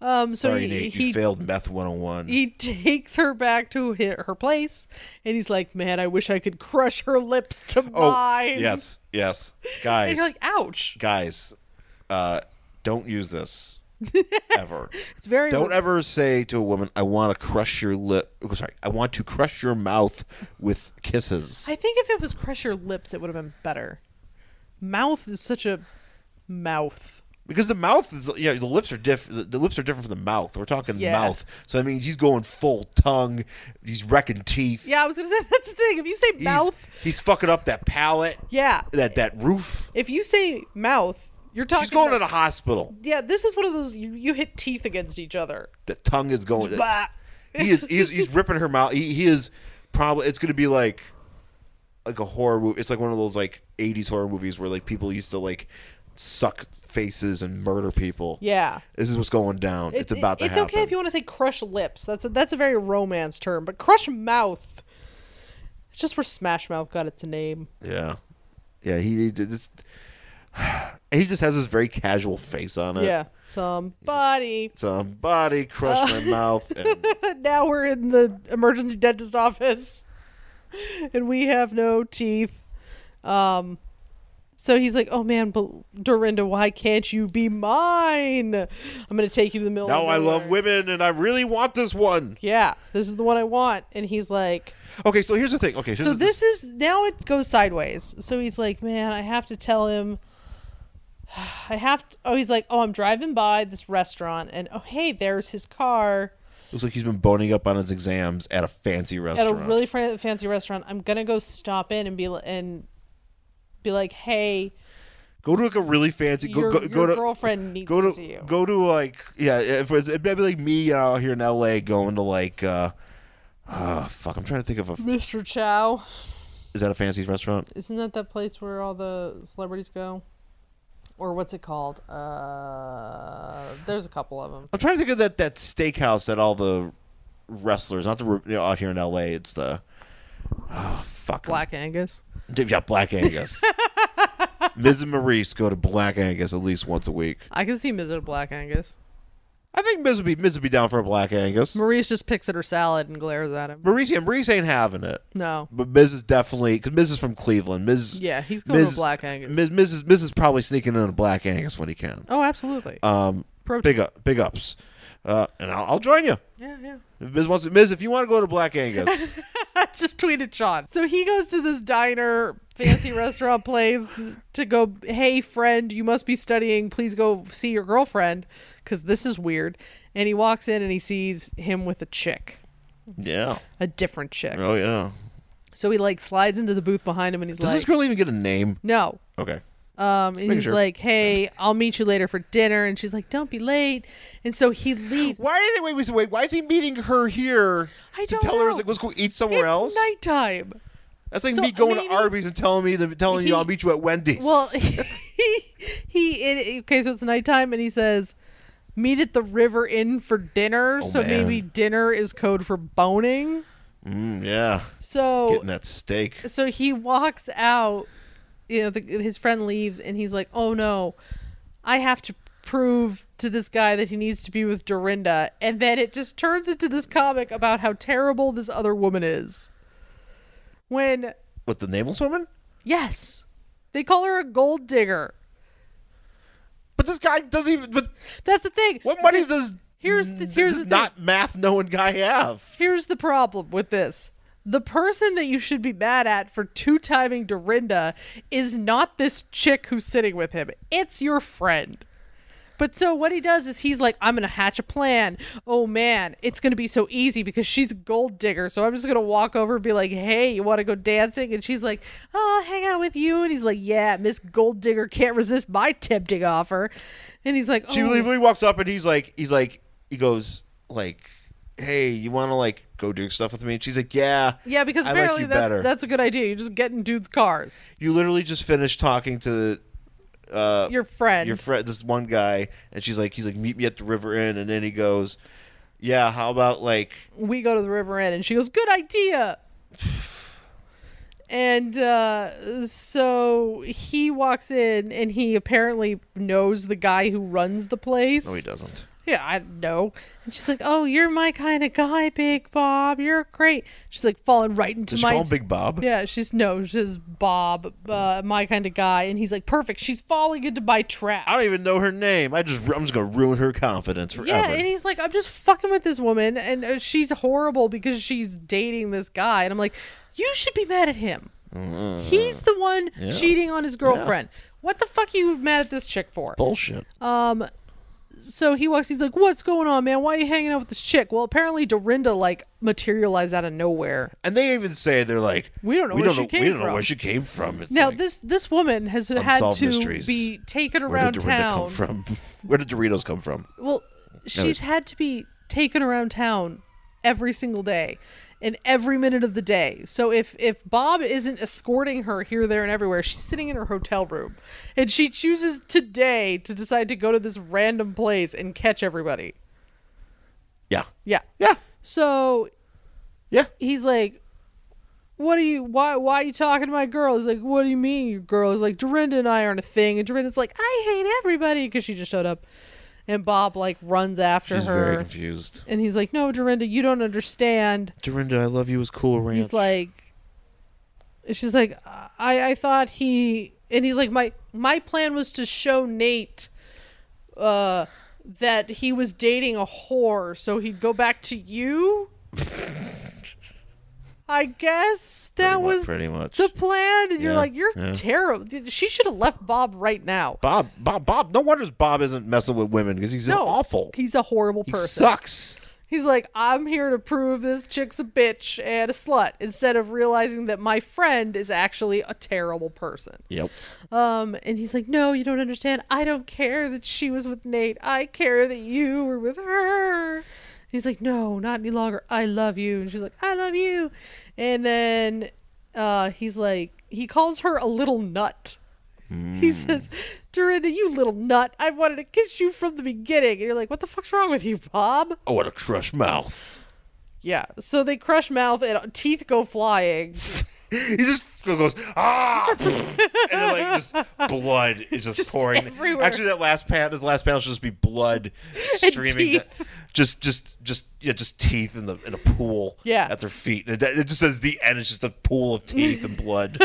Speaker 1: um, so
Speaker 2: Sorry,
Speaker 1: he
Speaker 2: Nate,
Speaker 1: he,
Speaker 2: you failed meth 101.
Speaker 1: he takes her back to hi- her place, and he's like, "Man, I wish I could crush her lips to
Speaker 2: oh,
Speaker 1: mine."
Speaker 2: yes, yes,
Speaker 1: and
Speaker 2: guys,
Speaker 1: you're like, "Ouch!"
Speaker 2: guys, uh, don't use this ever.
Speaker 1: It's very
Speaker 2: Don't ever say to a woman, "I want to crush your lip." oh, Sorry, I want to crush your mouth with kisses.
Speaker 1: I think if it was crush your lips, it would have been better. Mouth is such a mouth.
Speaker 2: Because the mouth is yeah, the lips are diff. The, the lips are different from the mouth. We're talking
Speaker 1: Yeah.
Speaker 2: mouth, so I mean he's going full tongue. He's wrecking teeth.
Speaker 1: Yeah, I was gonna say that's the thing. If you say
Speaker 2: he's,
Speaker 1: mouth,
Speaker 2: He's fucking up that palate.
Speaker 1: yeah.
Speaker 2: That that roof.
Speaker 1: If you say mouth, you're talking.
Speaker 2: He's going to
Speaker 1: about-
Speaker 2: the hospital.
Speaker 1: Yeah, this is one of those you, you hit teeth against each other.
Speaker 2: The tongue is going.
Speaker 1: Bah.
Speaker 2: He is. He is he's ripping her mouth. He, he is probably. It's going to be like like a horror movie. It's like one of those like '80s horror movies where like people used to like suck faces and murder people.
Speaker 1: Yeah.
Speaker 2: This is what's going down.
Speaker 1: It-
Speaker 2: it's about to
Speaker 1: It's
Speaker 2: happen.
Speaker 1: okay if you want to say crush lips. That's a, that's a very romance term, but crush mouth. It's just where Smash Mouth got its name.
Speaker 2: Yeah, yeah. He, he did this. he just has this very casual face on it.
Speaker 1: yeah. Somebody.
Speaker 2: Somebody crushed my mouth. And
Speaker 1: now we're in the emergency dentist office and we have no teeth um so he's like oh man but dorinda why can't you be mine i'm gonna take you to the middle of
Speaker 2: now I love
Speaker 1: nowhere."
Speaker 2: women, and I really want this one.
Speaker 1: yeah this is the one i want and he's like
Speaker 2: Okay, so here's the thing. Okay,
Speaker 1: so this is now it goes sideways so he's like man i have to tell him i have to oh he's like oh i'm driving by this restaurant and oh hey there's his car
Speaker 2: looks like he's been boning up on his exams at a fancy
Speaker 1: at a
Speaker 2: restaurant.
Speaker 1: really fa- fancy restaurant. I'm gonna go stop in and be li- and be like, "Hey,
Speaker 2: go to like a really fancy. Go,
Speaker 1: your,
Speaker 2: go,
Speaker 1: your
Speaker 2: go to
Speaker 1: girlfriend needs
Speaker 2: go to,
Speaker 1: see you."
Speaker 2: go to like yeah if it's, it'd be like me out here in la going to like uh uh fuck i'm trying to think of a
Speaker 1: Mr. Chow,
Speaker 2: is that a fancy restaurant
Speaker 1: isn't that that place where all the celebrities go? Or what's it called? Uh, there's a couple of them.
Speaker 2: i'm trying to think of that that steakhouse that all the wrestlers not the you know, out here in la it's the oh fuck I'm-
Speaker 1: Black Angus.
Speaker 2: yeah black angus Miz and Maurice go to Black Angus at least once a week.
Speaker 1: I can see Miz at a Black Angus.
Speaker 2: I think Miz would be Miz would be down for a Black Angus.
Speaker 1: Maurice just picks at her salad and glares at him.
Speaker 2: Maurice, yeah, Maurice ain't having it.
Speaker 1: No.
Speaker 2: But Miz is definitely because Miz is from Cleveland. Miz,
Speaker 1: Yeah, he's going to a Black Angus.
Speaker 2: Miz, Miz is Miz is probably sneaking in a Black Angus when he can.
Speaker 1: Oh, absolutely.
Speaker 2: Um,
Speaker 1: Pro
Speaker 2: big
Speaker 1: tip.
Speaker 2: up, big ups, uh, and I'll, I'll join you.
Speaker 1: yeah, yeah.
Speaker 2: If Miz wants, Miz, if you want to go to Black Angus,
Speaker 1: just tweeted Sean. So he goes to this diner, fancy restaurant place to go, hey, friend, you must be studying. Please go see your girlfriend because this is weird. And he walks in and he sees him with a chick,
Speaker 2: yeah,
Speaker 1: a different chick.
Speaker 2: oh yeah.
Speaker 1: So he like slides into the booth behind him and he's
Speaker 2: Does
Speaker 1: like,
Speaker 2: this girl even get a name?
Speaker 1: no.
Speaker 2: Okay,
Speaker 1: Um, and
Speaker 2: making
Speaker 1: he's
Speaker 2: sure.
Speaker 1: like, hey, I'll meet you later for dinner. And she's like, don't be late. And so he leaves.
Speaker 2: why is it wait, wait, wait, why is he meeting her here?
Speaker 1: I
Speaker 2: to
Speaker 1: don't
Speaker 2: tell her
Speaker 1: know.
Speaker 2: like let's go eat somewhere
Speaker 1: It's
Speaker 2: else.
Speaker 1: nighttime.
Speaker 2: That's like
Speaker 1: So,
Speaker 2: me going
Speaker 1: maybe-
Speaker 2: to Arby's and telling me the, telling
Speaker 1: He-
Speaker 2: you I'll meet you at Wendy's.
Speaker 1: Well, he he in, okay, so it's nighttime, and he says, "Meet at the River Inn for dinner." so
Speaker 2: Oh, man.
Speaker 1: maybe dinner is code for boning.
Speaker 2: Mm, yeah,
Speaker 1: So
Speaker 2: getting that steak.
Speaker 1: so he walks out. You know, the, his friend leaves, and he's like, "Oh no, I have to." prove to this guy that he needs to be with Dorinda and then it just turns into this comic about how terrible this other woman is. When
Speaker 2: What the nameless woman?
Speaker 1: yes, they call her a gold digger.
Speaker 2: But this guy doesn't even. But
Speaker 1: That's the thing.
Speaker 2: what money does
Speaker 1: Here's the-
Speaker 2: this
Speaker 1: here's the
Speaker 2: not math knowing guy have?
Speaker 1: Here's the problem with this. The person that you should be mad at for two timing Dorinda is not this chick who's sitting with him. It's your friend. But so what he does is he's like, I'm going to hatch a plan. Oh man, it's going to be so easy because she's a gold digger. So I'm just going to walk over and be like, hey, you want to go dancing? And she's like, oh, I'll hang out with you. And he's like, yeah, Miss Gold Digger can't resist my tempting offer. And he's like, oh.
Speaker 2: She literally walks up and he's like, he's like, he goes like, "Hey, you want to like go do stuff with me?" And she's like, "Yeah,
Speaker 1: yeah, because
Speaker 2: I
Speaker 1: apparently
Speaker 2: like you
Speaker 1: that-
Speaker 2: better."
Speaker 1: that's a good idea. You just get in dudes' cars.
Speaker 2: you literally just finished talking to uh,
Speaker 1: Your friend.
Speaker 2: your friend, this one guy, and she's like, he's like, "Meet me at the River Inn," and then he goes, "Yeah, how about like?"
Speaker 1: we go to the river inn and she goes good idea and uh, so he walks in and he apparently knows the guy who runs the place
Speaker 2: No, he doesn't.
Speaker 1: yeah i know and she's like oh you're my kind of guy big bob you're great she's like falling right into
Speaker 2: Does she
Speaker 1: my
Speaker 2: call him Big Bob?
Speaker 1: yeah, she's no, she's Bob, uh, my kind of guy, and he's like, perfect. She's falling into my trap.
Speaker 2: I don't even know her name. I just, I'm just gonna ruin her confidence forever.
Speaker 1: Yeah, and he's like, I'm just fucking with this woman, and uh, she's horrible because she's dating this guy. And I'm like, you should be mad at him.
Speaker 2: Mm-hmm.
Speaker 1: He's the one cheating on his girlfriend. What the fuck are you mad at this chick for?
Speaker 2: Bullshit.
Speaker 1: Uh, So he walks, he's like, What's going on, man? Why are you hanging out with this chick? Well, apparently Dorinda, like, materialized out of nowhere.
Speaker 2: And they even say they're like,
Speaker 1: We don't know where she came
Speaker 2: we don't know
Speaker 1: from."
Speaker 2: where she came from. It's
Speaker 1: Now,
Speaker 2: like,
Speaker 1: this this woman has had
Speaker 2: Unsolved
Speaker 1: to
Speaker 2: mysteries.
Speaker 1: be taken
Speaker 2: where
Speaker 1: around
Speaker 2: did Dorinda
Speaker 1: town.
Speaker 2: come from? where did Doritos come from?
Speaker 1: Well, she's had to be taken around town every single day and every minute of the day. So if if Bob isn't escorting her here there and everywhere, she's sitting in her hotel room and she chooses today to decide to go to this random place and catch everybody.
Speaker 2: Yeah,
Speaker 1: Yeah.
Speaker 2: yeah,
Speaker 1: So
Speaker 2: yeah.
Speaker 1: he's like what are you why why are you talking to my girl he's like what do you mean your girl he's like dorinda and i aren't a thing and dorinda's like i hate everybody because she just showed up and bob like runs after
Speaker 10: She's very
Speaker 1: her
Speaker 10: confused.
Speaker 1: and he's like no dorinda you don't understand
Speaker 2: Dorinda, I love you is cool ranch.
Speaker 1: he's like she's like i i thought he and he's like my my plan was to show nate uh that he was dating a whore so he'd go back to you i guess that
Speaker 10: Pretty mu-
Speaker 1: was
Speaker 10: pretty much.
Speaker 1: the plan and you're
Speaker 10: Yeah,
Speaker 1: like you're
Speaker 10: yeah.
Speaker 1: terrible she should have left bob right now
Speaker 2: Bob, Bob, Bob. No wonder Bob isn't messing with women because he's
Speaker 1: no
Speaker 2: awful.
Speaker 1: he's a horrible
Speaker 2: He
Speaker 1: person
Speaker 2: sucks.
Speaker 1: He's like, I'm here to prove this chick's a bitch and a slut instead of realizing that my friend is actually a terrible person.
Speaker 10: Yep.
Speaker 1: Um, and he's like, No, you don't understand. I don't care that she was with Nate. I care that you were with her. And he's like, No, not any longer. I love you. And she's like, I love you. And then uh, he's like, He calls her a little nut. He says, Dorinda, you little nut. I wanted to kiss you from the beginning. And you're like, What the fuck's wrong with you, Bob?
Speaker 2: Oh, what a crush mouth.
Speaker 1: Yeah. So they crush mouth and teeth go flying.
Speaker 2: He just goes ah, and then, like just blood is just,
Speaker 1: Just
Speaker 2: pouring.
Speaker 1: everywhere.
Speaker 2: Actually, that last pan, this last panel should just be blood streaming. down-
Speaker 1: teeth.
Speaker 2: just, just, just, yeah, just teeth in the in a pool.
Speaker 1: Yeah.
Speaker 2: at their feet. And It, it just says the end. It's just a pool of teeth and blood.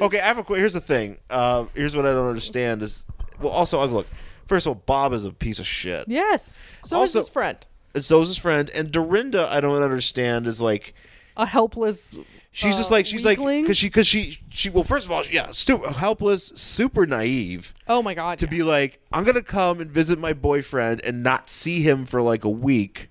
Speaker 2: okay, I have a qu- here's the thing. Uh, here's what I don't understand is well, also uh, look. First of all, Bob is a piece of shit.
Speaker 1: Yes. So
Speaker 2: Also-
Speaker 1: is his friend.
Speaker 2: And so is his friend. And Dorinda, I don't understand. Is like
Speaker 1: A helpless.
Speaker 2: she's
Speaker 1: uh,
Speaker 2: just like she's like
Speaker 1: weakling.
Speaker 2: because she because she she well first of all yeah stu- helpless super naive
Speaker 1: Oh my god.
Speaker 2: to
Speaker 1: yeah.
Speaker 2: be like I'm gonna come and visit my boyfriend and not see him for like a week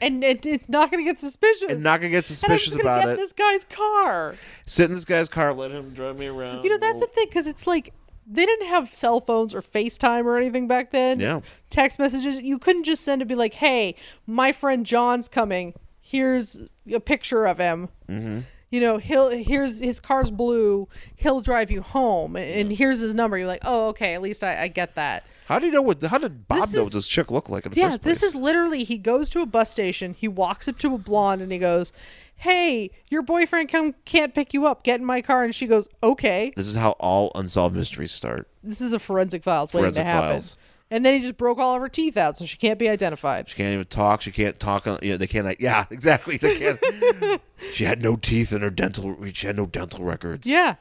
Speaker 1: and it, it's not going to get suspicious.
Speaker 2: and not gonna get
Speaker 1: And I'm
Speaker 2: suspicious
Speaker 1: just gonna
Speaker 2: about
Speaker 1: get
Speaker 2: it.
Speaker 1: in this guy's car.
Speaker 2: Sit in this guy's car, let him drive me around.
Speaker 1: You know that's the thing because it's like they didn't have cell phones or FaceTime or anything back then.
Speaker 10: Yeah.
Speaker 1: Text messages. You couldn't just send to be like, "Hey, my friend John's coming. Here's a picture of him." Mm-hmm. You know, he'll here's his car's blue. He'll drive you home, and here's his number. You're like, "Oh, okay. At least I, I get that."
Speaker 2: How do you know what? How did Bob
Speaker 1: This
Speaker 2: know
Speaker 1: is-
Speaker 2: what this chick looked like in the
Speaker 1: yeah,
Speaker 2: first place?
Speaker 1: this is literally he goes to a bus station, he walks up to a blonde and he goes, "Hey, your boyfriend come can't pick you up. Get in my car." And she goes, "Okay."
Speaker 2: This is how all unsolved mysteries start.
Speaker 1: this is a forensic files
Speaker 2: Forensic
Speaker 1: waiting to happen.
Speaker 2: Files.
Speaker 1: And then he just broke all of her teeth out, so she can't be identified.
Speaker 2: She can't even talk. She can't talk. On, yeah, they can't. like- Yeah, exactly. They can't. she had no teeth in her dental. She had no dental records.
Speaker 1: Yeah,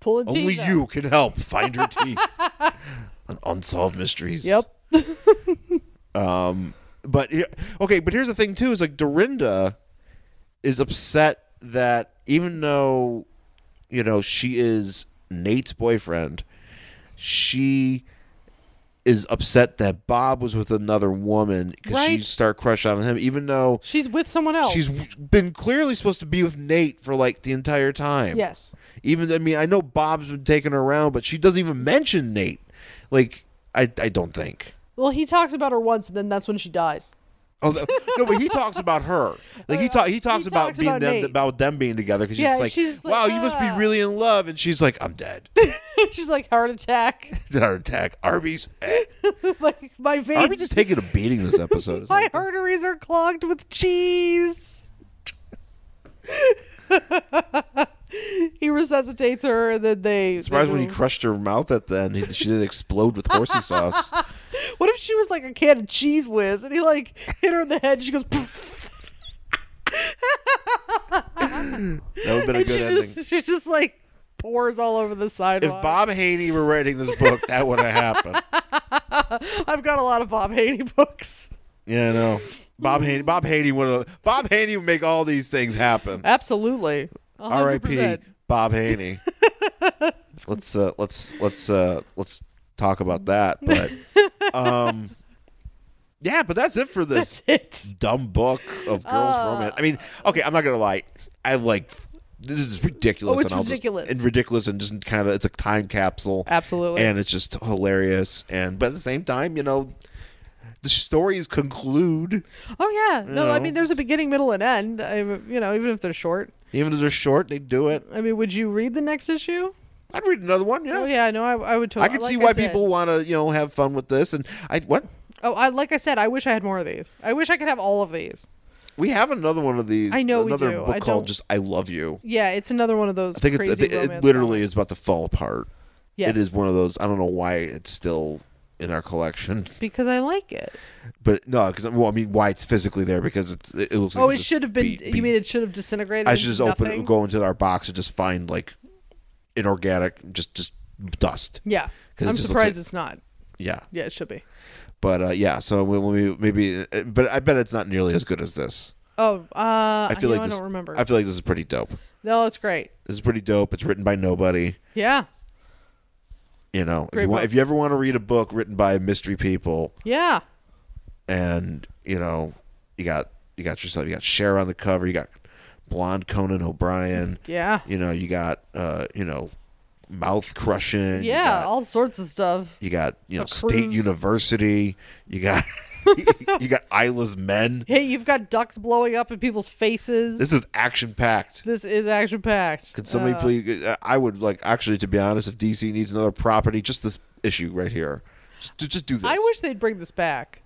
Speaker 1: pulling
Speaker 2: Only
Speaker 1: teeth. out.
Speaker 2: you can help find her teeth. on unsolved mysteries.
Speaker 1: Yep.
Speaker 2: But here- okay, but here's the thing too: is like Dorinda is upset that even though you know she is Nate's boyfriend, she is upset that Bob was with another woman because she
Speaker 1: Right.
Speaker 2: start crush on him, even though
Speaker 1: She's with someone else.
Speaker 2: she's been clearly supposed to be with Nate for like the entire time.
Speaker 1: yes.
Speaker 2: Even I mean, I know Bob's been taking her around, but she doesn't even mention Nate. Like, I I don't think.
Speaker 1: Well, he talks about her once, and then that's when she dies.
Speaker 2: Oh th- no, but he talks about her. Like he talk he
Speaker 1: Uh, He
Speaker 2: talks about
Speaker 1: talks
Speaker 2: being
Speaker 1: about
Speaker 2: them
Speaker 1: Nate.
Speaker 2: about them being together because
Speaker 1: Yeah,
Speaker 2: she's, like,
Speaker 1: she's like,
Speaker 2: wow, you must
Speaker 1: ah."
Speaker 2: be really in love, and she's like, I'm dead.
Speaker 1: she's like heart attack.
Speaker 2: Heart attack. Arby's. Eh.
Speaker 1: like my veins,
Speaker 2: Arby's is taking a beating this episode.
Speaker 1: my arteries are clogged with cheese. he resuscitates her, and then they. they
Speaker 2: Surprised when he
Speaker 1: go-
Speaker 2: crushed her mouth at the end. He, she didn't explode with horsey sauce.
Speaker 1: What if she was like a can of cheese whiz and he like hit her in the head and she goes "Pff,"
Speaker 2: That would have been a
Speaker 1: and
Speaker 2: good
Speaker 1: she
Speaker 2: ending.
Speaker 1: just, she just like pours all over the
Speaker 2: if
Speaker 1: sidewalk.
Speaker 2: Bob Haney were writing this book, that would have happened.
Speaker 1: I've got a lot of Bob Haney books.
Speaker 2: Yeah, I know. Bob Haney. Bob Haney would. Bob Haney would make all these things happen.
Speaker 1: Absolutely.
Speaker 2: R.I.P. Bob Haney. let's uh, let's let's uh, let's talk about that. But um, yeah, but that's it for this
Speaker 1: That's Uh. it.
Speaker 2: dumb book of girls romance. I mean, okay, I'm not gonna lie. I like this is ridiculous.
Speaker 1: Oh, it's
Speaker 2: and I'll just-
Speaker 1: ridiculous.
Speaker 2: and ridiculous, and just kind of it's a time capsule.
Speaker 1: Absolutely.
Speaker 2: and it's just hilarious. And but at the same time, you know, the stories conclude.
Speaker 1: Oh yeah. No, I
Speaker 2: No.
Speaker 1: mean there's a beginning, middle, and end. I, you know, even if they're short.
Speaker 2: Even if they're short, they do it.
Speaker 1: I mean, would you read the next issue?
Speaker 2: I'd read another one. Yeah.
Speaker 1: Oh yeah, no, I, I would totally.
Speaker 2: I can
Speaker 1: like
Speaker 2: see why
Speaker 1: said-
Speaker 2: people want to, you know, have fun with this. And I what?
Speaker 1: Oh, I like I said, I wish I had more of these. I wish I could have all of these.
Speaker 2: We have another one of these.
Speaker 1: I know we
Speaker 2: another
Speaker 1: do.
Speaker 2: book
Speaker 1: I
Speaker 2: called
Speaker 1: don't-
Speaker 2: just "I Love You."
Speaker 1: Yeah, it's another one of those.
Speaker 2: I think it's
Speaker 1: crazy
Speaker 2: I think it
Speaker 1: romance
Speaker 2: literally
Speaker 1: novels.
Speaker 2: is about to fall apart.
Speaker 1: Yes,
Speaker 2: It is one of those. I don't know why it's still in our collection,
Speaker 1: because I like it.
Speaker 2: but no, because well, I mean, why it's physically there because it's it, it looks. like
Speaker 1: oh, it
Speaker 2: just
Speaker 1: should have been.
Speaker 2: beat-
Speaker 1: you
Speaker 2: beat-
Speaker 1: mean it should have disintegrated?
Speaker 2: I should just
Speaker 1: into
Speaker 2: open
Speaker 1: nothing?
Speaker 2: it, go into our box and just find like inorganic, just just dust.
Speaker 1: Yeah,
Speaker 2: 'Cause it
Speaker 1: I'm
Speaker 2: just looks
Speaker 1: surprised
Speaker 2: like-
Speaker 1: it's not.
Speaker 2: Yeah,
Speaker 1: Yeah, it should be.
Speaker 2: but uh, yeah. So we, we maybe, uh, but I bet it's not nearly as good as this.
Speaker 1: Oh, uh, I
Speaker 2: I feel like
Speaker 1: I
Speaker 2: this,
Speaker 1: don't remember.
Speaker 2: I feel like this is pretty dope.
Speaker 1: no, it's great.
Speaker 2: This is pretty dope. It's written by nobody.
Speaker 1: Yeah,
Speaker 2: You know, if
Speaker 1: Great
Speaker 2: you, want,
Speaker 1: book.
Speaker 2: if you ever want to read a book written by mystery people,
Speaker 1: yeah,
Speaker 2: and you know, you got you got yourself, you got Cher on the cover, you got blonde Conan O'Brien,
Speaker 1: yeah,
Speaker 2: you know, you got uh, you know, mouth
Speaker 1: yeah.
Speaker 2: crushing, you got,
Speaker 1: all sorts of stuff.
Speaker 2: you got you know,
Speaker 1: A
Speaker 2: State
Speaker 1: cruise.
Speaker 2: University, you got you got Isla's Men.
Speaker 1: Hey, you've got ducks blowing up in people's faces.
Speaker 2: This is action packed.
Speaker 1: This is action packed.
Speaker 2: Could somebody please? uh, I would like actually, to be honest, if DC needs another property, just this issue right here, just to- just do this.
Speaker 1: I wish they'd bring this back.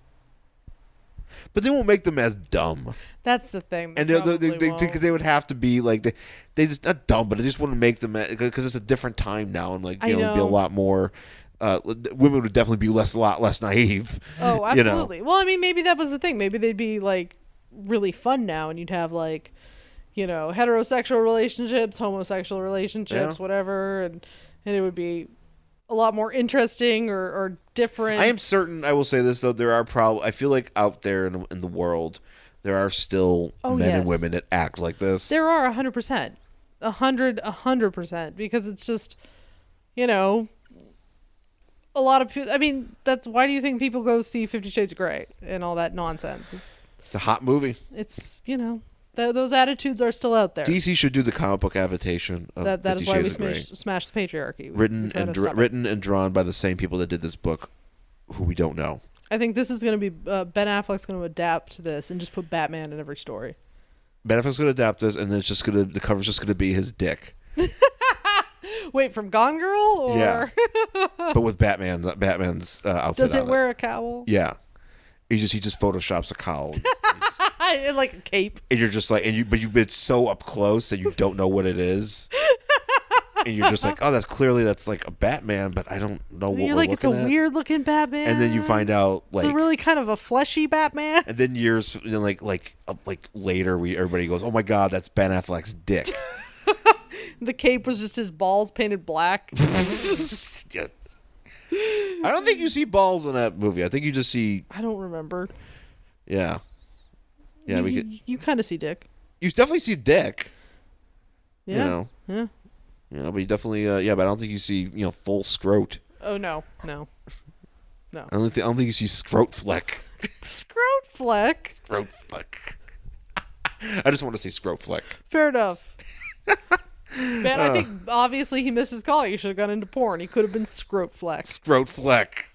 Speaker 2: but they won't make them as dumb,
Speaker 1: That's the thing.
Speaker 2: and
Speaker 1: they
Speaker 2: they they,
Speaker 1: probably
Speaker 2: they, they, 'cause
Speaker 1: won't.
Speaker 2: they would have to be like they, they just not dumb, but they just wouldn't make them because it's a different time now, and like
Speaker 1: I
Speaker 2: you know, it'd be a
Speaker 1: know.
Speaker 2: lot more. Uh, women would definitely be less a lot less naive.
Speaker 1: Oh,
Speaker 2: you know.
Speaker 1: absolutely. Well, I mean, maybe that was the thing. Maybe they'd be like really fun now, and you'd have like, you know, heterosexual relationships, homosexual relationships,
Speaker 2: Yeah.
Speaker 1: whatever, and and it would be a lot more interesting or, or different.
Speaker 2: I am certain. I will say this though: there are probably. I feel like out there in, in the world, there are still
Speaker 1: Oh,
Speaker 2: men
Speaker 1: yes.
Speaker 2: and women that act like this.
Speaker 1: There are a hundred percent, a hundred, a hundred percent, because it's just, you know. A lot of people. I mean, that's why do you think people go see Fifty Shades of Grey and all that nonsense? It's,
Speaker 2: it's a hot movie.
Speaker 1: it's you know, th- those attitudes are still out there.
Speaker 2: DC should do the comic book adaptation of
Speaker 1: that that is
Speaker 2: Fifty
Speaker 1: why we
Speaker 2: Shades of Grey,
Speaker 1: smash, smashed the patriarchy. We- we
Speaker 2: written
Speaker 1: gotta
Speaker 2: and dra-
Speaker 1: stop it.
Speaker 2: written and drawn by the same people that did this book, who we don't know.
Speaker 1: I think this is going to be uh, Ben Affleck's going to adapt to this and just put Batman in every story.
Speaker 2: Ben Affleck's gonna adapt this, and then it's just gonna the cover's just gonna be his dick,
Speaker 1: Wait, from Gone Girl, or
Speaker 2: Yeah. but with Batman's Batman's uh, outfit.
Speaker 1: does it
Speaker 2: on
Speaker 1: wear a cowl?
Speaker 2: Yeah, he just he just photoshops a cowl,
Speaker 1: And, like a cape.
Speaker 2: and you're just like, and you but you it's so up close that you don't know what it is. And you're just like, oh, that's clearly that's like a Batman, but I don't know what
Speaker 1: And you're
Speaker 2: we're
Speaker 1: like, it's a
Speaker 2: looking at."
Speaker 1: weird looking Batman.
Speaker 2: And then you find out like
Speaker 1: it's a really kind of a fleshy Batman.
Speaker 2: And then years, you know, like like uh, like later, we everybody goes, "Oh my God, that's Ben Affleck's dick."
Speaker 1: The cape was just his balls painted black.
Speaker 2: yes. I don't think you see balls in that movie. I think you just see,
Speaker 1: I don't remember.
Speaker 2: yeah, yeah.
Speaker 1: you,
Speaker 2: We could,
Speaker 1: you, kind of see Dick.
Speaker 2: you definitely see dick,
Speaker 1: Yeah.
Speaker 2: you know,
Speaker 1: Yeah.
Speaker 2: you know, but you definitely, uh, yeah, but I don't think you see, you know, full scrote.
Speaker 1: Oh no, no.
Speaker 2: I don't think I don't think you see scrote fleck.
Speaker 1: Scroat Fleck.
Speaker 2: Scrote fleck. I just want to say scrote fleck.
Speaker 1: Fair enough. Man,
Speaker 2: Uh.
Speaker 1: I think obviously he missed his call. He should have gone into porn. He could have been scrote flex.
Speaker 2: Scrote fleck.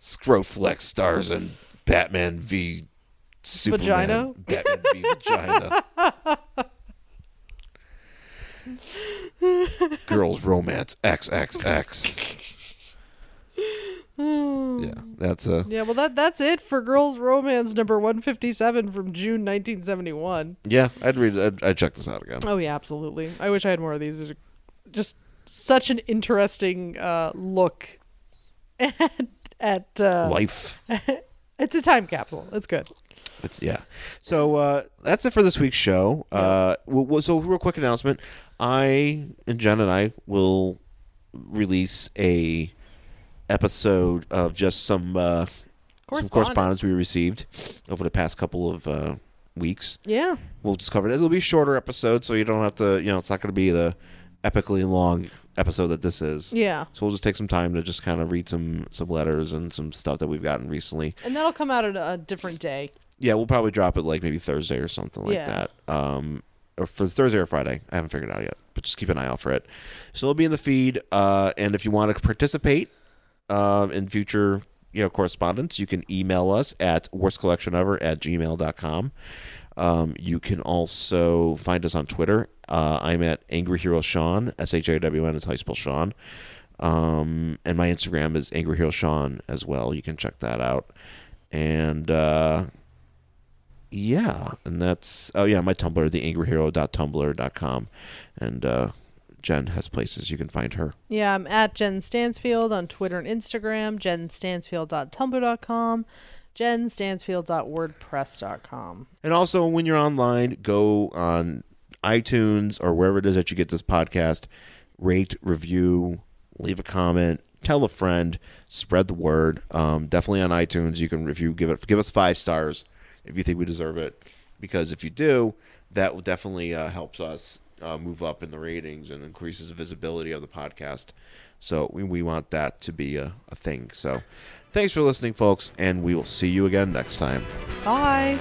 Speaker 2: scrote fleck stars in Batman v. Superman.
Speaker 1: Vagina?
Speaker 2: Batman v. Vagina. Girls romance XXX. yeah, that's a
Speaker 1: Yeah, well that that's it for Girls Romance number 157 from June 1971.
Speaker 2: yeah. I'd read. I'd, I'd check this out again.
Speaker 1: Oh yeah, absolutely. I wish I had more of these. These are Just such an interesting uh, look at at uh,
Speaker 2: Life.
Speaker 1: it's a time capsule. It's good.
Speaker 2: It's yeah. So uh, that's it for this week's show. Uh, w- w- so real quick announcement: I and Jen and I will release a episode of just some uh, some
Speaker 1: Correspondence.
Speaker 2: correspondence we received over the past couple of uh, weeks.
Speaker 1: Yeah.
Speaker 2: We'll just cover it. It'll be a shorter episode, so you don't have to. You know, it's not going to be the epically long episode that this is.
Speaker 1: Yeah.
Speaker 2: So we'll just take some time to just kind of read some some letters and some stuff that we've gotten recently
Speaker 1: And that'll come out at a different day.
Speaker 2: yeah, we'll probably drop it like maybe Thursday or something like
Speaker 1: Yeah.
Speaker 2: that. Um, or for Thursday or Friday. I haven't figured it out yet, but just keep an eye out for it. So it'll be in the feed. Uh, and if you want to participate um, in future you know correspondence, you can email us at worstcollectionever at gmail.com. Um, you can also find us on Twitter. Uh, I'm at Angry Hero Sean. S H A W N is how you spell Sean. Um, and my Instagram is Angry Hero Sean as well. You can check that out. And uh, yeah, and that's oh yeah, my Tumblr, theangryhero.tumblr.com, and uh, Jen has places you can find her.
Speaker 1: Yeah, I'm at Jen Stansfield on Twitter and Instagram, jenstansfield.tumblr.com, jenstansfield.wordpress.com.
Speaker 2: And also, when you're online, go on iTunes or wherever it is that you get this podcast, rate, review, leave a comment, tell a friend, spread the word. Um, definitely on iTunes, you can if you give it give us five stars if you think we deserve it, because if you do, that will definitely uh, helps us uh, move up in the ratings and increases the visibility of the podcast. So we, we want that to be a, a thing. So thanks for listening, folks, and we will see you again next time.
Speaker 1: Bye.